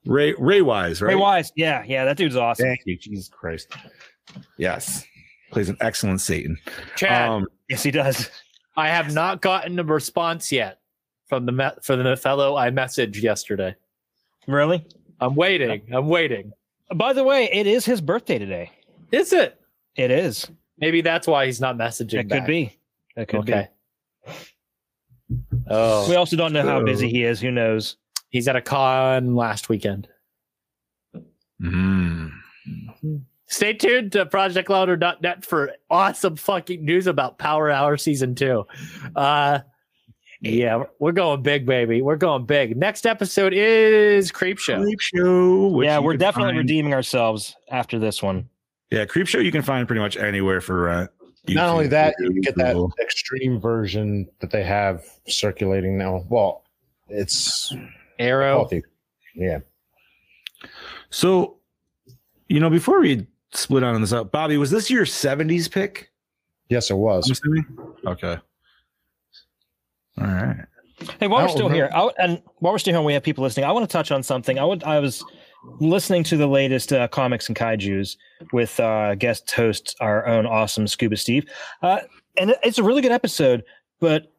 Speaker 5: Ray Ray Wise, right?
Speaker 7: Ray Wise. Yeah, yeah, that dude's awesome.
Speaker 5: Thank you, Jesus Christ. Yes, plays an excellent Satan.
Speaker 4: Chad,
Speaker 5: um,
Speaker 7: Yes, he does.
Speaker 4: I have not gotten a response yet from the me- from the fellow I messaged yesterday.
Speaker 7: Really.
Speaker 4: I'm waiting. I'm waiting.
Speaker 7: By the way, it is his birthday today.
Speaker 4: Is it?
Speaker 7: It is.
Speaker 4: Maybe that's why he's not messaging.
Speaker 7: It could be. It could
Speaker 4: okay. Oh,
Speaker 7: be. We also don't know how
Speaker 5: So-
Speaker 7: busy he is. Who knows?
Speaker 4: He's at a con last weekend.
Speaker 5: mm.
Speaker 4: Stay tuned to projectlouder.net for awesome fucking news about Power Hour Season 2. Uh, yeah, we're going big, baby. We're going big. Next episode is Creep Show.
Speaker 5: Creep Show. which
Speaker 7: yeah,
Speaker 5: you
Speaker 7: we're
Speaker 5: can
Speaker 7: definitely
Speaker 5: find-
Speaker 7: redeeming ourselves after this one.
Speaker 5: Yeah, Creep Show you can find pretty much anywhere for rent.
Speaker 6: Not
Speaker 5: YouTube,
Speaker 6: only that, you can get that
Speaker 5: Google.
Speaker 6: extreme version that they have circulating now. Well, it's
Speaker 7: Oh.
Speaker 4: Arrow.
Speaker 6: healthy. Yeah.
Speaker 5: So, you know, before we split on this up, Bobby, was this your 70s pick?
Speaker 6: Yes, it
Speaker 5: I'm
Speaker 6: was.
Speaker 5: assuming? Okay. All right.
Speaker 7: Hey, while
Speaker 6: I
Speaker 7: we're
Speaker 6: don't
Speaker 7: still here,
Speaker 6: remember.
Speaker 7: I, and while we're still here, and we have people listening. I want to touch on something. I would. I was listening to the latest uh, comics and kaiju's with uh, guest host our own awesome Scuba Steve, uh, and it- it's a really good episode. But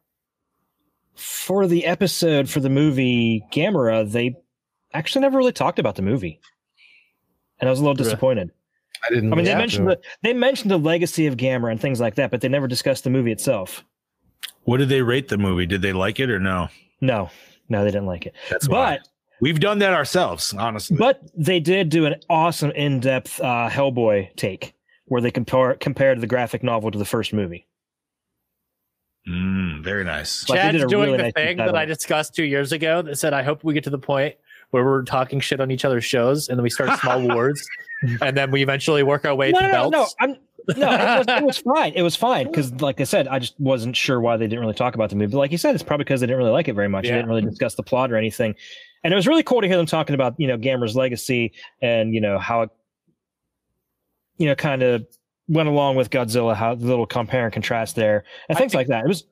Speaker 7: for the episode for the movie Gamera, they actually never really talked about the movie, and I was a little
Speaker 4: Really?
Speaker 7: disappointed.
Speaker 6: I didn't.
Speaker 7: I mean,
Speaker 6: yeah.
Speaker 7: they mentioned the, they mentioned the legacy of Gamera and things like that, but they never discussed the movie itself.
Speaker 5: What did they rate the movie? Did they like it or no?
Speaker 7: No, no, they didn't like it.
Speaker 5: That's
Speaker 7: but
Speaker 5: we've done that ourselves, honestly.
Speaker 7: but they did do an awesome in-depth uh, Hellboy take where they compare compared the graphic novel to the first movie.
Speaker 5: Mm, very nice.
Speaker 7: Like, they
Speaker 4: Chad's
Speaker 7: did a
Speaker 4: doing
Speaker 7: really
Speaker 4: the
Speaker 7: nice
Speaker 4: thing
Speaker 7: job
Speaker 4: that I
Speaker 7: on it.
Speaker 4: discussed two years ago that said, I hope we get to the point where we're talking [LAUGHS] shit on each other's shows and then we start small wars and then we eventually work our way
Speaker 7: No,
Speaker 4: to
Speaker 7: no, no,
Speaker 4: belts.
Speaker 7: no, I'm no, it was, it was fine. It was fine because, like I said, I just wasn't sure why they didn't really talk about the movie. But like you said, it's probably because they didn't really like it very much.
Speaker 4: Yeah.
Speaker 7: They didn't really discuss the plot or anything. And it was really cool to hear them talking about you know Gamera's legacy and you know how it, you know, kind of went along with Godzilla. How the little compare and contrast there and
Speaker 4: I
Speaker 7: things
Speaker 4: think-
Speaker 7: like that. It was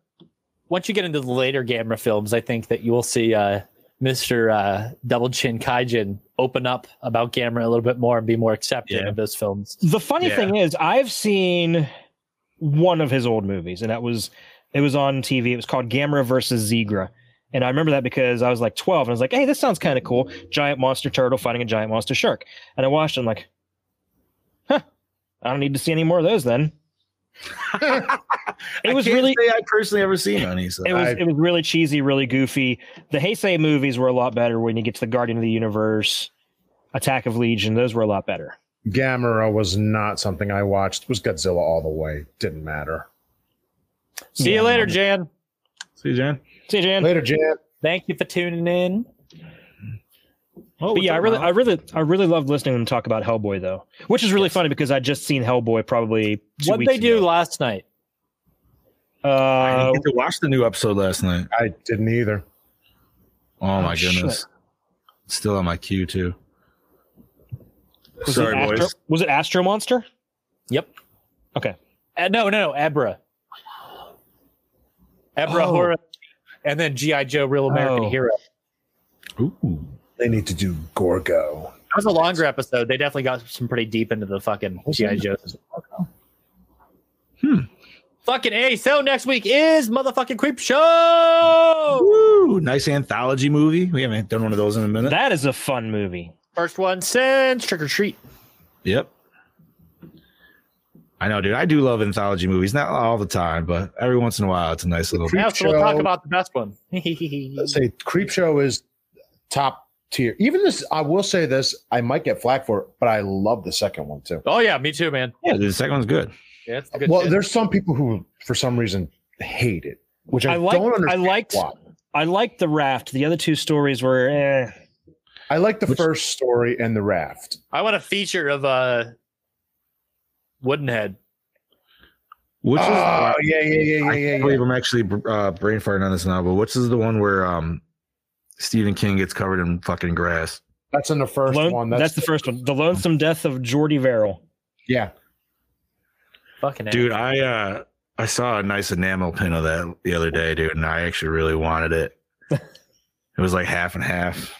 Speaker 4: Once you get into the later Gamma films, I think that you will see uh, Mr. Uh, Double Chin Kaijin open up about Gamma a little bit more and be more accepting
Speaker 5: Yeah.
Speaker 4: of those films.
Speaker 7: The funny
Speaker 5: Yeah.
Speaker 7: thing is, I've seen one of his old movies, and that was it was on TV. It was called Gamera versus Zegra. And I remember that because I was like 12 and I was like, hey, this sounds kind of cool. Giant monster turtle fighting a giant monster shark. And I watched it and I'm like, huh, I don't need to see any more of
Speaker 5: [LAUGHS]
Speaker 7: those then. it was
Speaker 5: I can't
Speaker 7: really
Speaker 5: say I personally ever seen any. So
Speaker 7: it was
Speaker 6: I-
Speaker 7: it was really cheesy, really goofy. The Heisei movies were a lot better when you get to the Guardian of the Universe, Attack of Legion, those were a lot better.
Speaker 6: Gamera was not something I watched. It was Godzilla all the way. Didn't matter.
Speaker 4: See
Speaker 7: Yeah.
Speaker 4: you later, Jan.
Speaker 5: see, Jan.
Speaker 7: See you, Jan.
Speaker 6: Later, Jan.
Speaker 4: Thank you for tuning in.
Speaker 5: Oh,
Speaker 7: But yeah, I really, I really, I really loved listening to them talk about Hellboy though, which is really funny because I just seen Hellboy probably two
Speaker 4: What
Speaker 7: weeks
Speaker 4: they do
Speaker 7: ago.
Speaker 4: last night?
Speaker 5: I
Speaker 7: Uh,
Speaker 5: didn't get to watch the new episode last night.
Speaker 6: I didn't either.
Speaker 5: Oh my
Speaker 7: Oh,
Speaker 5: goodness. Still on my queue too.
Speaker 7: was
Speaker 5: Sorry,
Speaker 7: it Astro,
Speaker 5: boys.
Speaker 7: Was it Astro Monster?
Speaker 4: Yep.
Speaker 7: Okay.
Speaker 4: Uh, no, no, no, Abra. Abra
Speaker 5: Oh.
Speaker 4: horror, and then GI Joe, Real American
Speaker 7: Oh.
Speaker 4: Hero.
Speaker 5: Ooh.
Speaker 6: They need to do Gorgo.
Speaker 4: That was a longer episode. They definitely got some pretty deep into the fucking GI Joe.
Speaker 5: Hmm.
Speaker 4: Fucking a. So next week is motherfucking creep show.
Speaker 5: Woo! Nice anthology movie. We haven't done one of those in a minute.
Speaker 7: That is a fun movie.
Speaker 4: First one since Trick or Treat.
Speaker 5: yep. I know, dude. I do love anthology movies. Not all the time, but every once in a while, it's a nice little.
Speaker 6: Creep
Speaker 4: Now, so we'll
Speaker 6: Show.
Speaker 4: talk about the best one.
Speaker 6: Let's say Creep Show is top tier. Even this, I will say this, I might get flack for it, but I love the second one too.
Speaker 4: oh yeah, me too, man.
Speaker 5: Yeah, the second one's good.
Speaker 4: Yeah, it's the good
Speaker 6: well,
Speaker 4: shit.
Speaker 6: there's some people who, for some reason, hate it, which I,
Speaker 7: I liked-
Speaker 6: don't understand.
Speaker 7: I liked-
Speaker 6: why.
Speaker 7: I liked the raft. The other two stories were, eh.
Speaker 6: I like the
Speaker 5: Which-
Speaker 6: first story and the raft.
Speaker 4: I want a feature of uh, Woodenhead.
Speaker 5: Which
Speaker 6: oh, yeah, yeah, yeah, yeah, yeah.
Speaker 5: I can't
Speaker 6: yeah.
Speaker 5: believe I'm actually uh, brain farting on this now, but which is the one where um, Stephen King gets covered in fucking grass?
Speaker 6: That's in the first
Speaker 7: Lone-
Speaker 6: one.
Speaker 7: that's, the first one. The Lonesome Death of Jordy Verrill.
Speaker 6: Yeah.
Speaker 4: Fucking A.
Speaker 5: Dude, I uh, I saw a nice enamel pin of that the other day, dude, and I actually really
Speaker 6: [LAUGHS]
Speaker 5: wanted it. it was like half and half,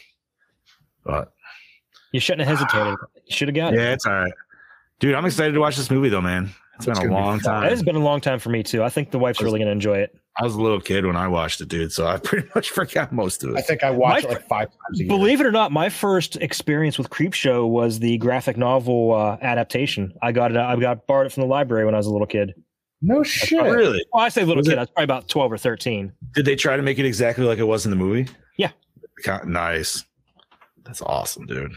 Speaker 5: but
Speaker 7: You shouldn't have hesitated. You should have got
Speaker 5: yeah, it's all right, dude. I'm excited to watch this movie though, man. It's been
Speaker 6: It's
Speaker 5: a
Speaker 6: gonna be
Speaker 5: long
Speaker 7: it.
Speaker 5: time.
Speaker 7: It has been a long time for me too. I think the wife's really going to enjoy it.
Speaker 5: I was a little kid when I watched it, dude, so I [LAUGHS] pretty much forgot most of
Speaker 6: I
Speaker 5: it.
Speaker 6: think I watched
Speaker 7: My
Speaker 6: it like five times a year.
Speaker 7: Believe it or not, my first experience with Creepshow was the graphic novel uh, adaptation. I got it. I got borrowed it from the library when I was a little kid.
Speaker 6: no shit.
Speaker 5: Oh, Really?
Speaker 7: Well, I say little
Speaker 5: Was
Speaker 7: kid.
Speaker 5: it-
Speaker 7: I was probably about twelve or thirteen.
Speaker 5: Did they try to make it exactly like it was in the movie?
Speaker 7: Yeah.
Speaker 5: Ca- Nice. That's awesome, dude.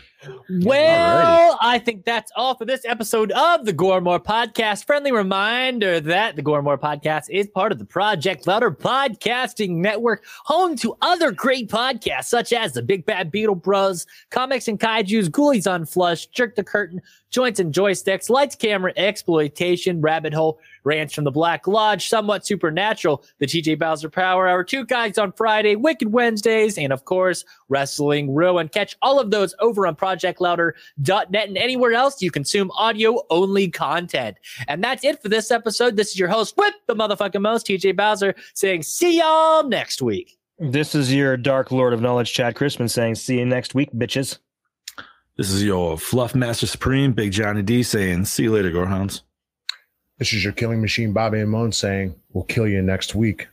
Speaker 4: Well, I think that's all for this episode of the Gormore Podcast. Friendly reminder that the Gormore Podcast is part of the Project Louder Podcasting Network, home to other great podcasts such as the Big Bad Beetle Bros, Comics and Kaiju's, Ghoulies on Flush, Jerk the Curtain, Joints and Joysticks, Lights Camera Exploitation, Rabbit Hole, Ranch from the Black Lodge, Somewhat Supernatural, the TJ Bowser Power Hour, Two Guys on Friday, Wicked Wednesdays, and of course, Wrestling Ruin. Catch all of those over on projectlouder.net and anywhere else you consume audio only content. And that's it for this episode. This is your host with the motherfucking most, TJ Bowser, saying see y'all next week.
Speaker 7: This is your Dark Lord of Knowledge, Chad Crispin, saying, "See you next week, bitches."
Speaker 5: This is your Fluff Master Supreme, Big Johnny D saying, see you later, Gorhams.
Speaker 6: This is your killing machine, Bobby and Moan, saying, We'll kill you next week,